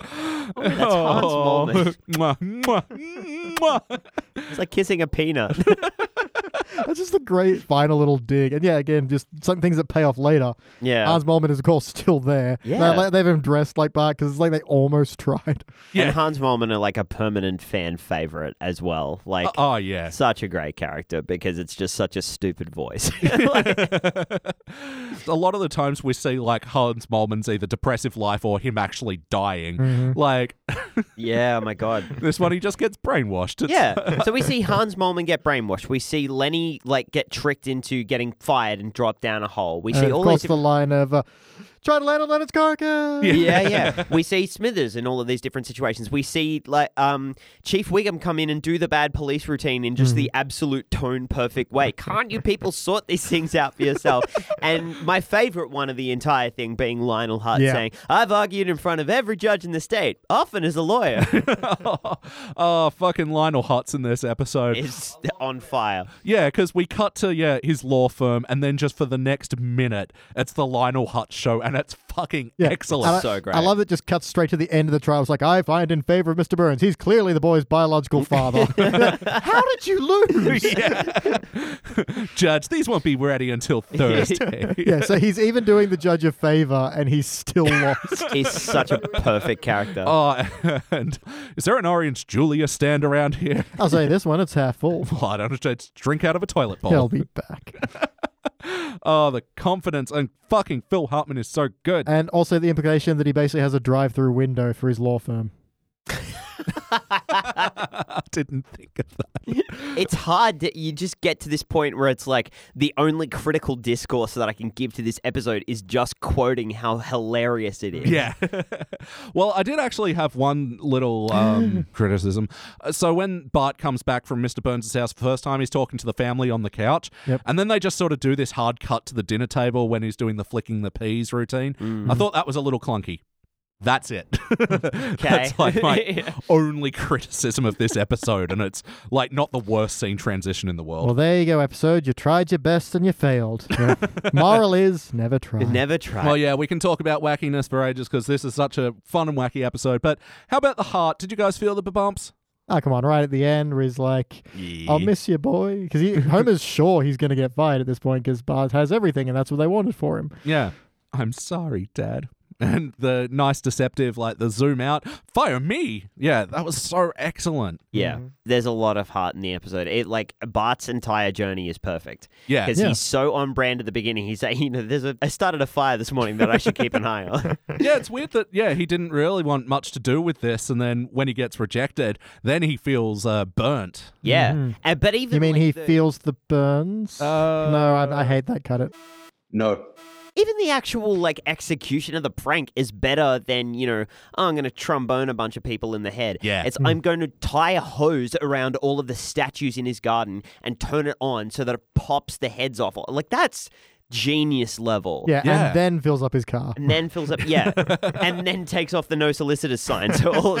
that's Hans
Oh.
Molman.
Mwah, mwah, mwah.
it's like kissing a peanut
That's just a great final little dig. And yeah, again, just some things that pay off later.
yeah
Hans Molman is, of course, still there.
Yeah.
They, they've him dressed like that because it's like they almost tried.
Yeah.
and Hans Molman are like a permanent fan favorite as well like
Oh, yeah.
such a great character because it's just such a stupid voice
a lot of the times we see like Hans Molman's either depressive life or him actually dying.
Mm-hmm.
Like
yeah oh my god
this one, he just gets brainwashed. It's-
Yeah. So we see Hans Molman get brainwashed. We see Lenny many like get tricked into getting fired and drop down a hole. We see
And Uh, of
all
course,
these.
the line of uh, try to land on Leonard's carcass.
yeah, yeah. We see Smithers in all of these different situations. We see like um, Chief Wiggum come in and do the bad police routine in just
Mm-hmm.
the absolute tone perfect way. Can't you people sort these things out for yourself? and my favorite one of the entire thing being Lionel Hart
Yeah.
saying, "I've argued in front of every judge in the state, often as a lawyer."
oh, fucking Lionel Hutz in this episode.
is on fire.
Yeah, because we cut to yeah his law firm, and then just for the next minute, it's the Lionel Hutz show, and it's fucking
Yeah.
excellent.
And I,
so great.
I love it. Just cuts straight to the end of the trial. It's like I find in favor of Mr. Burns. He's clearly the boy's biological father. How did you lose?
Judge, these won't be ready until Thursday.
yeah, so he's even doing the judge a favor, and he's still lost.
He's such a perfect character.
Oh, and is there an orange Julia stand around here?
I'll say this one: it's half full.
Well, I don't know. It's drink out of a toilet bowl.
He'll be back.
Oh, the confidence and fucking Phil Hartman is so good.
And also the implication that he basically has a drive-through window for his law firm.
I didn't think of that.
It's hard that you just get to this point where it's like the only critical discourse that I can give to this episode is just quoting how hilarious it is.
Yeah. well, I did actually have one little um, criticism. Uh, So when Bart comes back from Mr. Burns' house the first time, he's talking to the family on the couch,
Yep.
and then they just sort of do this hard cut to the dinner table when he's doing the flicking the peas routine. I thought that was a little clunky. That's it. That's like my only criticism of this episode, and it's like not the worst scene transition in the
Oh.
world.
Well, there you go. Episode: you tried your best and you failed. Yeah. Moral is never try.
Never tried.
Well, yeah, we can talk about wackiness for ages because this is such a fun and wacky episode. But how about the heart? Did you guys feel the bumps?
Oh, come on! Right at the end, where he's like, "I'll miss you, boy," because Homer's sure he's going to get fired at this point because Bart has everything, and that's what they wanted for him.
Yeah. I'm sorry, Dad. And the nice deceptive, like the zoom out, fire me. Yeah, that was so excellent.
Yeah. There's a lot of heart in the episode. It like Bart's entire journey is perfect.
Yeah.
Because
Yeah.
he's so on brand at the beginning. He's like, you know, there's a I started a fire this morning that I should keep an eye on.
Yeah, it's weird that, yeah, he didn't really want much to do with this. And then when he gets rejected, then he feels uh, burnt.
yeah. And, but even
Mm-hmm. You mean
like,
he
the-
feels the burns? no, I, I hate that. Cut it.
No.
even the actual like execution of the prank is better than you know oh, i'm going to trombone a bunch of people in the head
Yeah. Hmm.
it's i'm going to tie a hose around all of the statues in his garden and turn it on so that it pops the heads off like that's genius level
Yeah,
Yeah.
and then fills up his car.
and then fills up yeah and then takes off the no solicitors sign so all the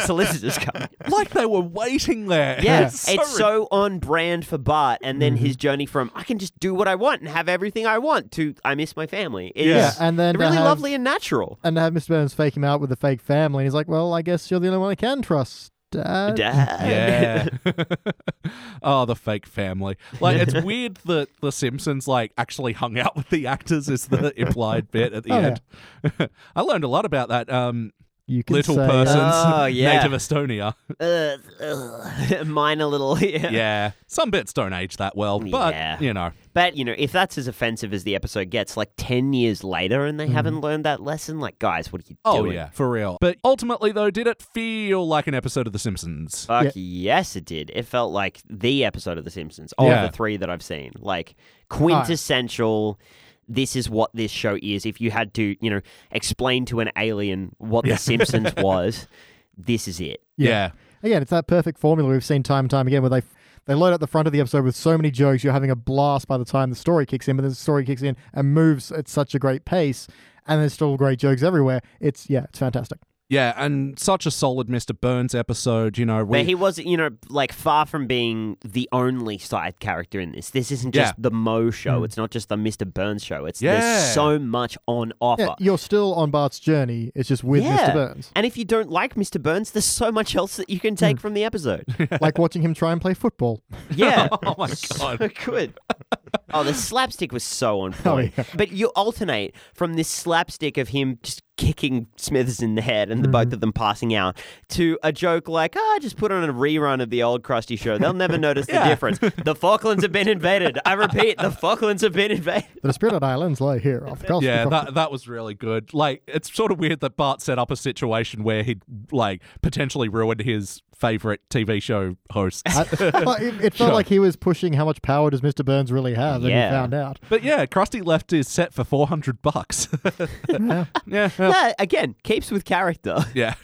solicitors come
Like they were waiting there.
yeah,
It's
it's,
so Mm-hmm. ri-
so on brand for Bart, and then his journey from I can just do what I want and have everything I want to I miss my family. It
Yeah.
is
Yeah, and uh, then to
really
have-
lovely and natural.
And have Mr. Burns fake him out with a fake family. And he's like, "Well, I guess you're the only one I can trust,
Uh,
Dad."
Dad.
Yeah. oh, the fake family. Like it's weird that the Simpsons like actually hung out with the actors is the implied bit at the
Oh,
end. I learned a lot about that um
You can
little
say, uh,
person's
Oh, yeah.
native Estonia.
uh, uh, mine a little. Yeah.
Yeah. Some bits don't age that well, but
Yeah.
you know.
But, you know, if that's as offensive as the episode gets, like 10 years later and they haven't learned that lesson, like, guys, what are you
Oh
doing?
yeah, for real. But ultimately though, did it feel like an episode of The Simpsons?
Fuck yes, it did. It felt like the episode of The Simpsons, all
Yeah.
of the three that I've seen. Like, quintessential. This is what this show is. If you had to, you know, explain to an alien what The Simpsons was, this is it.
yeah.
Again, it's that perfect formula we've seen time and time again where they they load up the front of the episode with so many jokes, you're having a blast by the time the story kicks in, but then the story kicks in and moves at such a great pace, and there's still great jokes everywhere. It's yeah, it's fantastic.
Yeah, and such a solid Mr. Burns episode, you know. We,
But he was, you know, like far from being the only side character in this. This isn't just
Yeah. Mm.
the Mo show. It's not just the Mr. Burns show. It's
Yeah.
there's so much on
Yeah,
offer.
you're still on Bart's journey. It's just with
Yeah.
Mr. Burns,
And if you don't like Mr. Burns, there's so much else that you can
Mm.
take from the episode.
like watching him try and play football.
Yeah.
Oh my
So
God.
good.
Oh,
Oh, the slapstick was so on point. But you alternate from this slapstick of him just kicking Smithers in the head and the
Mm-hmm.
both of them passing out to a joke like, ah, just put on a rerun of the old Krusty show. They'll never notice the difference. The Falklands have been invaded. I repeat, the Falklands have been invaded.
The Dispirited Islands lay here off the coast.
Yeah,
of-
that that was really good. Like, it's sort of weird that Bart set up a situation where he'd like potentially ruined his favorite TV show hosts.
Well, it, it felt like he was pushing how much power does Mr. Burns really have, and
Yeah.
he found out.
but yeah, Krusty left his set for four hundred bucks. yeah, yeah,
Yeah, again, keeps with character.
yeah.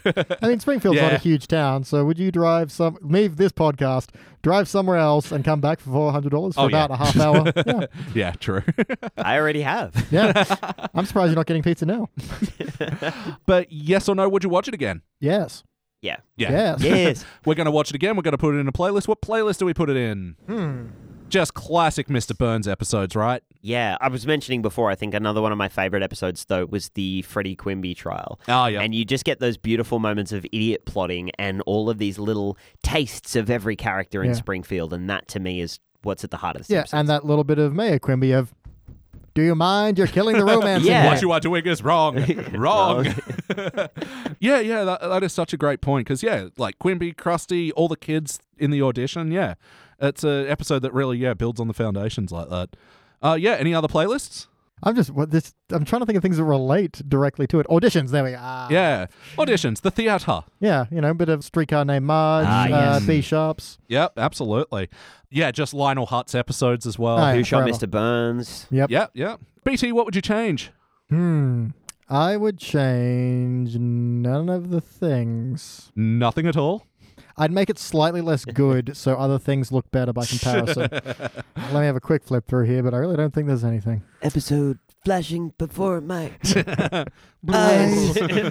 I mean, Springfield's not
Yeah.
a huge town, so would you drive some, leave this podcast, drive somewhere else, and come back for four hundred dollars for
Oh, yeah.
about a half hour? yeah.
yeah, true.
I already have.
yeah, I'm surprised you're not getting pizza now.
but yes or no, would you watch it again?
Yes,
Yeah.
Yeah.
yes.
Yes.
We're going to watch it again. We're going to put it in a playlist. What playlist do we put it in? Just classic Mr. Burns episodes, right?
Yeah, I was mentioning before. I think another one of my favorite episodes, though, was the Freddie Quimby trial.
Oh, yeah.
and you just get those beautiful moments of idiot plotting and all of these little tastes of every character in
Yeah.
Springfield, and that to me is what's at the heart of the
Yeah, and that little bit of Mayor Quimby of, do you mind? You're killing the romance. in
Yeah.
there."
What you are doing is wrong. wrong. yeah, yeah, that, that is such a great point. Because, yeah, like Quimby, Krusty, all the kids in the audition. Yeah. It's an episode that really, yeah, builds on the foundations like that. Uh, yeah, any other playlists?
I'm just what this. I'm trying to think of things that relate directly to it. Auditions. There we are.
Yeah. Auditions, the theatre.
Yeah, you know, a bit of streetcar named Marge,
Ah, yes.
uh, B sharps.
Yep, absolutely. Yeah, just Lionel Hutz episodes as well.
Oh,
Who
yeah.
shot
forever.
Mr. Burns?
Yep.
Yep, yep. BT, what would you change?
Hmm. I would change none of the things.
Nothing at all.
I'd make it slightly less good so other things look better by comparison. Let me have a quick flip through here, but I really don't think there's anything.
Episode flashing before my
eyes.
eyes.
and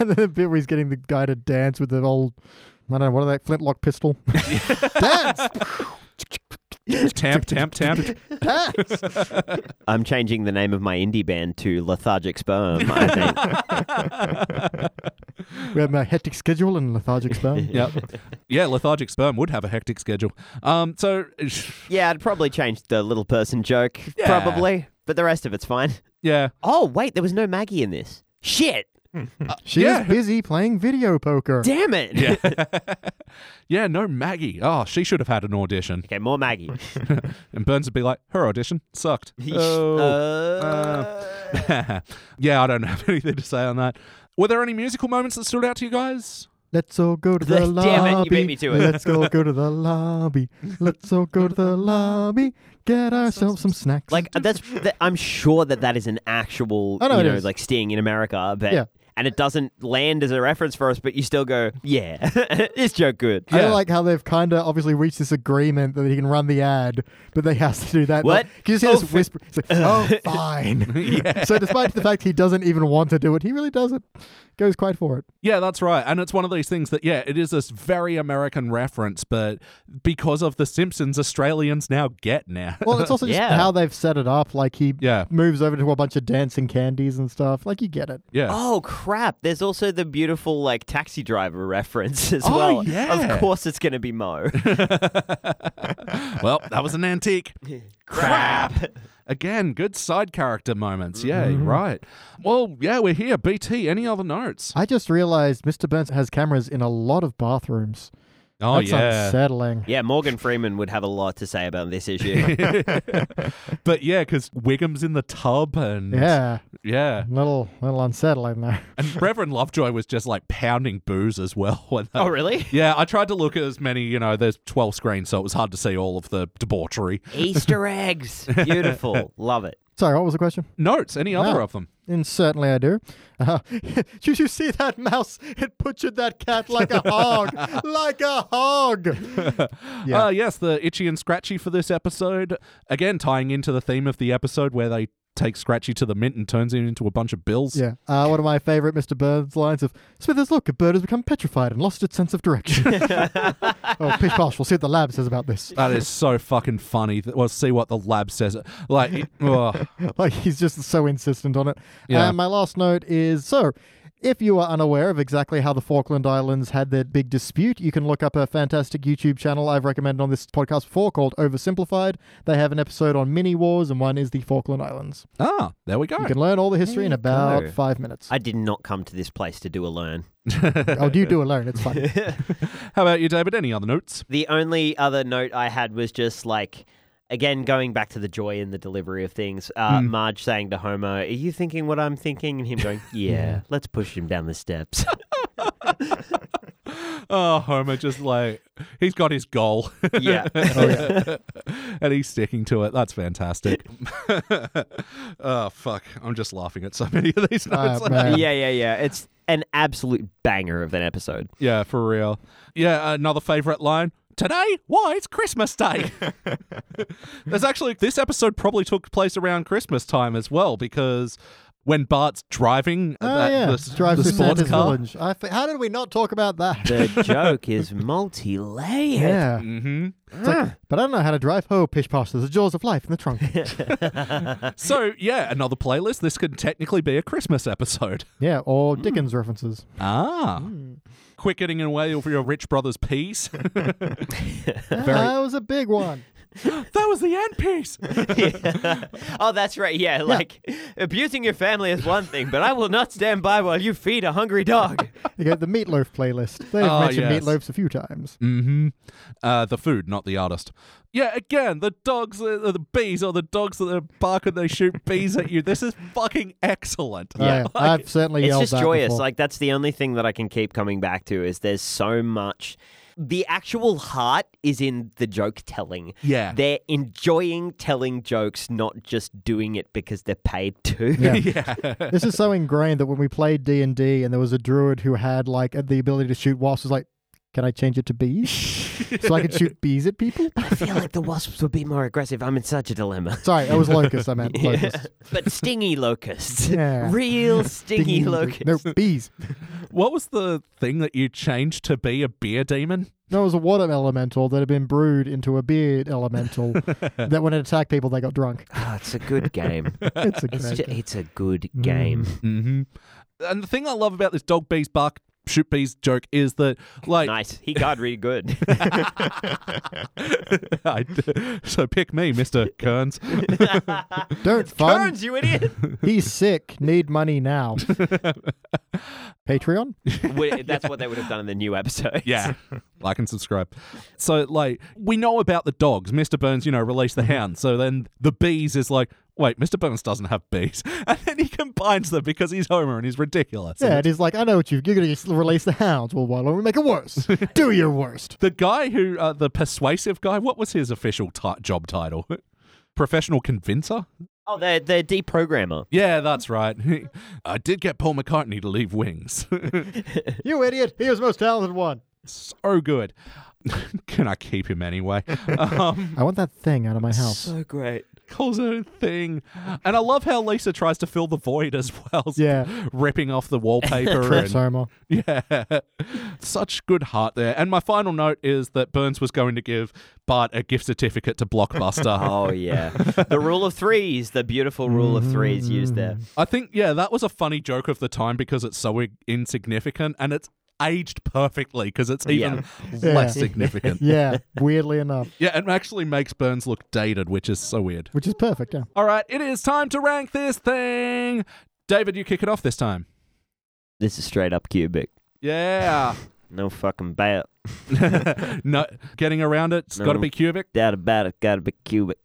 then the bit where he's getting the guy to dance with the old, I don't know, what are they, flintlock pistol? dance!
Tamp, tamp, tamp.
Dance!
I'm changing the name of my indie band to Lethargic Sperm. I think.
we have a hectic schedule and lethargic sperm.
Yep. Yeah, lethargic sperm would have a hectic schedule. Um, so
yeah, I'd probably change the little person joke.
Yeah.
Probably, but the rest of it's fine.
yeah,
Oh wait, there was no Maggie in this. Shit!
She
Yeah.
is busy playing video poker.
Damn it!
yeah, yeah. No Maggie. Oh, she should have had an audition.
Okay, more Maggie.
And Burns would be like, her audition sucked. Oh.
Uh,
yeah, I don't have anything to say on that. Were there any musical moments that stood out to you guys?
Let's all go to the
Damn it, you
lobby.
beat me to it.
Let's all go to the lobby. Let's all go to the lobby. Get ourselves some snacks.
like uh, that's. That, I'm sure that that is an actual,
I know
you
it
know,
is.
like Sting in America, but
Yeah.
and it doesn't land as a reference for us, but you still go, yeah, it's joke good.
I
Yeah.
don't like how they've kind of obviously reached this agreement that he can run the ad, but they have to do that.
What?
Like, you just hear
Oh,
this whisper. It's like, oh, fine. So, despite the fact he doesn't even want to do it, he really does it. Goes quite for it.
Yeah, that's right. And it's one of these things that, yeah, it is this very American reference, but because of The Simpsons, Australians now get now.
Well, it's also just
Yeah.
how they've set it up. Like, he
Yeah.
moves over to a bunch of dancing candies and stuff. Like, you get it.
yeah.
Oh crap! There's also the beautiful like taxi driver reference as
Oh,
well.
yeah.
Of course, it's gonna be Mo.
well, that was an antique. Crap. Again, good side character moments. Yeah,
Mm-hmm.
right. Well, yeah, we're here. BT, any other notes?
I just realized Mr. Burns has cameras in a lot of bathrooms.
Oh,
That's unsettling.
yeah, Morgan Freeman would have a lot to say about this issue.
But yeah, because Wiggum's in the tub and.
Yeah,
Yeah.
little little unsettling there.
And Reverend Lovejoy was just like pounding booze as well. when that-
oh really?
Yeah, I tried to look at as many, you know, there's 12 screens, so it was hard to see all of the debauchery.
Easter eggs. Beautiful. Love it.
Sorry, what was the question?
Notes, any other
No.
of them?
And certainly I do. Uh, did you see that mouse? It butchered that cat like a hog, like a hog. Yeah.
Uh, yes, the itchy and scratchy for this episode. Again, tying into the theme of the episode where they take Scratchy to the mint and turns him into a bunch of bills.
Yeah, uh, one of my favorite Mr. Burns lines of Smithers, look, a bird has become petrified and lost its sense of direction. oh, pish posh, we'll see what the lab says about this.
That is so fucking funny. Th- Well, see what the lab says. Like, it- oh. ugh.
like he's just so insistent on it.
Yeah.
And my last note is so If you are unaware of exactly how the Falkland Islands had their big dispute, you can look up a fantastic YouTube channel I've recommended on this podcast before called Oversimplified. They have an episode on mini wars, and one is the Falkland Islands.
Ah, there we go.
You can learn all the history in
There you
about
go.
five minutes.
I did not come to this place to do a learn.
oh, you do it alone. It's fun.
How about you, David? Any other notes?
The only other note I had was just like, again, going back to the joy in the delivery of things. Uh, Marge saying to Homer, "Are you thinking what I'm thinking?" And him going, "Yeah, let's push him down the steps."
Oh, Homer, just like he's got his goal.
yeah.
Oh, and he's sticking to it. That's fantastic. oh fuck! I'm just laughing at so many of these
Ah,
notes.
man.
yeah, yeah, yeah. It's an absolute banger of an episode.
yeah, for real. Yeah, another favorite line. Today? Why? It's Christmas Day. There's actually this episode probably took place around Christmas time as well because when Bart's driving uh,
Oh,
that,
yeah.
the, s-
Drive
the
through
sports
Santa's
car.
village. I f- how did we not talk about that?
The joke is multi-layered.
yeah.
hmm
But I don't know how to drive. Oh, pish posh, there's the jaws of life in the trunk.
So yeah, another playlist. This could technically be a Christmas episode.
yeah, or
Mm.
Dickens references.
Ah. Quick getting away over your rich brother's piece. that
That was a big one.
was the end piece.
oh, that's right. Yeah, like abusing your family is one thing, but I will not stand by while you feed a hungry dog.
You got the meatloaf playlist. They've
Ah,
Oh,
mentioned
yes.
meatloafs a few times.
Mm.
hmm Uh, the food, not the artist. Yeah, again, the dogs, uh, the bees, or the dogs that bark and they shoot bees at you. This is fucking excellent.
Oh, yeah. I've certainly
it's
yelled
just
that
joyous.
before.
Like that's the only thing that I can keep coming back to is there's so much. The actual heart is in the joke telling.
Yeah.
They're enjoying telling jokes, not just doing it because they're paid to.
Yeah.
yeah.
this is so ingrained that when we played D and D, and there was a druid who had like the ability to shoot wasps, was like, "Can I change it to bees? so I could shoot bees at people?"
I feel like the wasps would be more aggressive. I'm in such a dilemma.
Sorry, it was locusts. I meant locusts.
but stingy locusts.
Yeah.
Real stingy
Ding,
locusts.
No bees.
What was the thing that you changed to be a beer demon?
No, it was a water elemental that had been brewed into a beard elemental. that when it attacked people, they got drunk.
Ah, it's a good game.
It's a
It's,
great.
ju-
game.
it's a good game.
Mm.
Mm-hmm. And the thing I love about this dog bees bark shoot bees joke is that like
Nice. He got really good.
I d- so pick me mr kearns
Don't fun.
you idiot.
He's sick. Need money now. Patreon.
Would- That's what they would have done in the new episode.
Yeah. like and subscribe. So, like, we know about the dogs. Mr. Burns, you know, released
Mm-hmm.
the hound. So then the bees is like, wait, Mr. Burns doesn't have bees. And then he combines them because he's Homer and he's ridiculous.
Yeah,
And
it is like I know what you. You're gonna just release the hounds. Well, why don't we make it worse? Do your worst.
the guy who, uh, the persuasive guy, what was his official ti job title? Professional convincer?
Oh, they're, they're deprogrammer.
Yeah, that's right. I did get Paul McCartney to leave Wings.
You idiot! He was the most talented one.
so good. Can I keep him anyway? Um,
I want that thing out of my house.
Oh,
great.
calls it a thing. And I love how Lisa tries to fill the void as well.
Yeah.
ripping off the wallpaper.
Trips
and,
Homer.
yeah. Such good heart there. And my final note is that Burns was going to give Bart a gift certificate to Blockbuster.
Oh, yeah. the rule of threes, the beautiful rule of threes used there.
I think, yeah, that was a funny joke of the time because it's so i- insignificant and it's aged perfectly because it's Mm. even
Yeah.
less
Yeah.
significant.
Yeah, weirdly enough,
yeah, it actually makes Burns look dated, which is so weird.
which is perfect. Yeah.
All right, it is time to rank this thing. David, you kick it off this time.
This is straight up cubic.
Yeah.
No fucking bat.
no, getting around it, it's got to
No.
be cubic.
Doubt about it. Gotta be cubic.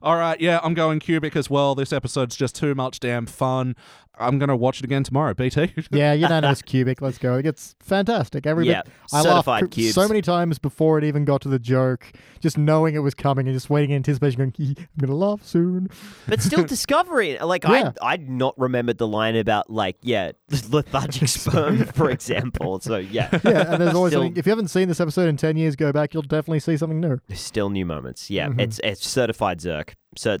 All right, yeah, I'm going cubic as well. This episode's just too much damn fun. I'm gonna watch it again tomorrow, BT.
Yeah, you know it's cubic. Let's go. It gets fantastic. Every
Yeah,
bit. I laughed
certified
pr-
cubes.
so many times before it even got to the joke. Just knowing it was coming and just waiting in anticipation, going, "Hee, "I'm gonna laugh soon."
But still discovering it. Like,
Yeah.
I, I'd not remembered the line about, like, yeah, lethargic sperm, for example. So, yeah.
Yeah, and there's
Still-
always something. If you haven't seen this episode in ten years, go back. You'll definitely see something new.
Still new moments. Yeah.
Mm-hmm.
It's it's certified Zerk. Cert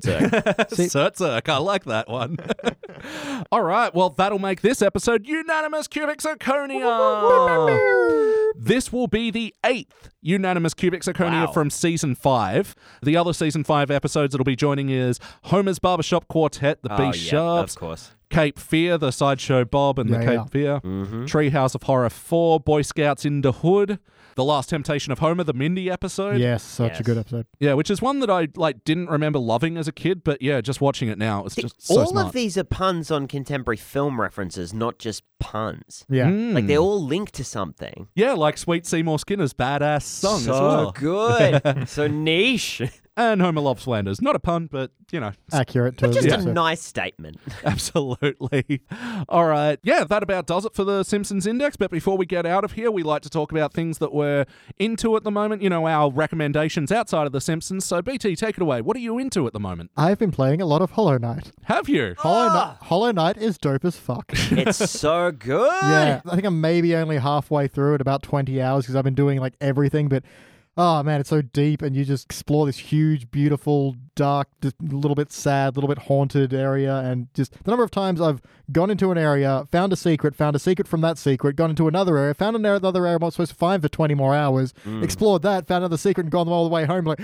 Zerk.
Certzerk, I like that one. All right, well, that'll make this episode unanimous cubic zirconia. This will be the eighth unanimous cubic zirconia
Wow.
from season five. The other season five episodes it'll be joining is Homer's Barbershop Quartet, The
Oh,
B
yeah,
Sharps,
of course.
Cape Fear, the sideshow Bob and the
Yeah,
Cape
yeah.
Fear, Treehouse of Horror 4, Boy Scouts in the Hood, The Last Temptation of Homer, the Mindy episode.
Yes, such a
Yes.
good episode.
Yeah, which is one that I like didn't remember loving as a kid, but yeah, just watching it now, it's
Th-
just so
all
smart.
of these are puns on contemporary film references, not just puns.
Yeah.
Mm.
Like they're all linked to something.
yeah, like Sweet Seymour Skinner's badass song as
so
well.
good, so niche.
And Homer Loves Flanders. Not a pun, but you know,
Accurate to
Just
the
a
episode.
nice statement.
Absolutely. All right. Yeah, that about does it for the Simpsons Index. But before we get out of here, we like to talk about things that we're into at the moment, you know, our recommendations outside of The Simpsons. So, BT, take it away. What are you into at the moment?
I've been playing a lot of Hollow Knight.
Have you?
Hollow, Kni- Hollow Knight is dope as fuck.
It's so good.
yeah, I think I'm maybe only halfway through at about 20 hours because I've been doing like everything, but oh man, it's so deep and you just explore this huge, beautiful, dark, just a little bit sad, little bit haunted area. And just the number of times I've gone into an area, found a secret, found a secret from that secret, gone into another area, found an- another area I'm not supposed to find for 20 more hours, explored that, found another secret, and gone all the way home. Like,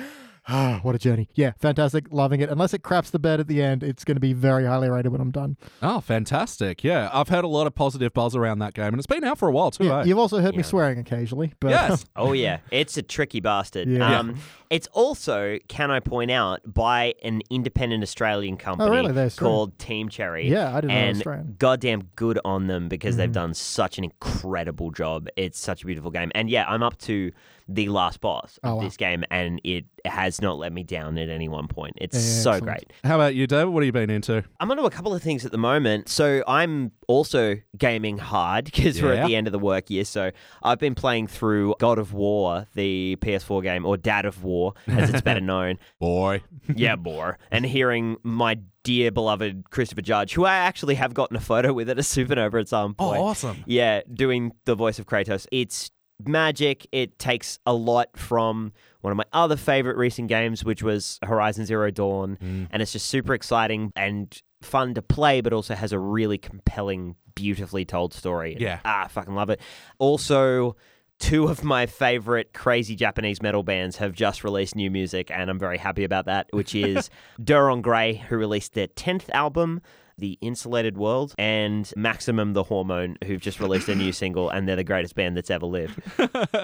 Ah, what a journey. Yeah, fantastic. Loving it. Unless it craps the bed at the end, it's going to be very highly rated when I'm done.
Oh, fantastic. Yeah, I've heard a lot of positive buzz around that game, and it's been out for a while, too.
Yeah,
eh?
you've also heard me
Yeah.
swearing occasionally, but
yes.
Oh yeah, it's a tricky bastard.
Yeah.
Um, it's also, can I point out, by an independent Australian company
Oh, really? They're Australian?
called Team Cherry.
Yeah, I didn't know they're
and
Australian. Mm.
Goddamn good on them because they've done such an incredible job. It's such a beautiful game, and yeah, I'm up to the last boss of
Oh, wow.
this game, and it has not let me down at any one point. It's
Yeah,
so
excellent.
great.
How about you, David? What have you been into?
I'm onto a couple of things at the moment. So I'm also gaming hard because we're
Yeah.
at the end of the work year. So I've been playing through God of War, the PS4 game, or Dad of War, as it's better known.
Boy.
yeah, bore. And hearing my dear beloved Christopher Judge, who I actually have gotten a photo with at a supernova at some
Oh,
point.
awesome.
Yeah, doing the voice of Kratos. It's magic. It takes a lot from one of my other favorite recent games, which was Horizon Zero Dawn.
Mm.
And it's just super exciting and fun to play, but also has a really compelling, beautifully told story.
Yeah.
Ah, I fucking love it. Also, two of my favorite crazy Japanese metal bands have just released new music, and I'm very happy about that, which is Duron Grey, who released their 10th album. The Insulated World and Maximum the Hormone, who've just released a new single, and they're the greatest band that's ever lived.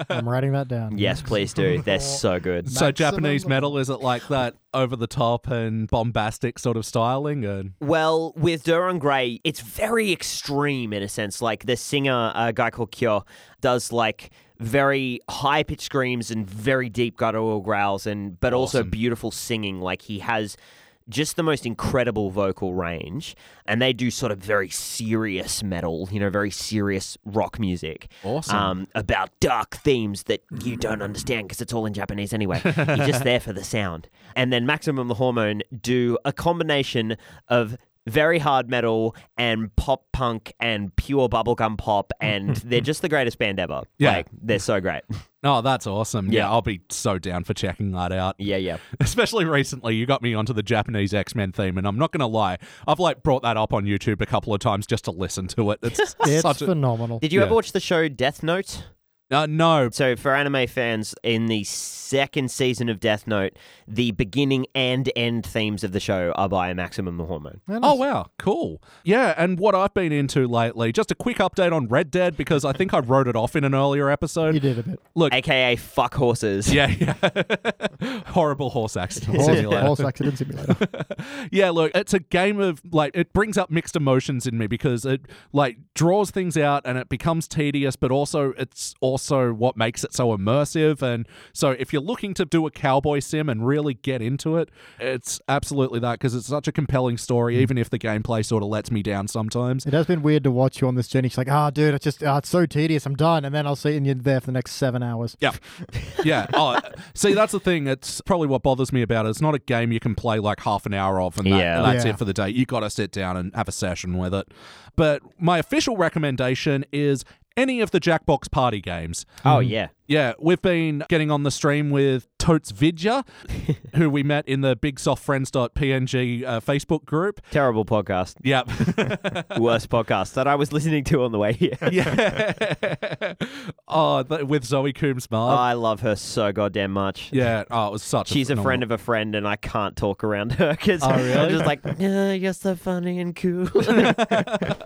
I'm writing that down.
Yes, please do. They're so good.
So,
Maximum
Japanese
level.
metal, is it like that over the top and bombastic sort of styling? And
Well, with Duran Gray, it's very extreme in a sense. Like the singer, a guy called Kyo, does like very high pitched screams and very deep guttural growls, and but also beautiful singing. Like he has just the most incredible vocal range, and they do sort of very serious metal, you know, very serious rock music.
Awesome.
Um, about dark themes that you don't understand because it's all in Japanese anyway. You're just there for the sound. And then Maximum the Hormone do a combination of very hard metal and pop punk and pure bubblegum pop and they're just the greatest band ever.
Yeah.
Like they're so great.
oh, that's awesome. yeah,
Yeah.
I'll be so down for checking that out.
Yeah, yeah.
Especially recently, you got me onto the Japanese X Men theme, and I'm not going to lie, I've like brought that up on YouTube a couple of times just to listen to it. It's
It's
such a
phenomenal.
Did you
Yeah.
ever watch the show Death Note?
uh, no.
So, for anime fans, in the second season of Death Note, the beginning and end themes of the show are by Maximum the Hormone.
Oh wow, cool. Yeah, and what I've been into lately, just a quick update on Red Dead because I think I wrote it off in an earlier episode.
You did a bit.
Look,
AKA fuck horses.
yeah, yeah. horrible horse accident.
Horse,
simulator.
horse accident simulator.
yeah, look, it's a game of like it brings up mixed emotions in me because it like draws things out and it becomes tedious, but also it's also what makes it so immersive. And so if you're looking to do a cowboy sim and really get into it, it's absolutely that because it's such a compelling story, even if the gameplay sort of lets me down sometimes.
It has been weird to watch you on this journey. It's like, ah, dude, it's just, ah, it's so tedious. I'm done. And then I'll see you and you're there for the next seven hours.
Yeah. Yeah. Oh, see, that's the thing. It's probably what bothers me about it. It's not a game you can play like half an hour of and, that,
Yeah.
and that's
Yeah.
it for the day. you got to sit down and have a session with it. But my official recommendation is any of the Jackbox party games.
Oh, yeah.
Yeah, we've been getting on the stream with Totes Vidya, who we met in the bigsoftfriends.png uh, Facebook group.
Terrible podcast.
Yep.
Worst podcast that I was listening to on the way here.
yeah. oh, th- with Zoe Coombs Mar.
I love her so goddamn much.
yeah. Oh, it was such
Uh, She's a friend of a friend, and I can't talk around her because I'm
Oh, really?
just like, yeah, you're so funny and cool.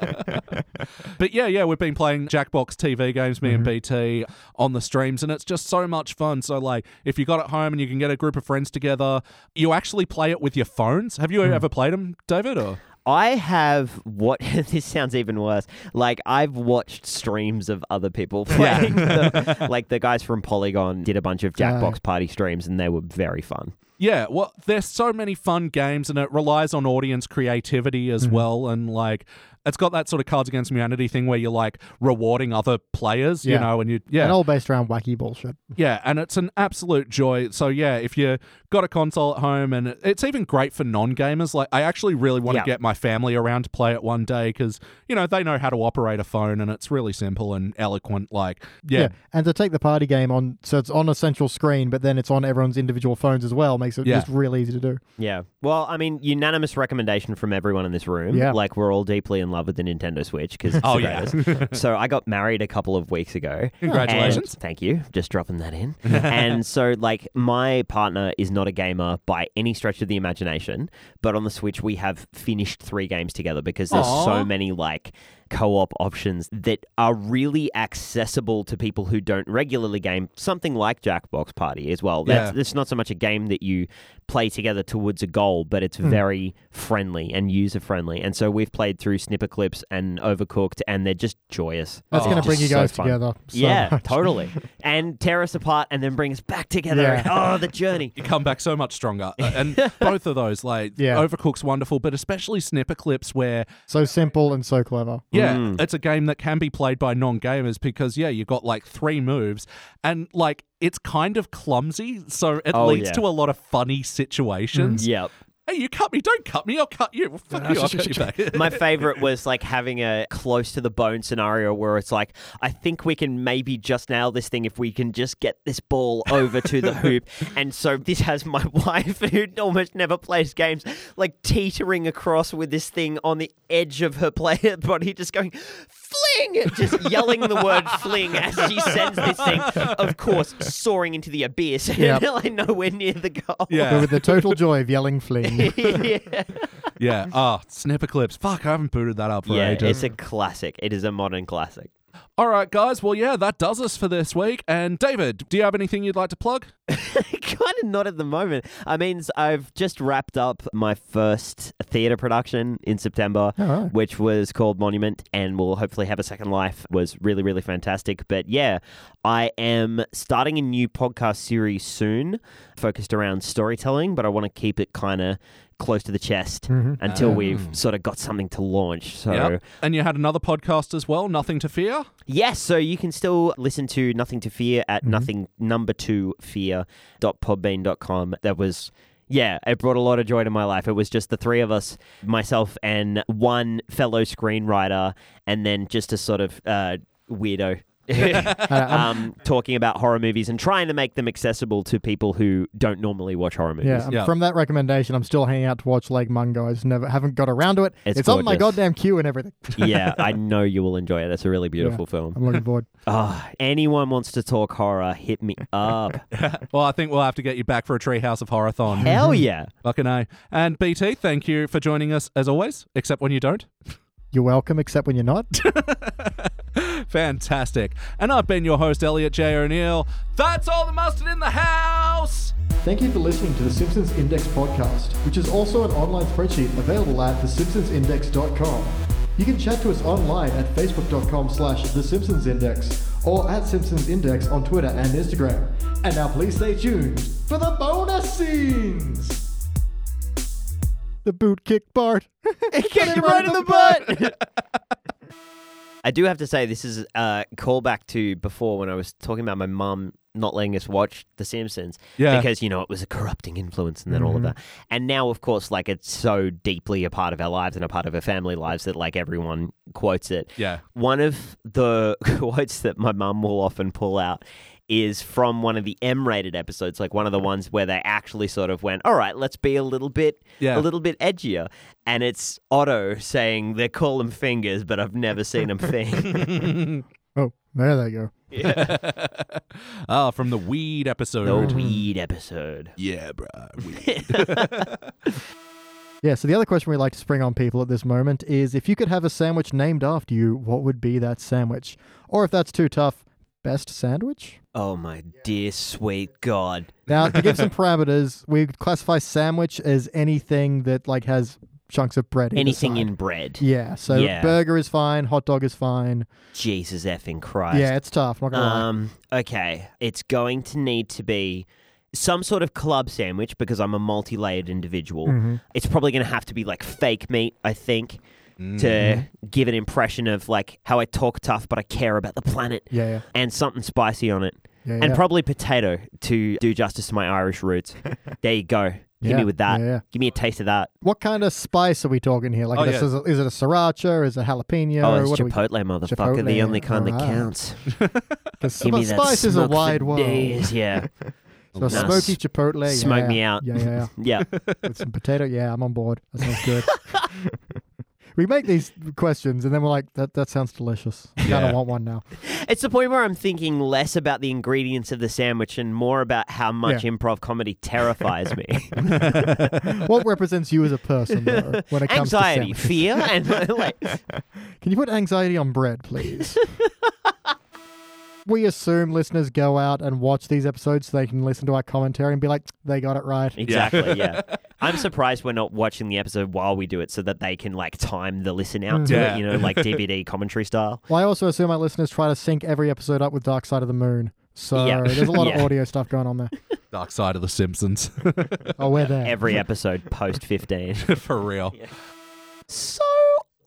But yeah, yeah, we've been playing Jackbox TV games, me
Mm-hmm.
and BT, on the streams, and it's just so much fun. So, like, if you got it home and you can get a group of friends together, you actually play it with your phones. Have you
Hmm.
ever played them, David? Or
I have what this sounds even worse. Like I've watched streams of other people playing. the, like the guys from Polygon did a bunch of Jackbox party streams, and they were very fun.
Yeah, well, there's so many fun games, and it relies on audience creativity as
Mm-hmm.
well. And like, it's got that sort of Cards Against Humanity thing where you're like rewarding other players, you
Yeah.
know, and you yeah,
And all based around wacky bullshit.
yeah, and it's an absolute joy. So yeah, if you got a console at home, and it's even great for non-gamers. Like, I actually really want to
Yeah.
get my family around to play it one day because you know they know how to operate a phone, and it's really simple and eloquent. Like, yeah,
And to take the party game on, so it's on a central screen, but then it's on everyone's individual phones as well, makes it
Yeah.
just real easy to do.
Yeah. Well, I mean, unanimous recommendation from everyone in this room.
Yeah.
Like we're all deeply in love with the Nintendo Switch because
Oh,
oh yeah. so I got married a couple of weeks ago.
Congratulations.
And- thank you. Just dropping that in. and so, like, my partner is not a gamer by any stretch of the imagination, but on the Switch, we have finished three games together because there's
Aw.
so many, like, co op options that are really accessible to people who don't regularly game. Something like Jackbox Party as well. That's,
Yeah.
It's not so much a game that you play together towards a goal, but
Hmm.
it's very friendly and user friendly. And so, we've played through Snipper Clips and Overcooked, and they're just joyous.
That's
Oh, It's
going to
just
bring you
so
guys
fun.
together. so
yeah,
much.
totally. And tear us apart and then bring us back together.
Yeah.
Oh, the journey.
you come back so much stronger. Uh, and both of those, like,
Yeah.
Overcooked's wonderful, but especially Snipper Clips, where,
So simple and so clever.
yeah,
Hmm.
it's a game that can be played by non gamers because, yeah, you've got like three moves and, like, it's kind of clumsy. So it
Oh,
leads
yeah. Mm,
to a lot of funny situations.
Yep.
Hey, you cut me. Don't cut me. I'll cut you. Well, fuck you. I'll cut you back.
My favorite was like having a close to the bone scenario where it's like, I think we can maybe just nail this thing if we can just get this ball over to the hoop. And so this has my wife, who almost never plays games, like teetering across with this thing on the edge of her player body, just going, fling, just yelling the word fling as she sends this thing, of course, soaring into the abyss,
Yep.
like nowhere near the goal.
But
yeah.
with the total joy of yelling fling.
yeah.
yeah. Ah, Snipper Clips. Fuck, I haven't booted that up for
yeah,
ages.
it's a classic. It is a modern classic.
All right, guys. Well, yeah, that does us for this week. And, David, do you have anything you'd like to plug?
kind of not at the moment. I mean, s- I've just wrapped up my first theatre production in September,
Alright.
which was called Monument, and will hopefully have a second life. Was really really fantastic. But yeah, I am starting a new podcast series soon, focused around storytelling, but I want to keep it kind of close to the chest until we've sort of got something to launch. So.
Yep. And you had another podcast as well, Nothing to Fear.
Yes, so you can still listen to Nothing to Fear at nothing number two fear.podbean.com. That was yeah, it brought a lot of joy to my life. It was just the three of us, myself and one fellow screenwriter, and then just a sort of uh, weirdo.
Uh,
um, talking about horror movies and trying to make them accessible to people who don't normally watch horror movies.
Yeah, and
Yeah.
from that recommendation, I'm still hanging out to watch Lake Mungo. I just never haven't got around to it.
It's
It's, on my
gorgeous.
goddamn queue and everything.
yeah, I know you will enjoy it. It's a really beautiful film.
I'm looking forward.
Ah, anyone wants to talk horror, hit me up.
Well, I think we'll have to get you back for a Treehouse of Horrorthon.
Hell yeah.
Fucking A. And BT, thank you for joining us as always, except when you don't.
You're welcome, except when you're not.
Fantastic. And I've been your host, Elliot J. O'Neill. That's all the mustard in the house!
Thank you for listening to the Simpsons Index podcast, which is also an online spreadsheet available at thesimpsonsindex.com. You can chat to us online at facebook.com slash thesimpsonsindex or at simpsonsindex on Twitter and Instagram. And now please stay tuned for the bonus scenes! The boot kick Bart.
Kick him right in the butt. I do have to say this is a callback to before when I was talking about my mum not letting us watch The Simpsons.
Yeah. Mm-hmm.
Because, you know, it was a corrupting influence and then all of that. And now, of course, like it's so deeply a part of our lives and a part of our family lives that like everyone quotes it.
Yeah.
One of the quotes that my mum will often pull out is from one of the M-rated episodes, like one of the ones where they actually sort of went, "All right, let's be a little bit,
Yeah.
a little bit edgier." And it's Otto saying they call them fingers, but I've never seen them thing.
Oh, there they go.
Ah, from the weed episode.
the weed episode.
Yeah, bruh. Weed.
Yeah, so the other question we like to spring on people at this moment is if you could have a sandwich named after you, what would be that sandwich? Or if that's too tough, best sandwich?
Oh my dear sweet God.
Now, to give some parameters, we classify sandwich as anything that like has chunks of bread. either
Anything
side.
in bread.
Yeah, so
Yeah.
burger is fine, hot dog is fine.
Jesus effing Christ.
Yeah, it's tough. Not gonna lie.
Um, okay. It's going to need to be some sort of club sandwich because I'm a multi layered individual.
Mm-hmm.
It's probably going to have to be like fake meat, I think, to
Mm-hmm.
give an impression of like how I talk tough, but I care about the planet.
Yeah, yeah.
And something spicy on it.
Yeah,
and
yeah.
probably potato to do justice to my Irish roots. there you go. Give
Yeah,
me with that.
yeah, yeah.
Give me a taste of that.
What kind of spice are we talking here? Like,
Oh,
this
yeah.
is, a, is it a sriracha? Is it a jalapeno?
oh, it's
what are we-
Chipotle, motherfucker. The
Chipotle,
only kind that
alright.
counts.
'cause
Give me that
spice is a
smoke for
wide world.
days, Yeah.
So
Nah,
smoky
s-
chipotle.
smoke
yeah.
me out.
Yeah, yeah, yeah.
yeah.
With some potato. Yeah, I'm on board. That sounds good. we make these questions, and then we're like, that, that sounds delicious. I kind
Yeah.
of want one now.
It's the point where I'm thinking less about the ingredients of the sandwich and more about how much
Yeah.
improv comedy terrifies me.
What represents you as a person, though, when it comes
Anxiety,
to sandwiches?
fear, and like,
Can you put anxiety on bread, please? we assume listeners go out and watch these episodes so they can listen to our commentary and be like, they got it right.
exactly, yeah. I'm surprised we're not watching the episode while we do it so that they can like time the listen out to
Yeah.
it, you know, like DVD commentary style.
Well, I also assume our listeners try to sync every episode up with Dark Side of the Moon. So
Yeah.
there's a lot of
Yeah.
audio stuff going on there.
Dark Side of the Simpsons.
Oh, we're there.
Every episode post 15.
For real.
So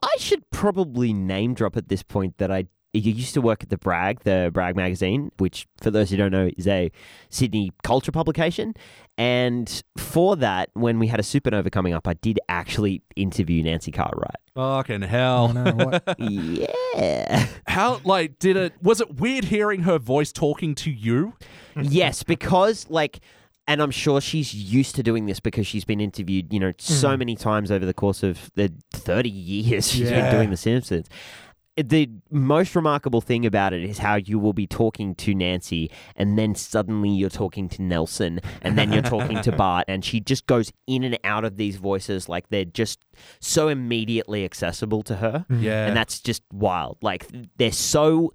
I should probably name drop at this point that I you used to work at the Bragg, the Bragg magazine, which for those who don't know is a Sydney culture publication. And for that, when we had a supernova coming up, I did actually interview Nancy Cartwright.
Fucking
Oh,
hell.
no, what?
yeah.
How, like, did it, was it weird hearing her voice talking to you?
yes, because like, and I'm sure she's used to doing this because she's been interviewed, you know, so
Hmm.
many times over the course of the 30 years she's
Yeah.
been doing The Simpsons. The most remarkable thing about it is how you will be talking to Nancy, and then suddenly you're talking to Nelson, and then you're talking to Bart, and she just goes in and out of these voices like they're just so immediately accessible to her
Yeah.
Mm. and that's just wild. Like th- they're so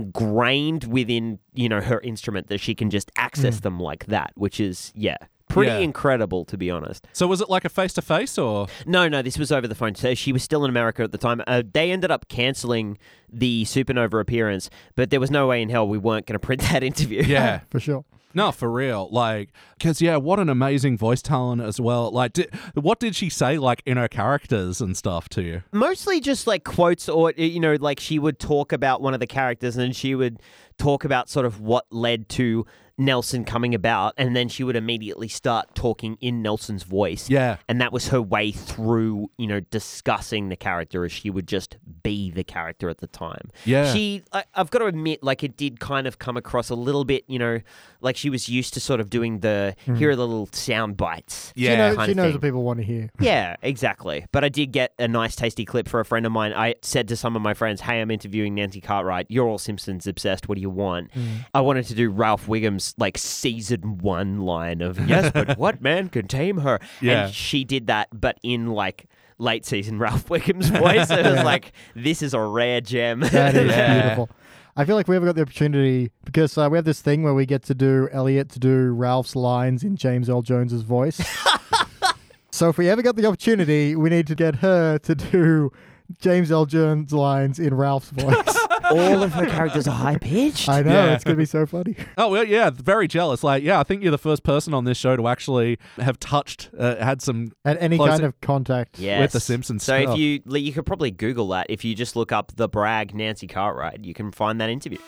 ingrained within you know her instrument that she can just access them like that, which is yeah. Pretty
Mm. Yeah.
incredible, to be honest.
so was it like a face to face or?
No, no, this was over the phone. So she was still in America at the time. Uh, they ended up canceling the supernova appearance, but there was no way in hell we weren't going to print that interview.
Yeah.
For sure.
No, for real. Like, because, yeah, what an amazing voice talent as well. Like, di- what did she say, like, in her characters and stuff to you?
mostly just like quotes or you know like she would talk about one of the characters and then she would talk about sort of what led to Nelson coming about and then she would immediately start talking in Nelson's voice
Yeah.
and that was her way through you know discussing the character as she would just be the character at the time
Yeah.
she I, i've got to admit like it did kind of come across a little bit you know like she was used to sort of doing the
Hmm.
here are the little sound bites
She, knows,
kind
she
of
knows
thing.
what people want to hear.
Yeah, exactly. But I did get a nice, tasty clip for a friend of mine. I said to some of my friends, Hey, I'm interviewing Nancy Cartwright. You're all Simpsons obsessed. What do you want?
Mm.
I wanted to do Ralph Wiggum's like season one line of, Yes, but what man can tame her?
Yeah.
And she did that, but in like late season Ralph Wiggum's voice. It was like, This is a rare gem.
That is
Yeah.
beautiful. I feel like we haven't got the opportunity because uh, we have this thing where we get to do Elliot to do Ralph's lines in James L. Jones's voice. so if we ever got the opportunity, we need to get her to do James L. Jones lines in Ralph's voice.
all of her characters are high pitched.
I know
Yeah.
it's gonna be so funny.
Oh well, yeah, very jealous. Like, yeah, I think you're the first person on this show to actually have touched, uh, had some.
At any
Close
kind
it.
of contact.
Yes.
With the Simpsons
So
stuff.
if you you could probably Google that if you just look up the brag Nancy Cartwright, you can find that interview.